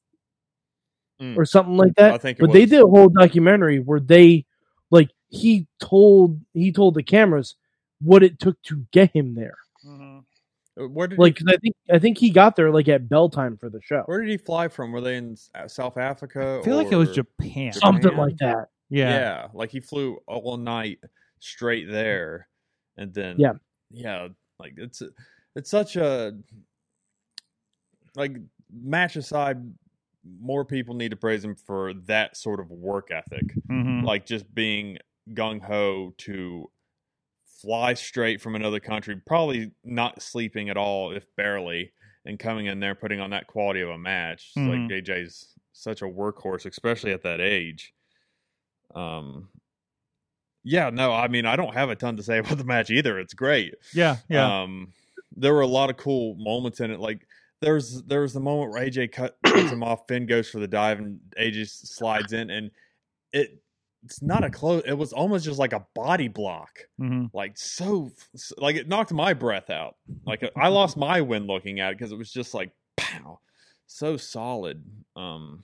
[SPEAKER 4] Mm.
[SPEAKER 5] or something like
[SPEAKER 4] I
[SPEAKER 5] that.
[SPEAKER 4] think it
[SPEAKER 5] but they
[SPEAKER 4] was.
[SPEAKER 5] did a whole documentary where they like he told he told the cameras what it took to get him there.
[SPEAKER 4] Uh, where did
[SPEAKER 5] Like 'cause I think I think he got there like at bell time for the show.
[SPEAKER 4] where did he fly from? Were they in S- uh, South Africa?
[SPEAKER 2] I feel like it was
[SPEAKER 4] or-
[SPEAKER 2] Japan.
[SPEAKER 5] Something
[SPEAKER 4] Japan?
[SPEAKER 5] like that.
[SPEAKER 2] Yeah.
[SPEAKER 4] Yeah, like he flew all night straight there, and then
[SPEAKER 5] Yeah.
[SPEAKER 4] yeah, like it's it's such a like match aside, more people need to praise him for that sort of work ethic,
[SPEAKER 2] Mhm.
[SPEAKER 4] like just being gung ho to fly straight from another country, probably not sleeping at all, if barely, and coming in there putting on that quality of a match. It's
[SPEAKER 2] Mhm.
[SPEAKER 4] Like JJ's such a workhorse, especially at that age. Um, yeah, no, I mean, I don't have a ton to say about the match either. It's great.
[SPEAKER 2] yeah. Yeah.
[SPEAKER 4] Um, there were a lot of cool moments in it. Like there's there was the moment where AJ cut, cuts him off. Finn goes for the dive, and AJ slides in, and it it's not a close. It was almost just like a body block.
[SPEAKER 2] Mhm.
[SPEAKER 4] Like so, f- like it knocked my breath out. Like I lost my wind looking at it because it was just like pow, so solid. Um,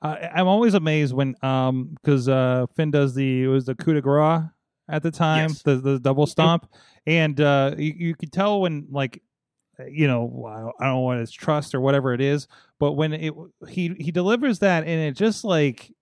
[SPEAKER 2] I, I'm always amazed when um because uh Finn does the it was the coup de grace at the time
[SPEAKER 4] Yes.
[SPEAKER 2] the the double stomp and uh you, you could tell when like you know I don't- I don't want it's trust or whatever it is but when it he he delivers that and it just like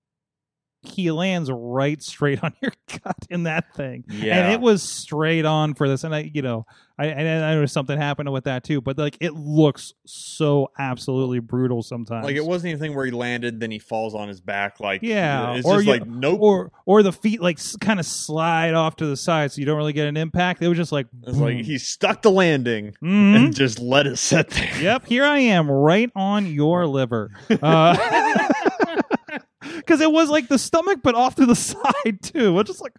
[SPEAKER 2] he lands right straight on your gut in that thing
[SPEAKER 4] yeah,
[SPEAKER 2] and it was straight on for this and i you know i and i know something happened with that too but like it looks so absolutely brutal sometimes
[SPEAKER 4] like it wasn't anything where he landed, then he falls on his back. Like
[SPEAKER 2] Yeah,
[SPEAKER 4] it's
[SPEAKER 2] or
[SPEAKER 4] just
[SPEAKER 2] you-
[SPEAKER 4] like nope.
[SPEAKER 2] or or the feet like s- kind of slide off to the side so you don't really get an impact it was just like,
[SPEAKER 4] It's
[SPEAKER 2] Mm.
[SPEAKER 4] like he stuck the landing
[SPEAKER 2] Mhm.
[SPEAKER 4] and just let it sit there.
[SPEAKER 2] yep here i am right on your liver uh Because it was like the stomach, but off to the side too. We're just like,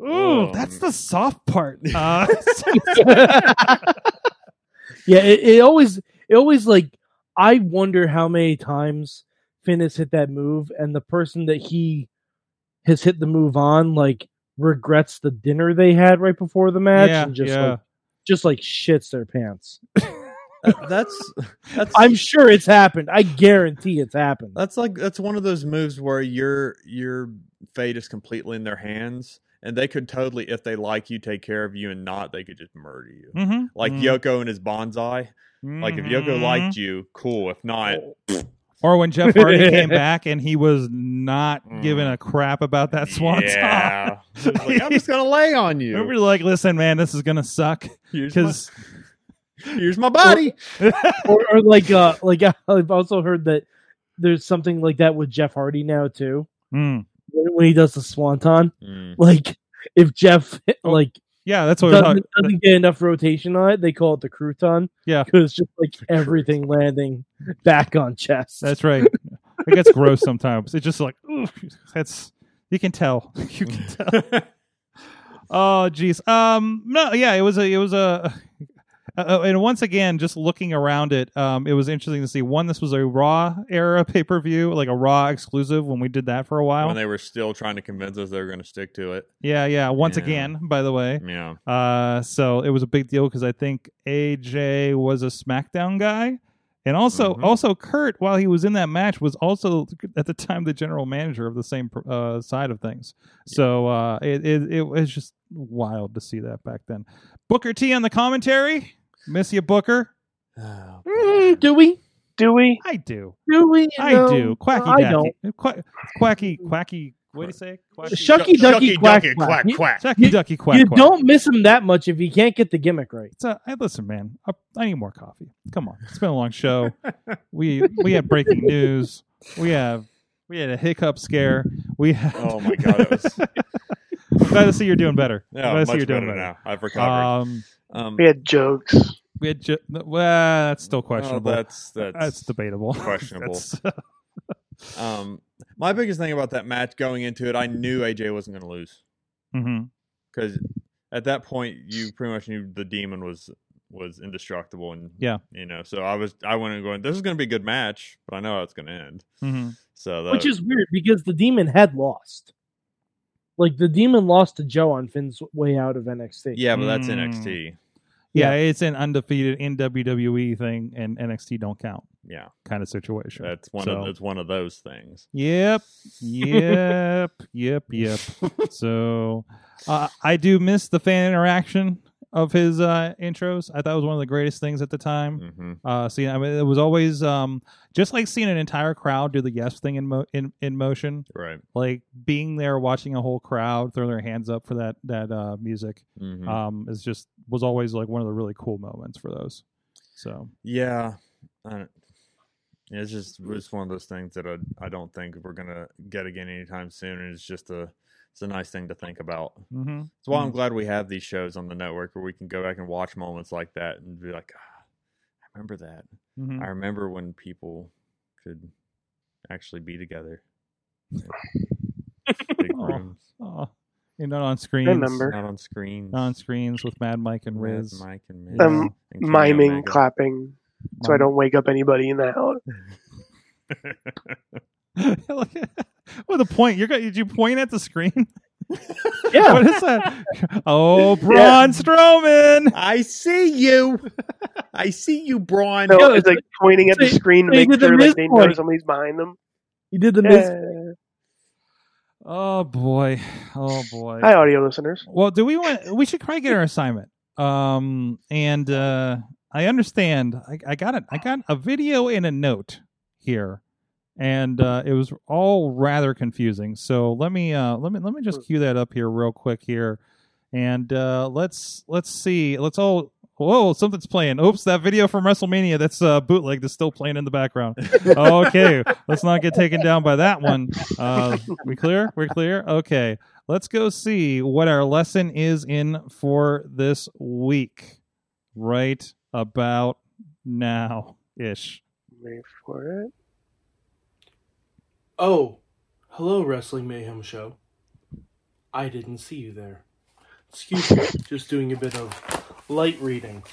[SPEAKER 2] ooh,
[SPEAKER 4] Oh,
[SPEAKER 2] that's
[SPEAKER 4] man.
[SPEAKER 2] the soft part. Uh,
[SPEAKER 5] Yeah, it, it always it always like I wonder how many times Finn has hit that move and the person that he has hit the move on like regrets the dinner they had right before the match
[SPEAKER 2] yeah,
[SPEAKER 5] and just
[SPEAKER 2] yeah.
[SPEAKER 5] like just like shits their pants.
[SPEAKER 4] That- that's that's
[SPEAKER 5] I'm sure it's happened. I guarantee it's happened.
[SPEAKER 4] that's like that's one of those moves where your your fate is completely in their hands, and they could totally, if they like you, take care of you, and not, they could just murder you.
[SPEAKER 2] Mhm.
[SPEAKER 4] Like Yoko and his bonsai. Like if Yoko
[SPEAKER 2] Mhm.
[SPEAKER 4] liked you, cool. If not,
[SPEAKER 2] or when Jeff Hardy came back and he was not giving a crap about that swan song.
[SPEAKER 4] Mm. yeah. He's like, I'm just gonna lay on
[SPEAKER 2] Remember,
[SPEAKER 4] you.
[SPEAKER 2] like, listen, man, this is gonna suck
[SPEAKER 4] Here's my,
[SPEAKER 2] because
[SPEAKER 4] here's my body.
[SPEAKER 5] or, or like uh like I've also heard that there's something like that with Jeff Hardy now too.
[SPEAKER 2] Mm.
[SPEAKER 5] When when he does the swanton,
[SPEAKER 4] Mm.
[SPEAKER 5] like if Jeff
[SPEAKER 2] Oh,
[SPEAKER 5] like
[SPEAKER 2] yeah, that's what we're talking.
[SPEAKER 5] doesn't, doesn't get enough rotation on it, they call it the crouton.
[SPEAKER 2] Yeah.
[SPEAKER 5] because just like everything landing back on chest.
[SPEAKER 2] That's right. It gets gross sometimes. It's just like ooh, that's you can tell. You can
[SPEAKER 4] Mm.
[SPEAKER 2] tell. Oh jeez. Um no, yeah, it was a it was a uh, and once again, just looking around it, um, it was interesting to see. One, this was a Raw era pay per view, like a Raw exclusive when we did that for a while.
[SPEAKER 4] When they were still trying to convince us they were gonna stick to it.
[SPEAKER 2] yeah, yeah. Once
[SPEAKER 4] Yeah.
[SPEAKER 2] again, by the way.
[SPEAKER 4] Yeah.
[SPEAKER 2] Uh, so it was a big deal because I think AJ was a SmackDown guy, and also
[SPEAKER 4] Mhm.
[SPEAKER 2] also Kurt, while he was in that match, was also at the time the general manager of the same uh, side of things. So uh, it, it it was just wild to see that back then. Booker T on the commentary, miss you, Booker.
[SPEAKER 4] Oh,
[SPEAKER 5] Mm, do we?
[SPEAKER 3] Do we?
[SPEAKER 2] I do,
[SPEAKER 5] Do we?
[SPEAKER 2] I
[SPEAKER 5] No.
[SPEAKER 2] do. Quacky,
[SPEAKER 5] I
[SPEAKER 2] dacky.
[SPEAKER 5] don't.
[SPEAKER 2] Qua- quacky, quacky. What do you say? Quacky,
[SPEAKER 5] Shucky ducky
[SPEAKER 4] Shucky
[SPEAKER 5] quack
[SPEAKER 4] ducky
[SPEAKER 5] quack.
[SPEAKER 4] quack
[SPEAKER 5] You,
[SPEAKER 4] quack.
[SPEAKER 2] Shucky ducky, quack.
[SPEAKER 5] you
[SPEAKER 2] quack.
[SPEAKER 5] don't miss him that much if you can't get the gimmick right.
[SPEAKER 2] It's a, I listen, man. I, I need more coffee. Come on, it's been a long show. we we had breaking news. We have we had a hiccup scare. We had,
[SPEAKER 4] Oh my god, that was
[SPEAKER 2] glad to see you're doing better.
[SPEAKER 4] yeah,
[SPEAKER 2] glad to
[SPEAKER 4] much
[SPEAKER 2] see you're
[SPEAKER 4] better
[SPEAKER 2] doing better.
[SPEAKER 4] now. I've recovered.
[SPEAKER 2] Um,
[SPEAKER 4] Um,
[SPEAKER 3] We had jokes.
[SPEAKER 2] we had ju- well, that's still
[SPEAKER 4] well,
[SPEAKER 2] questionable.
[SPEAKER 4] that's Oh, that's,
[SPEAKER 2] That's debatable.
[SPEAKER 4] questionable.
[SPEAKER 2] That's- uh,
[SPEAKER 4] um, my biggest thing about that match going into it, I knew AJ wasn't going to lose
[SPEAKER 2] Mhm.
[SPEAKER 4] because at that point you pretty much knew the demon was was indestructible and
[SPEAKER 2] Yeah.
[SPEAKER 4] you know so i was i went and going this is going to be a good match but i know how it's going to end
[SPEAKER 2] Mm-hmm.
[SPEAKER 4] so that,
[SPEAKER 5] which is weird because the demon had lost. Like the demon lost to Joe on Finn's way out of NXT.
[SPEAKER 4] yeah but that's
[SPEAKER 2] Mm.
[SPEAKER 4] nxt
[SPEAKER 2] Yeah, it's an undefeated in WWE E thing, and NXT don't count
[SPEAKER 4] yeah
[SPEAKER 2] kind of situation.
[SPEAKER 4] that's one
[SPEAKER 2] So-
[SPEAKER 4] of it's one of those things
[SPEAKER 2] Yep, yep, yep, yep. So uh, I do miss the fan interaction of his uh, intros. I thought it was one of the greatest things at the time.
[SPEAKER 4] hmm
[SPEAKER 2] Uh, seeing, I mean, it was always um, just like seeing an entire crowd do the yes thing in mo- in, in motion,
[SPEAKER 4] right
[SPEAKER 2] like being there watching a whole crowd throw their hands up for that that uh, music.
[SPEAKER 4] hmm
[SPEAKER 2] Um, is just was always like one of the really cool moments for those. So
[SPEAKER 4] yeah I don't- it's just it's one of those things that i, I don't think we're going to get again anytime soon and it's just a it's a nice thing to think about
[SPEAKER 2] mm-hmm.
[SPEAKER 4] That's why I'm glad we have these shows on the network where we can go back and watch moments like that and be like, ah, I remember that.
[SPEAKER 2] Mm-hmm.
[SPEAKER 4] I remember when people could actually be together. Big
[SPEAKER 2] Aw.
[SPEAKER 4] rooms,
[SPEAKER 2] Oh, you're not on screens.
[SPEAKER 3] Remember.
[SPEAKER 4] not on screens.
[SPEAKER 2] Not on screens with Mad Mike and
[SPEAKER 4] Mad
[SPEAKER 2] Riz.
[SPEAKER 4] Mike and Miz,
[SPEAKER 2] Um,
[SPEAKER 4] and Kenny
[SPEAKER 3] miming,
[SPEAKER 4] Omega.
[SPEAKER 3] clapping, so I don't wake up anybody in the house.
[SPEAKER 2] what the point? You're going did you point at the screen?
[SPEAKER 5] Yeah.
[SPEAKER 2] what is that? Oh, Braun Strowman.
[SPEAKER 4] I see you. I see you, Braun.
[SPEAKER 3] No,
[SPEAKER 5] Yeah,
[SPEAKER 3] it's
[SPEAKER 5] it's
[SPEAKER 3] like pointing at the
[SPEAKER 5] so-
[SPEAKER 3] screen to
[SPEAKER 5] so you
[SPEAKER 3] make
[SPEAKER 5] did the
[SPEAKER 3] sure like
[SPEAKER 5] Miz
[SPEAKER 3] they know
[SPEAKER 5] point.
[SPEAKER 3] somebody's behind them.
[SPEAKER 5] He did the Miz.
[SPEAKER 3] Yeah.
[SPEAKER 2] Oh boy. Oh boy.
[SPEAKER 3] Hi, audio listeners.
[SPEAKER 2] Well, do we want? We should probably get our assignment. Um, and uh, I understand. I, I got it. I got a video and a note here, and uh, it was all rather confusing. So let me uh, let me let me just cue that up here real quick here, and uh, let's let's see. Let's all. Whoa, something's playing. Oops, that video from WrestleMania that's uh, bootleg that's still playing in the background. okay, let's not get taken down by that one. Uh, we clear? We're clear? Okay let's go see what our lesson is in for this week right about now ish
[SPEAKER 3] Wait for it.
[SPEAKER 9] Oh, hello, Wrestling Mayhem Show. I didn't see you there. Excuse me, just doing a bit of light reading.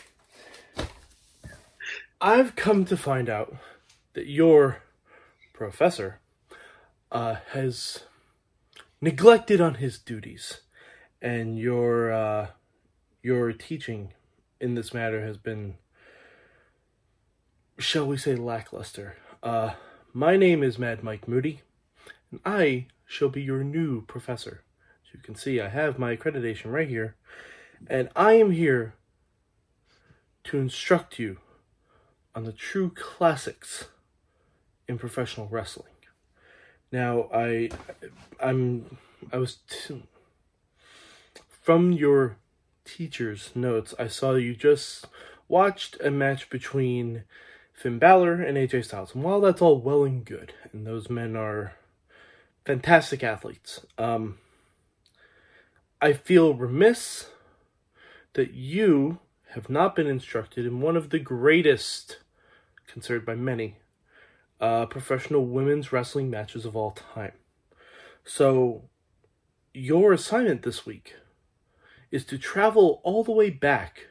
[SPEAKER 9] I've come to find out that your professor uh, has neglected on his duties, and your uh, your teaching in this matter has been, shall we say, lackluster. Uh, my name is Mad Mike Moody, and I shall be your new professor. As you can see, I have my accreditation right here, and I am here to instruct you on the true classics in professional wrestling. Now, I, I'm, I was t- from your teacher's notes. I saw you just watched a match between Finn Balor and AJ Styles. And while that's all well and good, and those men are fantastic athletes, um, I feel remiss that you have not been instructed in one of the greatest, considered by many, uh, professional women's wrestling matches of all time. So, your assignment this week is to travel all the way back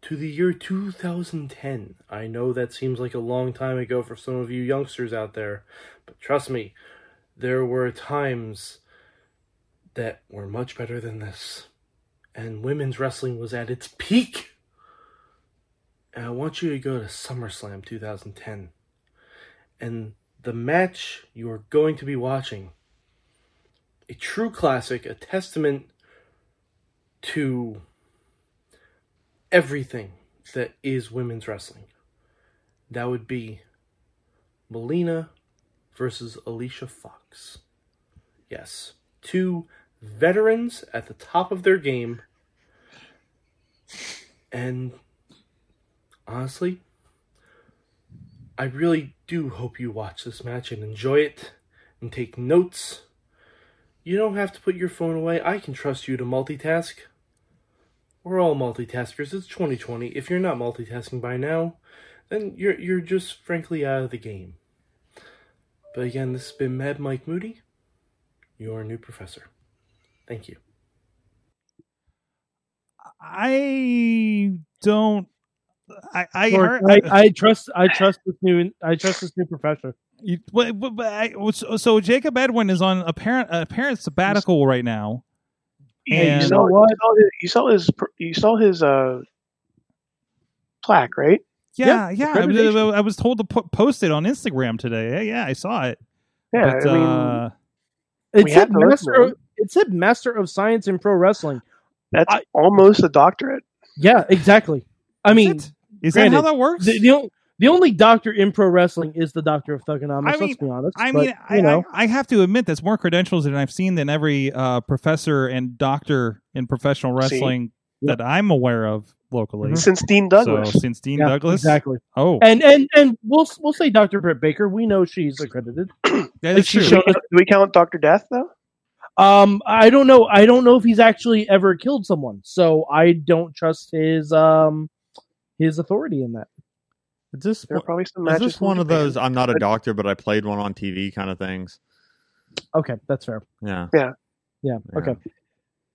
[SPEAKER 9] to the year 2010. I know that seems like a long time ago for some of you youngsters out there, but trust me, there were times that were much better than this. And women's wrestling was at its peak. And I want you to go to SummerSlam 2010. And the match you are going to be watching, a true classic, a testament to everything that is women's wrestling. That would be Melina versus Alicia Fox. Yes, two veterans at the top of their game. And honestly, I really do hope you watch this match and enjoy it and take notes. You don't have to put your phone away. I can trust you to multitask. We're all multitaskers. It's 2020. If you're not multitasking by now, then you're you're just frankly out of the game. But again, this has been Mad Mike Moody, your new professor. Thank you.
[SPEAKER 2] I don't. I I, heard,
[SPEAKER 5] I, I trust I trust this new I trust this new professor.
[SPEAKER 2] You, but, but, but I, so, so Jacob Edwin is on apparent apparent sabbatical right now.
[SPEAKER 3] Yeah,
[SPEAKER 2] And-
[SPEAKER 3] you saw, you saw his you saw his pr- you saw his uh plaque, right?
[SPEAKER 2] Yeah, yeah. I was,
[SPEAKER 3] accreditation.
[SPEAKER 2] I was told to po- post it on Instagram today. Yeah, yeah, I saw it.
[SPEAKER 3] Yeah,
[SPEAKER 2] but,
[SPEAKER 3] I mean,
[SPEAKER 2] uh,
[SPEAKER 5] It
[SPEAKER 3] We
[SPEAKER 5] said
[SPEAKER 3] have to listen
[SPEAKER 5] master.
[SPEAKER 3] to
[SPEAKER 5] Of, it said master of science in pro wrestling.
[SPEAKER 3] that's almost a doctorate.
[SPEAKER 5] Yeah, exactly. I mean,
[SPEAKER 2] is, it? Is that
[SPEAKER 5] granted,
[SPEAKER 2] how that works?
[SPEAKER 5] the, the, on- the only doctor in pro wrestling is the doctor of thugonomics.
[SPEAKER 2] I mean-
[SPEAKER 5] let's be honest.
[SPEAKER 2] I
[SPEAKER 5] but,
[SPEAKER 2] mean, I,
[SPEAKER 5] you know,
[SPEAKER 2] I I have to admit that's more credentials than I've seen than every uh, professor and doctor in professional
[SPEAKER 3] See? Mm-hmm.
[SPEAKER 2] wrestling that I'm aware of locally.
[SPEAKER 3] Since Dean
[SPEAKER 2] Hmm. So
[SPEAKER 3] Douglas,
[SPEAKER 2] since Dean
[SPEAKER 5] yeah,
[SPEAKER 2] Douglas,
[SPEAKER 5] exactly.
[SPEAKER 2] oh,
[SPEAKER 5] And and and we'll we'll say Dr. Britt Baker. We know she's accredited.
[SPEAKER 2] that is
[SPEAKER 5] she
[SPEAKER 2] true.
[SPEAKER 3] do, we, do we count Doctor Death though?
[SPEAKER 5] Um, I don't know. I don't know if he's actually ever killed someone, so I don't trust his um his authority in that.
[SPEAKER 4] Is this,
[SPEAKER 3] There are probably some
[SPEAKER 4] is
[SPEAKER 3] matches.
[SPEAKER 4] this
[SPEAKER 3] in
[SPEAKER 4] one of
[SPEAKER 3] Japan.
[SPEAKER 4] those I'm not a doctor, but I played one on TV kind of things?
[SPEAKER 5] Okay, that's fair.
[SPEAKER 4] Yeah.
[SPEAKER 5] Yeah.
[SPEAKER 4] Yeah.
[SPEAKER 5] Okay.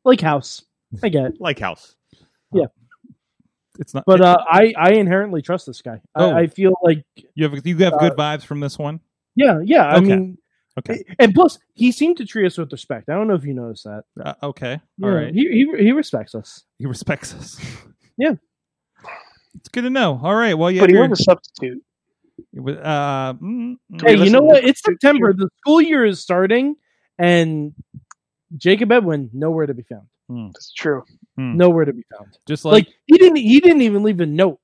[SPEAKER 5] Like House, I get. It.
[SPEAKER 4] Like House.
[SPEAKER 2] It's not.
[SPEAKER 5] But uh, I I inherently trust this guy.
[SPEAKER 2] Oh.
[SPEAKER 5] I, I feel like
[SPEAKER 2] you have you
[SPEAKER 5] uh,
[SPEAKER 2] have good vibes from this one.
[SPEAKER 5] yeah yeah. I
[SPEAKER 2] Okay.
[SPEAKER 5] mean,
[SPEAKER 2] Okay.
[SPEAKER 5] And plus, he seemed to treat us with respect. I don't know if you noticed that.
[SPEAKER 2] Uh, okay.
[SPEAKER 5] Yeah,
[SPEAKER 2] All right.
[SPEAKER 5] He, he he respects us.
[SPEAKER 2] He respects us.
[SPEAKER 5] Yeah.
[SPEAKER 2] It's good to know. All right. Well, yeah.
[SPEAKER 3] but he was a substitute.
[SPEAKER 2] Uh, mm, mm.
[SPEAKER 5] Hey, you
[SPEAKER 3] listen
[SPEAKER 5] know
[SPEAKER 3] to
[SPEAKER 5] what?
[SPEAKER 3] this
[SPEAKER 5] It's September. The school year is starting, and Jacob Edwin nowhere to be found.
[SPEAKER 3] That's true.
[SPEAKER 2] Hmm.
[SPEAKER 5] Nowhere to be found.
[SPEAKER 2] just
[SPEAKER 5] Like, he didn't. He didn't even leave a note.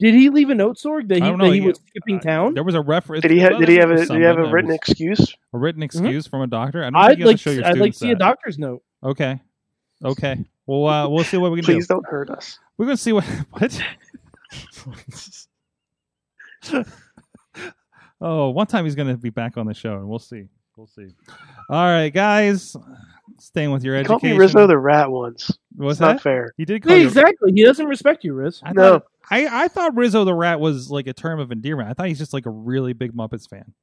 [SPEAKER 5] Did he leave a note, Sorg? That he,
[SPEAKER 2] I don't know,
[SPEAKER 5] that he
[SPEAKER 2] he-
[SPEAKER 5] was skipping
[SPEAKER 2] uh,
[SPEAKER 5] town.
[SPEAKER 2] There was a reference.
[SPEAKER 3] Did he have?
[SPEAKER 2] well,
[SPEAKER 3] Did he
[SPEAKER 2] there
[SPEAKER 3] have?
[SPEAKER 2] was
[SPEAKER 3] A, did he have a
[SPEAKER 2] something.
[SPEAKER 3] written excuse?
[SPEAKER 2] A written excuse from a doctor? I don't think
[SPEAKER 5] Mm-hmm. I'd
[SPEAKER 2] you have
[SPEAKER 5] like.
[SPEAKER 2] to show your
[SPEAKER 5] To, I'd like to
[SPEAKER 2] students
[SPEAKER 5] see a
[SPEAKER 2] that.
[SPEAKER 5] doctor's note.
[SPEAKER 2] Okay. Okay. Well, uh, we'll see what we can
[SPEAKER 3] Please
[SPEAKER 2] do.
[SPEAKER 3] don't hurt us.
[SPEAKER 2] We're gonna see what what. oh, one time he's gonna be back on the show, and we'll see. We'll see. All right, guys, staying with your
[SPEAKER 3] He called
[SPEAKER 2] education.
[SPEAKER 3] me Rizzo the Rat once.
[SPEAKER 2] What's
[SPEAKER 3] It's not
[SPEAKER 2] that?
[SPEAKER 3] fair.
[SPEAKER 2] He did call
[SPEAKER 5] Yeah,
[SPEAKER 2] you.
[SPEAKER 5] exactly. He doesn't respect you, Riz.
[SPEAKER 2] I
[SPEAKER 3] No.
[SPEAKER 2] thought, I, I thought Rizzo the Rat was like a term of endearment. I thought he's just like a really big Muppets fan.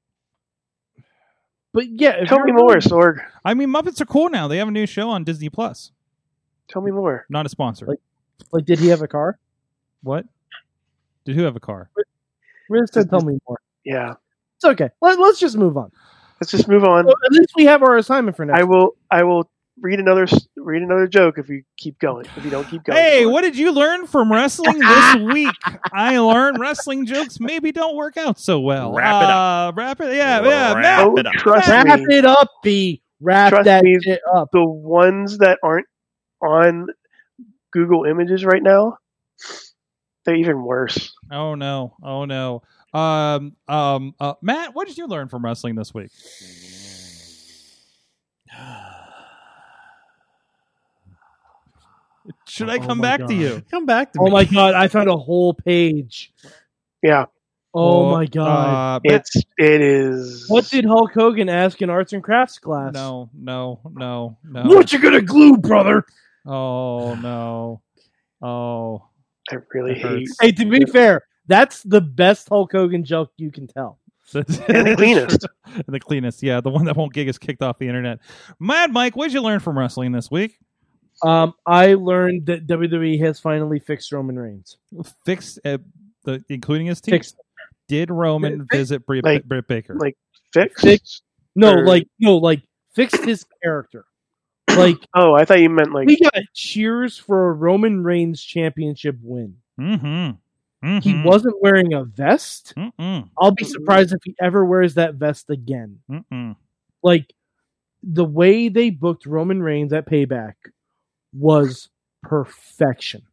[SPEAKER 5] But yeah, if
[SPEAKER 3] Tell
[SPEAKER 5] you're
[SPEAKER 3] me
[SPEAKER 5] really-
[SPEAKER 3] more, Sorg.
[SPEAKER 2] I mean, Muppets are cool now. They have a new show on Disney Plus.
[SPEAKER 3] Tell me more.
[SPEAKER 2] Not a sponsor.
[SPEAKER 5] Like- Like, did he have a car?
[SPEAKER 2] what? Did who have a car?
[SPEAKER 5] Riz said, "Tell me more."
[SPEAKER 3] Yeah.
[SPEAKER 5] It's okay. Let, us just move on.
[SPEAKER 3] Let's just move on.
[SPEAKER 5] So at least we have our assignment for now.
[SPEAKER 3] Um, I will. I will read another. s- Read another joke if you keep going. If you don't keep going.
[SPEAKER 2] Hey,
[SPEAKER 3] Sorg.
[SPEAKER 2] what did you learn from wrestling this week? I learned wrestling jokes maybe don't work out so well.
[SPEAKER 4] Wrap it
[SPEAKER 2] up. Wrap it. Yeah, yeah.
[SPEAKER 4] Wrap
[SPEAKER 2] Matt,
[SPEAKER 3] Oh,
[SPEAKER 4] it up.
[SPEAKER 3] trust
[SPEAKER 5] Wrap
[SPEAKER 3] me.
[SPEAKER 5] it up, B. Wrap
[SPEAKER 3] Trust
[SPEAKER 5] that
[SPEAKER 3] me.
[SPEAKER 5] shit up.
[SPEAKER 3] The ones that aren't on Google Images right now, they're even worse.
[SPEAKER 2] Oh no. Oh no. Um. Um. Uh, Matt, what did you learn from wrestling this week? Should I
[SPEAKER 4] Oh
[SPEAKER 2] come
[SPEAKER 4] my
[SPEAKER 2] back
[SPEAKER 4] God.
[SPEAKER 2] to you?
[SPEAKER 4] Come back to
[SPEAKER 5] Oh
[SPEAKER 4] me.
[SPEAKER 5] my god, I found a whole page.
[SPEAKER 3] Yeah.
[SPEAKER 5] Oh
[SPEAKER 2] Well,
[SPEAKER 5] my god.
[SPEAKER 2] Uh, Matt-
[SPEAKER 3] It's. It is.
[SPEAKER 5] what did Hulk Hogan ask in arts and crafts class?
[SPEAKER 2] no, no, no, no.
[SPEAKER 5] What you gonna glue, brother?
[SPEAKER 2] Oh no. Oh.
[SPEAKER 3] I really
[SPEAKER 2] It
[SPEAKER 3] hate?
[SPEAKER 2] hurts.
[SPEAKER 5] Hey, to be fair, that's the best Hulk Hogan joke you can tell.
[SPEAKER 2] the
[SPEAKER 3] cleanest.
[SPEAKER 2] And the cleanest, yeah. The one that won't get us kicked off the internet. Mad Mike, what did you learn from wrestling this week?
[SPEAKER 5] Um, I learned that WWE has finally fixed Roman Reigns.
[SPEAKER 2] Fixed, uh, the, including his teeth.
[SPEAKER 5] Fixed.
[SPEAKER 2] Did Roman visit Bri-
[SPEAKER 3] Like-
[SPEAKER 2] Britt Baker?
[SPEAKER 3] like- Fixed.
[SPEAKER 5] Fixed. No,
[SPEAKER 3] Or-
[SPEAKER 5] like no, like fixed his character. Like
[SPEAKER 3] Oh, I thought you meant like.
[SPEAKER 5] we got cheers for a Roman Reigns championship win.
[SPEAKER 2] mm-hmm. mm-hmm.
[SPEAKER 5] He wasn't wearing a vest.
[SPEAKER 2] Mm-mm.
[SPEAKER 5] I'll be surprised if he ever wears that vest again.
[SPEAKER 2] Mm-mm.
[SPEAKER 5] like the way they booked Roman Reigns at Payback was perfection.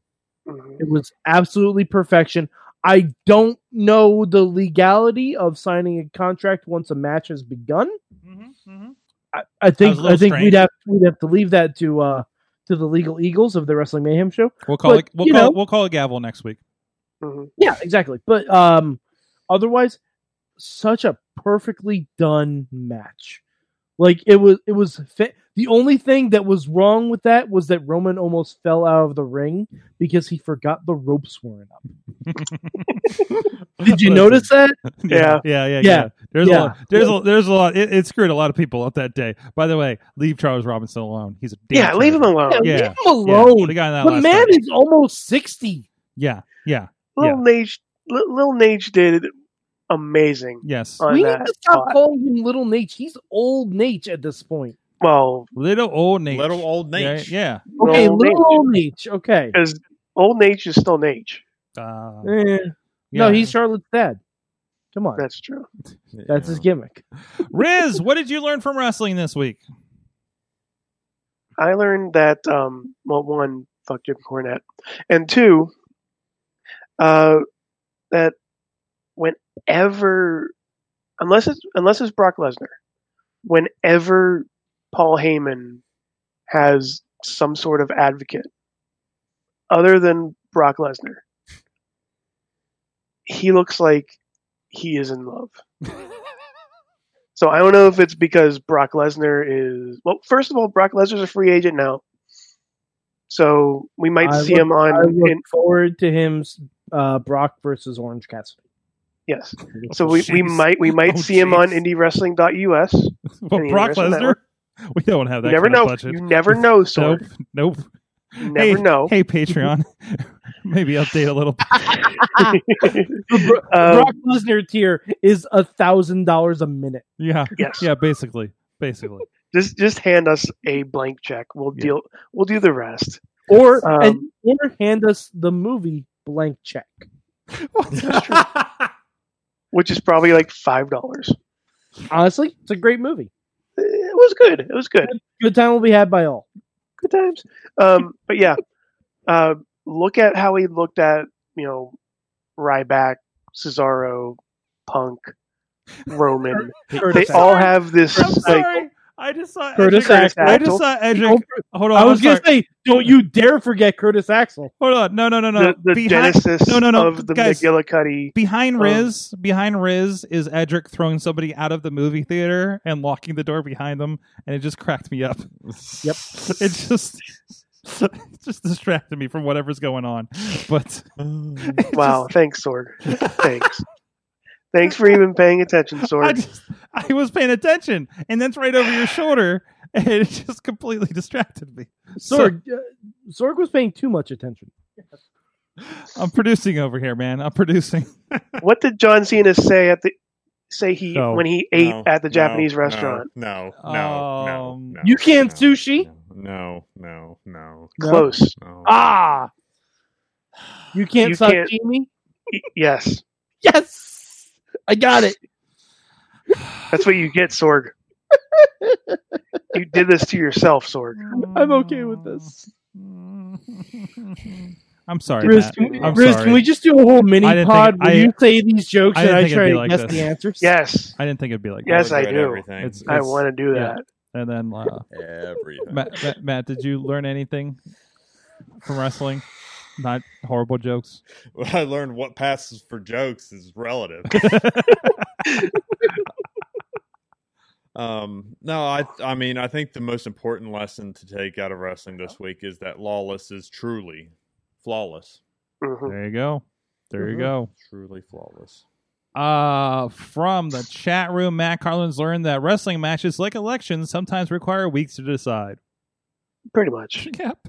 [SPEAKER 3] Mhm.
[SPEAKER 5] It was absolutely perfection. I don't know the legality of signing a contract once a match has begun.
[SPEAKER 2] Mm-hmm.
[SPEAKER 5] I, I
[SPEAKER 2] was
[SPEAKER 5] think
[SPEAKER 2] a
[SPEAKER 5] I
[SPEAKER 2] little
[SPEAKER 5] think
[SPEAKER 2] strange.
[SPEAKER 5] we'd have we'd have to leave that to uh to the legal eagles of the Wrestling Mayhem show.
[SPEAKER 2] We'll call
[SPEAKER 5] But,
[SPEAKER 2] it. We'll
[SPEAKER 5] you
[SPEAKER 2] call.
[SPEAKER 5] know-
[SPEAKER 2] We'll call a gavel next week.
[SPEAKER 3] Mhm.
[SPEAKER 5] Yeah, exactly. But um otherwise such a perfectly done match. Like it was it was fa- The only thing that was wrong with that was that Roman almost fell out of the ring because he forgot the ropes weren't up. Did you notice that?
[SPEAKER 3] Yeah.
[SPEAKER 2] yeah, yeah, yeah.
[SPEAKER 5] Yeah.
[SPEAKER 2] There's a
[SPEAKER 5] Yeah.
[SPEAKER 2] lot. There's a there's a lot. It, it screwed a lot of people up that day. By the way, leave Charles Robinson alone. He's a damn
[SPEAKER 3] Yeah, leave him
[SPEAKER 2] traitor.
[SPEAKER 3] alone.
[SPEAKER 2] Oh, Yeah.
[SPEAKER 5] Leave him alone.
[SPEAKER 2] Yeah, the guy in that
[SPEAKER 5] the
[SPEAKER 2] last
[SPEAKER 5] man
[SPEAKER 2] fight.
[SPEAKER 5] is almost sixty.
[SPEAKER 2] Yeah, yeah,
[SPEAKER 3] Little Nage, Li- Little Nage did amazing.
[SPEAKER 2] yes.
[SPEAKER 3] On
[SPEAKER 5] We need
[SPEAKER 3] that
[SPEAKER 5] to stop
[SPEAKER 3] spot.
[SPEAKER 5] calling him Little Nate. He's old Nate at this point.
[SPEAKER 3] Well,
[SPEAKER 2] Little old Nate.
[SPEAKER 4] Little old
[SPEAKER 2] Yeah,
[SPEAKER 4] Nate.
[SPEAKER 2] yeah.
[SPEAKER 5] Okay,
[SPEAKER 3] Little
[SPEAKER 5] little old Nate. Okay.
[SPEAKER 3] because old Nage is still Nage.
[SPEAKER 2] Uh,
[SPEAKER 5] Eh.
[SPEAKER 2] yeah.
[SPEAKER 5] No, he's Charlotte's dad. Come on,
[SPEAKER 3] That's true.
[SPEAKER 5] that's his gimmick.
[SPEAKER 2] Riz. What did you learn from wrestling this week?
[SPEAKER 3] I learned that um, well, one, fuck Jim Cornette, and two, uh, that whenever, unless it's unless it's Brock Lesnar, whenever Paul Heyman has some sort of advocate other than Brock Lesnar, he looks like he is in love. So I don't know if it's because Brock Lesnar is well. First of all, Brock Lesnar's a free agent now, so we might
[SPEAKER 5] I
[SPEAKER 3] see
[SPEAKER 5] look-
[SPEAKER 3] him on.
[SPEAKER 5] I look
[SPEAKER 3] in-
[SPEAKER 5] forward to him, uh, Brock versus Orange Cassidy.
[SPEAKER 3] yes, so we, we
[SPEAKER 2] Oh, Jeez.
[SPEAKER 3] might we might
[SPEAKER 2] Oh,
[SPEAKER 3] see him on
[SPEAKER 2] jeez.
[SPEAKER 3] IndieWrestling.us. You
[SPEAKER 2] Well,
[SPEAKER 3] Any
[SPEAKER 2] Brock
[SPEAKER 3] wrestling
[SPEAKER 2] Lesnar.
[SPEAKER 3] network?
[SPEAKER 2] We don't have that
[SPEAKER 3] never
[SPEAKER 2] kind
[SPEAKER 3] know.
[SPEAKER 2] of budget.
[SPEAKER 3] You never know,
[SPEAKER 2] Nope.
[SPEAKER 3] Sorg.
[SPEAKER 2] Nope.
[SPEAKER 3] You never
[SPEAKER 2] hey,
[SPEAKER 3] know.
[SPEAKER 2] Hey, Patreon. Maybe update a little. bit.
[SPEAKER 3] Um,
[SPEAKER 5] Brock Lesnar tier is a thousand dollars a minute.
[SPEAKER 2] Yeah.
[SPEAKER 3] yes,
[SPEAKER 2] Yeah. Basically. Basically.
[SPEAKER 3] just just hand us a blank check. We'll
[SPEAKER 2] Yeah.
[SPEAKER 3] deal. We'll do the rest.
[SPEAKER 5] Or
[SPEAKER 3] Um,
[SPEAKER 5] and or hand us the movie blank check.
[SPEAKER 3] Which is probably like five dollars.
[SPEAKER 5] Honestly, it's a great movie.
[SPEAKER 3] It was good. It was good.
[SPEAKER 5] Good time will be had by all.
[SPEAKER 3] good times. Um, but yeah, uh, look at how he looked at you know Ryback, Cesaro, Punk, Roman. they
[SPEAKER 5] Curtis Axel.
[SPEAKER 3] all have this
[SPEAKER 2] I'm
[SPEAKER 3] like
[SPEAKER 2] sorry. I just saw
[SPEAKER 5] Curtis
[SPEAKER 2] Edric-
[SPEAKER 5] Axel.
[SPEAKER 2] I just saw Edric. Hold on.
[SPEAKER 5] I
[SPEAKER 2] I'm
[SPEAKER 5] was gonna
[SPEAKER 2] sorry.
[SPEAKER 5] say, don't you dare forget Curtis Axel.
[SPEAKER 2] Hold on. No. No. No. No.
[SPEAKER 3] the, the
[SPEAKER 2] behind,
[SPEAKER 3] genesis
[SPEAKER 2] no, no, no,
[SPEAKER 3] of the
[SPEAKER 2] guys.
[SPEAKER 3] McGillicuddy.
[SPEAKER 2] behind
[SPEAKER 3] um,
[SPEAKER 2] Riz. behind Riz is Edric throwing somebody out of the movie theater and locking the door behind them, and it just cracked me up.
[SPEAKER 5] Yep.
[SPEAKER 2] It just. it just distracted me from whatever's going on, but it
[SPEAKER 3] Wow, thanks, Sorg. thanks, thanks for even paying attention,
[SPEAKER 2] I,
[SPEAKER 3] Sorg.
[SPEAKER 2] just, I was paying attention, and that's right over your shoulder, and it just completely distracted me.
[SPEAKER 5] Sorg, uh, Sorg was paying too much attention.
[SPEAKER 2] I'm producing over here, man. I'm producing.
[SPEAKER 3] What did John Cena say at the say he
[SPEAKER 2] No,
[SPEAKER 3] when he ate
[SPEAKER 4] No,
[SPEAKER 3] at the
[SPEAKER 4] no,
[SPEAKER 3] Japanese
[SPEAKER 4] no,
[SPEAKER 3] restaurant?
[SPEAKER 4] No, no, no,
[SPEAKER 2] Um,
[SPEAKER 4] no,
[SPEAKER 5] You can't
[SPEAKER 4] no,
[SPEAKER 5] sushi?
[SPEAKER 4] No, no, no.
[SPEAKER 5] No.
[SPEAKER 3] Close.
[SPEAKER 4] no.
[SPEAKER 5] Ah, you can't
[SPEAKER 3] You can't-
[SPEAKER 5] sashimi me.
[SPEAKER 3] Y- Yes,
[SPEAKER 5] Yes, I got it.
[SPEAKER 3] that's what you get, Sorg. you did this to yourself, Sorg.
[SPEAKER 5] I'm okay with this.
[SPEAKER 2] I'm sorry,
[SPEAKER 5] Riz,
[SPEAKER 2] Matt.
[SPEAKER 5] can, we-
[SPEAKER 2] I'm
[SPEAKER 5] Riz,
[SPEAKER 2] sorry.
[SPEAKER 5] can we just do a whole
[SPEAKER 2] I
[SPEAKER 5] mini
[SPEAKER 2] didn't
[SPEAKER 5] pod
[SPEAKER 2] think-
[SPEAKER 5] where
[SPEAKER 2] I-
[SPEAKER 5] you say these jokes
[SPEAKER 2] I
[SPEAKER 5] and
[SPEAKER 2] didn't
[SPEAKER 5] I
[SPEAKER 2] think it'd
[SPEAKER 5] try
[SPEAKER 2] be
[SPEAKER 5] to
[SPEAKER 2] like
[SPEAKER 5] guess
[SPEAKER 2] this.
[SPEAKER 5] the ansers?
[SPEAKER 3] Yes.
[SPEAKER 2] I didn't think it'd be like
[SPEAKER 3] Yes,
[SPEAKER 2] that.
[SPEAKER 3] I
[SPEAKER 4] regret
[SPEAKER 3] do.
[SPEAKER 4] Everything.
[SPEAKER 2] It's-
[SPEAKER 3] I want to do
[SPEAKER 2] yeah.
[SPEAKER 3] that.
[SPEAKER 2] And then uh,
[SPEAKER 4] everything.
[SPEAKER 2] Matt, Matt, Matt, did you learn anything from wrestling? Not horrible jokes.
[SPEAKER 4] I learned what passes for jokes is relative. um, no, I I mean I think the most important lesson to take out of wrestling this week is that Lawless is truly flawless.
[SPEAKER 3] Mhm.
[SPEAKER 2] There you go. There you go.
[SPEAKER 4] Truly flawless.
[SPEAKER 2] Uh, from the chat room, Matt Carlin's learned that wrestling matches, like elections, sometimes require weeks to decide.
[SPEAKER 3] Pretty much.
[SPEAKER 2] Yep.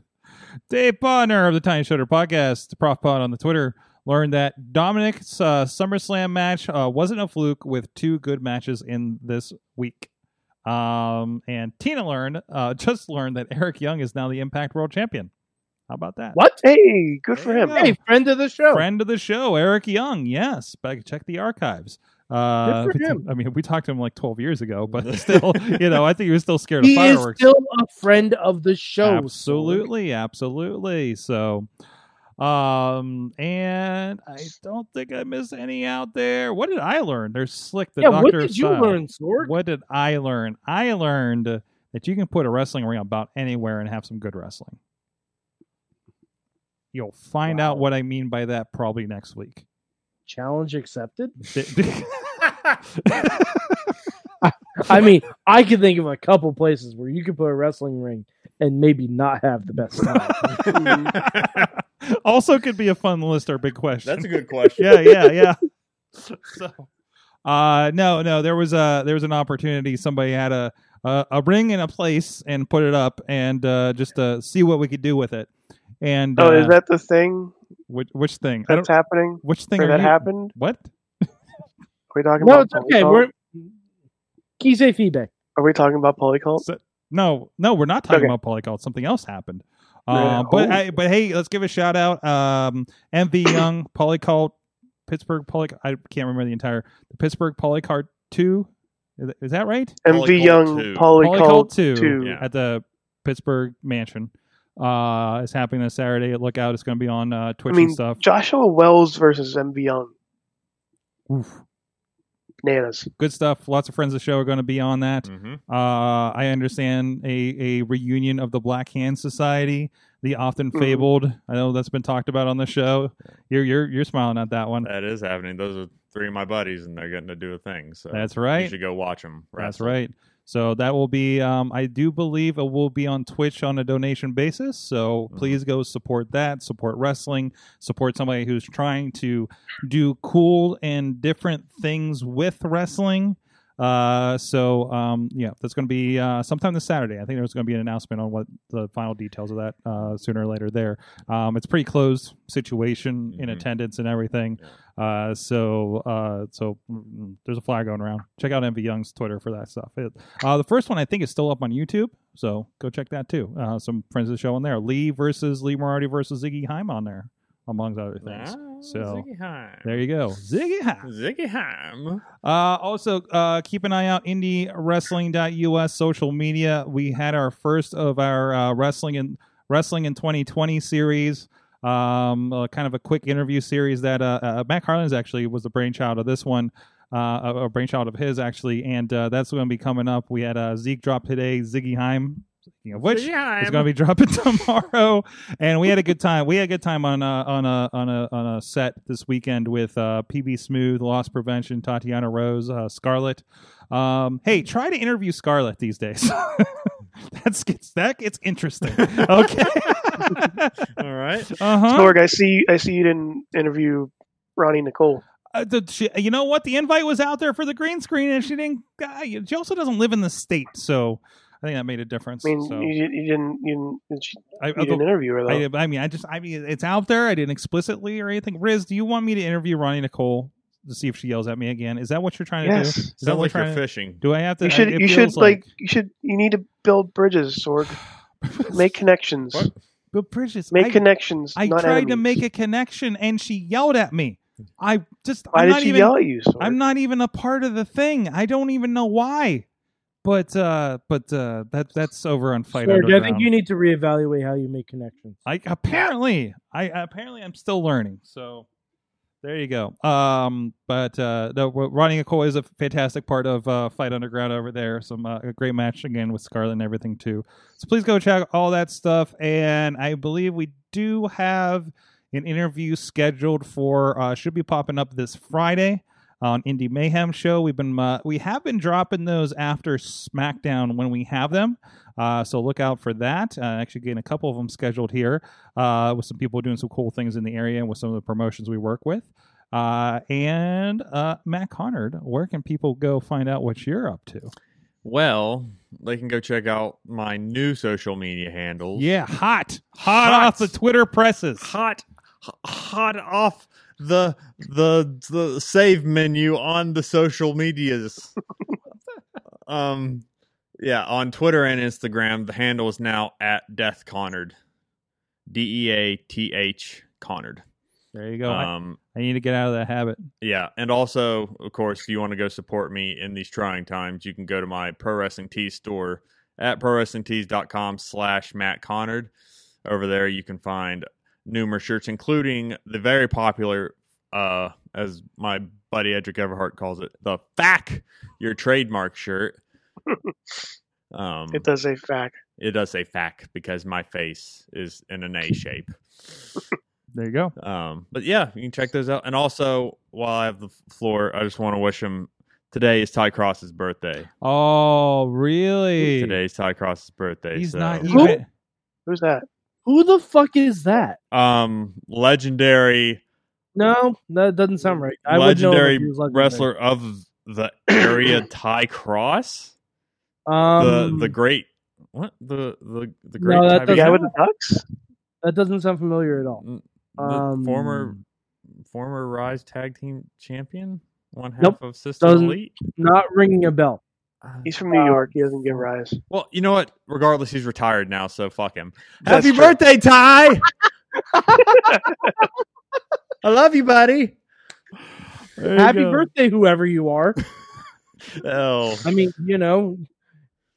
[SPEAKER 2] Dave Bonner of the Tiny Shutter Podcast, Prof Pod on the Twitter, learned that Dominic's uh, SummerSlam match uh, wasn't a fluke with two good matches in this week. Um, and Tina learned, uh, just learned that Eric Young is now the Impact World Champion. How about that?
[SPEAKER 5] What?
[SPEAKER 3] Hey, good for him.
[SPEAKER 5] Hey, friend of the show.
[SPEAKER 2] friend of the show, Eric Young. Yes, back check the archives. Uh,
[SPEAKER 5] Good for him.
[SPEAKER 2] I mean, we talked to him like 12 years ago, but still, you know, I think he was still scared
[SPEAKER 5] He
[SPEAKER 2] of
[SPEAKER 5] is
[SPEAKER 2] fireworks.
[SPEAKER 5] still a friend of the show.
[SPEAKER 2] absolutely, absolutely. So, um, and I don't think I missed any out there. What did I learn? There's slick. The
[SPEAKER 5] yeah,
[SPEAKER 2] doctor
[SPEAKER 5] what
[SPEAKER 2] of
[SPEAKER 5] did you
[SPEAKER 2] style.
[SPEAKER 5] learn, Sorg?
[SPEAKER 2] What did I learn? I learned that you can put a wrestling ring about anywhere and have some good wrestling. You'll find out what I mean by that probably next week.
[SPEAKER 5] Challenge accepted.
[SPEAKER 2] Th- th-
[SPEAKER 5] I mean, I can think of a couple places where you could put a wrestling ring and maybe not have the best time.
[SPEAKER 2] also, could be a fun list or big question.
[SPEAKER 4] That's a good question.
[SPEAKER 2] yeah, yeah, yeah. So, uh, no, no, there was a there was an opportunity. Somebody had a a, a ring in a place and put it up and uh, just uh, see what we could do with it. And
[SPEAKER 3] Oh,
[SPEAKER 2] uh,
[SPEAKER 3] is that the thing
[SPEAKER 2] which, which thing? I
[SPEAKER 3] that's
[SPEAKER 2] don't.
[SPEAKER 3] happening?
[SPEAKER 2] Which thing
[SPEAKER 3] Or
[SPEAKER 2] are
[SPEAKER 3] that
[SPEAKER 2] you-
[SPEAKER 3] happened?
[SPEAKER 2] What?
[SPEAKER 3] Are we talking
[SPEAKER 5] no,
[SPEAKER 3] about
[SPEAKER 5] it's okay.
[SPEAKER 3] Polycult?
[SPEAKER 5] We're Kise Fibe.
[SPEAKER 3] Are we talking about Polycult?
[SPEAKER 2] So- No, no, we're not talking
[SPEAKER 3] Okay.
[SPEAKER 2] about polycult. Something else happened.
[SPEAKER 3] Yeah.
[SPEAKER 2] Um, but
[SPEAKER 3] Oh.
[SPEAKER 2] I, but hey, let's give a shout out. Um, MV Young polycult Pittsburgh poly. I can't remember the entire the Pittsburgh polycart two. Is, is that right?
[SPEAKER 3] MV
[SPEAKER 4] Polycult
[SPEAKER 3] Young
[SPEAKER 4] two.
[SPEAKER 3] Polycult,
[SPEAKER 2] Polycult two,
[SPEAKER 3] 2.
[SPEAKER 4] Yeah.
[SPEAKER 2] at the Pittsburgh mansion. Uh, it's happening this Saturday at Lookout. It's going to be on uh, Twitch
[SPEAKER 3] mean,
[SPEAKER 2] and stuff.
[SPEAKER 3] Joshua Wells versus MV Young.
[SPEAKER 2] Oof.
[SPEAKER 3] Bananas.
[SPEAKER 2] Good stuff. Lots of friends of the show are going to be on that.
[SPEAKER 4] Mhm.
[SPEAKER 2] Uh, I understand a, a reunion of the Black Hand Society, the often
[SPEAKER 3] Mhm.
[SPEAKER 2] fabled. I know that's been talked about on the show. You're you're you're smiling at that one.
[SPEAKER 4] That is happening. Those are three of my buddies, and they're getting to do a thing. So
[SPEAKER 2] That's
[SPEAKER 4] You
[SPEAKER 2] right.
[SPEAKER 4] should go watch them.
[SPEAKER 2] That's right. So that will be. Um, I do believe it will be on Twitch on a donation basis. So
[SPEAKER 4] Mhm.
[SPEAKER 2] please go support that. Support wrestling. Support somebody who's trying to do cool and different things with wrestling. Uh, so um, yeah, that's going to be uh, sometime this Saturday. I think there's going to be an announcement on what the final details of that uh, sooner or later. There, um, it's pretty closed situation in
[SPEAKER 4] Mhm.
[SPEAKER 2] attendance and everything. Uh, so uh, so mm, there's a flyer going around. Check out MV Young's Twitter for that stuff. It, uh, the first one I think is still up on YouTube, so go check that too. Uh, some friends of the show on there. Lee versus Lee Moriarty versus Ziggy Heim on there, amongst other things. So,
[SPEAKER 4] Ziggy Heim.
[SPEAKER 2] There you go, Ziggy Heim.
[SPEAKER 4] Ziggy Heim.
[SPEAKER 2] Uh, also, uh, keep an eye out indie wrestling.us social media. We had our first of our uh, wrestling in wrestling in 2020 series. Um, uh, kind of a quick interview series that uh, uh, Matt Harlan's actually was the brainchild of this one, uh, a a brainchild of his actually, and uh, that's going to be coming up. We had uh, Zeke drop today, Ziggy Heim, speaking of which, it's going to be dropping tomorrow, and we had a good time. We had a good time on a on a on a on a set this weekend with uh, PB Smooth, Loss Prevention, Tatiana Rose, uh, Scarlett. Um, hey, try to interview Scarlett these days. That's gets that gets interesting. Okay.
[SPEAKER 4] All right.
[SPEAKER 2] Uh huh.
[SPEAKER 3] Sorg, I see. I see you didn't interview Ronnie Nicole.
[SPEAKER 2] Uh, you know what? The invite was out there for the green screen, and she didn't. Uh, she also doesn't live in the state, so I think that made a difference.
[SPEAKER 3] I mean,
[SPEAKER 2] so
[SPEAKER 3] you, you didn't. You didn't, you
[SPEAKER 2] I, I'll go-
[SPEAKER 3] didn't interview her though.
[SPEAKER 2] I, uh, I mean, I just, I mean, it's out there. I didn't explicitly or anything. Riz, do you want me to interview Ronnie Nicole to see if she yells at me again? Is that what you're trying to do? Is
[SPEAKER 3] yes,
[SPEAKER 2] that what
[SPEAKER 4] Sounds like
[SPEAKER 2] trying
[SPEAKER 4] you're
[SPEAKER 2] to-
[SPEAKER 4] fishing.
[SPEAKER 2] Do I have to?
[SPEAKER 3] you should.
[SPEAKER 2] I, it
[SPEAKER 3] you
[SPEAKER 2] feels
[SPEAKER 3] should like, You should. You need to build bridges, Sorg. Make connections.
[SPEAKER 4] What?
[SPEAKER 2] but Bridges,
[SPEAKER 3] Make
[SPEAKER 2] I,
[SPEAKER 3] connections.
[SPEAKER 2] I
[SPEAKER 3] not
[SPEAKER 2] tried to
[SPEAKER 3] enemies.
[SPEAKER 2] make a connection, and she yelled at me. I just,
[SPEAKER 3] Why
[SPEAKER 2] I'm
[SPEAKER 3] did
[SPEAKER 2] not
[SPEAKER 3] she
[SPEAKER 2] even,
[SPEAKER 3] yell at you? Sorg?
[SPEAKER 2] I'm not even a part of the thing. I don't even know why. But, uh but uh that that's over on Fight
[SPEAKER 5] Sorg, I
[SPEAKER 2] Underground.
[SPEAKER 5] think you need to reevaluate how you make connections.
[SPEAKER 2] I apparently I apparently I'm still learning. So there you go. Um, but uh, the, Ronnie Nicole is a fantastic part of uh, Fight Underground over there. Some uh, a great match again with Scarlett and everything too. So please go check out all that stuff. And I believe we do have an interview scheduled for uh, should be popping up this Friday on Indie Mayhem show. We've been uh, we have been dropping those after SmackDown when we have them. Uh, so look out for that. Uh, actually, getting a couple of them scheduled here uh, with some people doing some cool things in the area and with some of the promotions we work with. Uh, and uh, Matt Connard, where can people go find out what you're up to?
[SPEAKER 4] Well, they can go check out my new social media handles.
[SPEAKER 2] Yeah, hot, hot,
[SPEAKER 4] Hot.
[SPEAKER 2] off the Twitter presses.
[SPEAKER 4] hot h- hot off the the the save menu on the social medias um yeah on twitter and instagram the handle is now at death E connard d-e-a-t-h connard
[SPEAKER 2] There you go. Oh, I,
[SPEAKER 4] um
[SPEAKER 2] I need to get out of that habit.
[SPEAKER 4] yeah and also of course if you want to go support me in these trying times you can go to my pro wrestling tees store at pro wrestling tees.com slash matt connard over there you can find numerous shirts including the very popular uh as my buddy edric everhart calls it the fac your trademark shirt um
[SPEAKER 3] It does say fact.
[SPEAKER 4] it does say fac because my face is in an a shape
[SPEAKER 2] There you go.
[SPEAKER 4] um, but yeah, you can check those out. And also, while I have the f- floor, I just want to wish him Today is Ty Cross's birthday.
[SPEAKER 2] Oh, really?
[SPEAKER 4] Today's Ty Cross's birthday.
[SPEAKER 2] He's
[SPEAKER 4] so.
[SPEAKER 2] not
[SPEAKER 3] Who?
[SPEAKER 2] even.
[SPEAKER 3] Who's that?
[SPEAKER 5] Who the fuck is that?
[SPEAKER 4] um legendary
[SPEAKER 5] No, that doesn't sound right. I would know if
[SPEAKER 4] legendary
[SPEAKER 5] he was legendary.
[SPEAKER 4] wrestler of the area Ty Cross.
[SPEAKER 5] Um,
[SPEAKER 4] the the great what? The the the
[SPEAKER 5] No,
[SPEAKER 4] great
[SPEAKER 5] that
[SPEAKER 4] Ty
[SPEAKER 3] The
[SPEAKER 5] doesn't-
[SPEAKER 3] guy
[SPEAKER 4] Cross?
[SPEAKER 3] with the ducks?
[SPEAKER 5] that doesn't sound familiar at all.
[SPEAKER 4] the
[SPEAKER 5] Um,
[SPEAKER 4] former former Rise tag team champion, one half
[SPEAKER 5] Nope,
[SPEAKER 4] of System
[SPEAKER 5] doesn't-
[SPEAKER 4] Elite.
[SPEAKER 5] Not ringing a bell.
[SPEAKER 4] Uh,
[SPEAKER 3] He's from New York. He doesn't give rise.
[SPEAKER 4] Well, you know what? Regardless, he's retired now, so fuck him.
[SPEAKER 3] That's
[SPEAKER 4] Happy
[SPEAKER 3] true.
[SPEAKER 4] birthday, Ty! I love you, buddy.
[SPEAKER 5] Happy birthday, whoever you are.
[SPEAKER 4] birthday! Oh,
[SPEAKER 5] I mean, you know,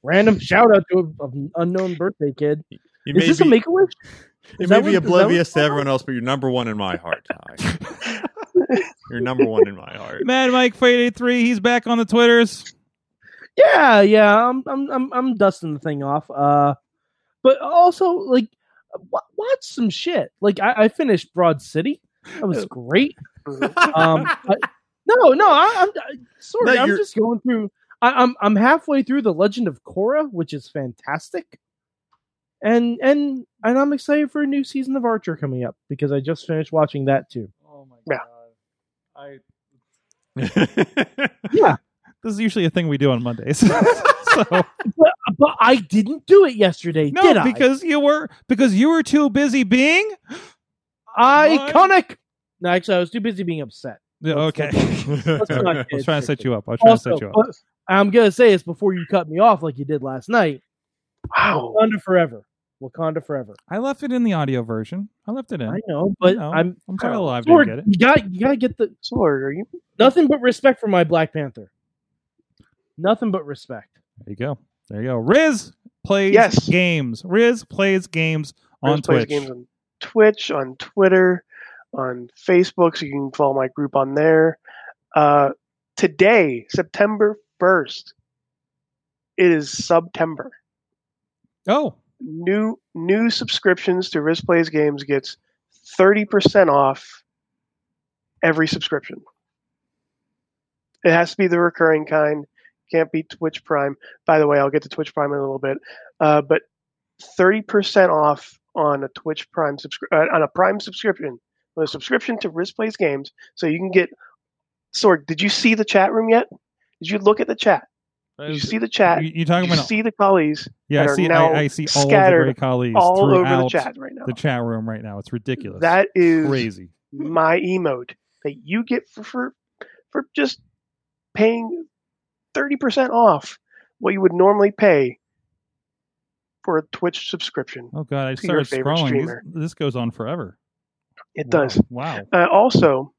[SPEAKER 5] random shout out to an unknown birthday kid.
[SPEAKER 4] you
[SPEAKER 5] Is
[SPEAKER 4] may
[SPEAKER 5] this
[SPEAKER 4] be,
[SPEAKER 5] a make a wish?
[SPEAKER 4] you
[SPEAKER 5] is
[SPEAKER 4] may
[SPEAKER 5] that
[SPEAKER 4] be
[SPEAKER 5] what- is that what-
[SPEAKER 4] oblivious to everyone else, but you're number one in my heart, Ty. you're number one in my heart.
[SPEAKER 2] Mad Mike Faded Three. He's back on the Twitters.
[SPEAKER 5] Yeah, yeah. I'm I'm I'm, I'm dusting the thing off. Uh, but also like w- watch some shit. Like I, I finished Broad City. That was great. Um, I- no, no. I, I'm I, sorry.
[SPEAKER 4] No,
[SPEAKER 5] I'm
[SPEAKER 4] you're-
[SPEAKER 5] just going through. I, I'm I'm halfway through the Legend of Korra, which is fantastic. And and and I'm excited for a new season of Archer coming up because I just finished watching that too.
[SPEAKER 2] Oh my
[SPEAKER 3] Yeah.
[SPEAKER 2] I
[SPEAKER 4] That's
[SPEAKER 2] this is usually a thing we do on Mondays. so
[SPEAKER 5] But I didn't do it yesterday,
[SPEAKER 2] no,
[SPEAKER 5] did I?
[SPEAKER 2] because you were because you were too busy being
[SPEAKER 5] iconic. No, actually, I was too busy being upset.
[SPEAKER 2] Yeah, okay.
[SPEAKER 5] not
[SPEAKER 2] I
[SPEAKER 5] get
[SPEAKER 2] was trying to set you up. I was trying
[SPEAKER 5] also,
[SPEAKER 2] to set you up.
[SPEAKER 5] but I'm gonna say this before you cut me off like you did last night.
[SPEAKER 3] Wow.
[SPEAKER 5] Wakanda forever. Wakanda forever.
[SPEAKER 2] I left it in the audio version. I left it in.
[SPEAKER 5] I know, but
[SPEAKER 2] No,
[SPEAKER 5] I'm
[SPEAKER 2] I'm kind of alive. Didn't
[SPEAKER 5] Sorg,
[SPEAKER 2] get it.
[SPEAKER 5] you got you gotta get the
[SPEAKER 3] Sword, are you?
[SPEAKER 5] nothing but respect for my Black Panther. Nothing but respect.
[SPEAKER 2] There you go. There you go. Riz plays
[SPEAKER 3] Yes.
[SPEAKER 2] games. Riz plays games on
[SPEAKER 3] Riz plays
[SPEAKER 2] Twitch.
[SPEAKER 3] games on Twitch, on Twitter, on Facebook, so you can follow my group on there. Uh, today, September 1st, it is September.
[SPEAKER 2] Oh,
[SPEAKER 3] New new subscriptions to Riz Plays Games gets 30% off every subscription. It has to be the recurring kind. Can't be Twitch Prime. By the way, I'll get to Twitch Prime in a little bit. Uh, but thirty percent off on a Twitch Prime subscri- uh, on a Prime subscription, on a subscription to Riz Plays Games, so you can get. Sorg, did you see the chat room yet? Did you look at the chat? Did you see the chat?
[SPEAKER 2] you,
[SPEAKER 3] Did
[SPEAKER 2] are talking
[SPEAKER 3] you
[SPEAKER 2] about
[SPEAKER 3] see the colleagues
[SPEAKER 2] yeah.
[SPEAKER 3] that
[SPEAKER 2] I
[SPEAKER 3] are
[SPEAKER 2] see.
[SPEAKER 3] now
[SPEAKER 2] I, I see all of the
[SPEAKER 3] scattered
[SPEAKER 2] great colleagues
[SPEAKER 3] all over
[SPEAKER 2] throughout
[SPEAKER 3] the chat right now?
[SPEAKER 2] the chat room right now. It's ridiculous.
[SPEAKER 3] That is
[SPEAKER 2] crazy.
[SPEAKER 3] my emote that you get for for, for just paying 30% off what you would normally pay for a Twitch subscription.
[SPEAKER 2] Oh god, I
[SPEAKER 3] To your
[SPEAKER 2] started
[SPEAKER 3] favorite
[SPEAKER 2] scrolling. These-
[SPEAKER 3] streamer.
[SPEAKER 2] This, goes on forever.
[SPEAKER 3] It
[SPEAKER 2] Wow.
[SPEAKER 3] does.
[SPEAKER 2] Wow.
[SPEAKER 3] Uh, also,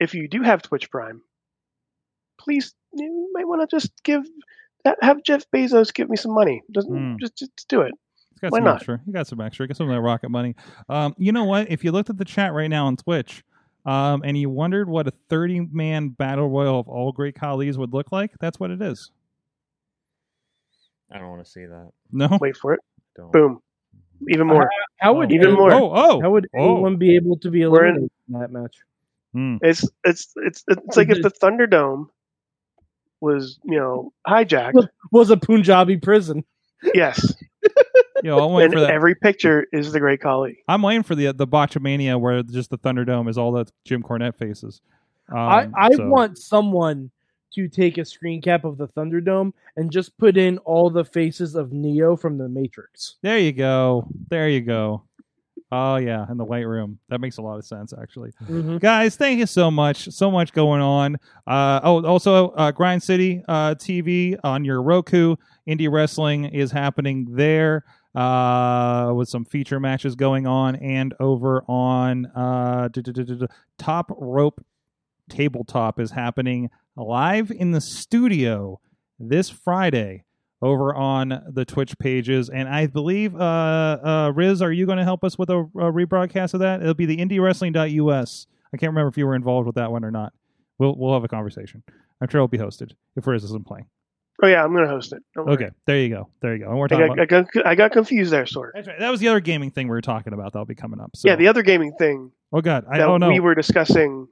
[SPEAKER 3] if you do have Twitch Prime, please you might want to just give that have Jeff Bezos give me some money. Just
[SPEAKER 2] Hmm.
[SPEAKER 3] just, just do it.
[SPEAKER 2] He's got
[SPEAKER 3] Why
[SPEAKER 2] some
[SPEAKER 3] not?
[SPEAKER 2] extra. He got some extra. He got some of that rocket money. Um, you know what? If you looked at the chat right now on Twitch, um, and you wondered what a thirty-man battle royal of all great colleagues would look like, that's what it is.
[SPEAKER 4] I don't want to see that.
[SPEAKER 2] No.
[SPEAKER 3] Wait for it.
[SPEAKER 4] Don't.
[SPEAKER 3] Boom. Even more.
[SPEAKER 5] How would
[SPEAKER 3] Even
[SPEAKER 5] any-
[SPEAKER 3] more.
[SPEAKER 2] Oh, oh.
[SPEAKER 5] How would
[SPEAKER 2] Oh.
[SPEAKER 5] anyone be able to be
[SPEAKER 3] We're in-
[SPEAKER 5] eliminated in that match?
[SPEAKER 2] Hmm.
[SPEAKER 3] It's it's it's it's like if the Thunderdome was, you know, hijacked.
[SPEAKER 5] Was, was a Punjabi prison.
[SPEAKER 3] Yes.
[SPEAKER 2] Yo, I'm waiting
[SPEAKER 3] And
[SPEAKER 2] for that.
[SPEAKER 3] every picture is the great colleague.
[SPEAKER 2] I'm waiting for the the Botchamania where just the Thunderdome is all the Jim Cornette faces. Um,
[SPEAKER 5] I, I
[SPEAKER 2] so-
[SPEAKER 5] want someone to take a screen cap of the Thunderdome and just put in all the faces of Neo from the Matrix.
[SPEAKER 2] There you go. There you go. Oh yeah, in the white room. That makes a lot of sense actually. guys thank you so much so much going on uh oh also uh grind city uh tv on your roku indie wrestling is happening there uh with some feature matches going on and over on uh duh, duh, duh, duh, duh, top rope tabletop is happening live in the studio this friday over on the twitch pages and i believe uh uh riz are you going to help us with a, a rebroadcast of that it'll be the indiewrestling.us I can't remember if you were involved with that one or not. We'll we'll have a conversation. I'm sure it'll be hosted if Riz isn't playing.
[SPEAKER 3] Oh yeah, I'm gonna host it. Don't worry.
[SPEAKER 2] Okay, there you go. There you go. And we're
[SPEAKER 3] I
[SPEAKER 2] talking
[SPEAKER 3] got, I
[SPEAKER 2] about,
[SPEAKER 3] got I got confused there, sort.
[SPEAKER 2] that's right. That was the other gaming thing we were talking about. That'll be coming up. So.
[SPEAKER 3] Yeah, the other gaming thing
[SPEAKER 2] oh god, I
[SPEAKER 3] that
[SPEAKER 2] don't know.
[SPEAKER 3] we were discussing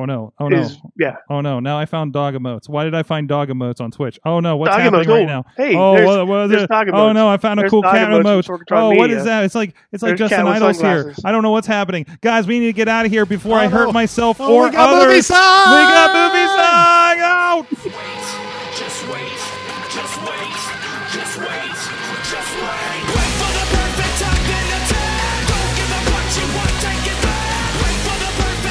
[SPEAKER 2] Oh no! Oh no!
[SPEAKER 3] is yeah.
[SPEAKER 2] Oh no! Now I found dog emotes. Why did I find dog emotes on Twitch? Oh no! What's
[SPEAKER 3] Dog
[SPEAKER 2] happening
[SPEAKER 3] emotes.
[SPEAKER 2] right
[SPEAKER 3] Oh,
[SPEAKER 2] now?
[SPEAKER 3] hey,
[SPEAKER 2] oh,
[SPEAKER 3] there's-
[SPEAKER 2] what, what is
[SPEAKER 3] there's
[SPEAKER 2] it?
[SPEAKER 3] dog
[SPEAKER 2] Oh
[SPEAKER 3] emotes.
[SPEAKER 2] no! I found a
[SPEAKER 3] There's
[SPEAKER 2] cool
[SPEAKER 3] dog
[SPEAKER 2] cat
[SPEAKER 3] emotes
[SPEAKER 2] emote.
[SPEAKER 3] from Sorgatron
[SPEAKER 2] Oh, what
[SPEAKER 3] Media.
[SPEAKER 2] is that? It's like it's like
[SPEAKER 3] There's
[SPEAKER 2] Justin
[SPEAKER 3] cat with
[SPEAKER 2] Idles here.
[SPEAKER 3] sunglasses.
[SPEAKER 2] I don't know what's happening, guys. We need to get out of here before
[SPEAKER 8] Oh,
[SPEAKER 2] I hurt
[SPEAKER 8] no.
[SPEAKER 2] myself
[SPEAKER 8] Oh,
[SPEAKER 2] or
[SPEAKER 8] we got
[SPEAKER 2] others.
[SPEAKER 8] movie
[SPEAKER 2] We got movie song out.
[SPEAKER 9] wait, just wait, just wait, just wait, just wait. Wait for the perfect time then attack. Don't give up what you want, take it back. Wait for the perfect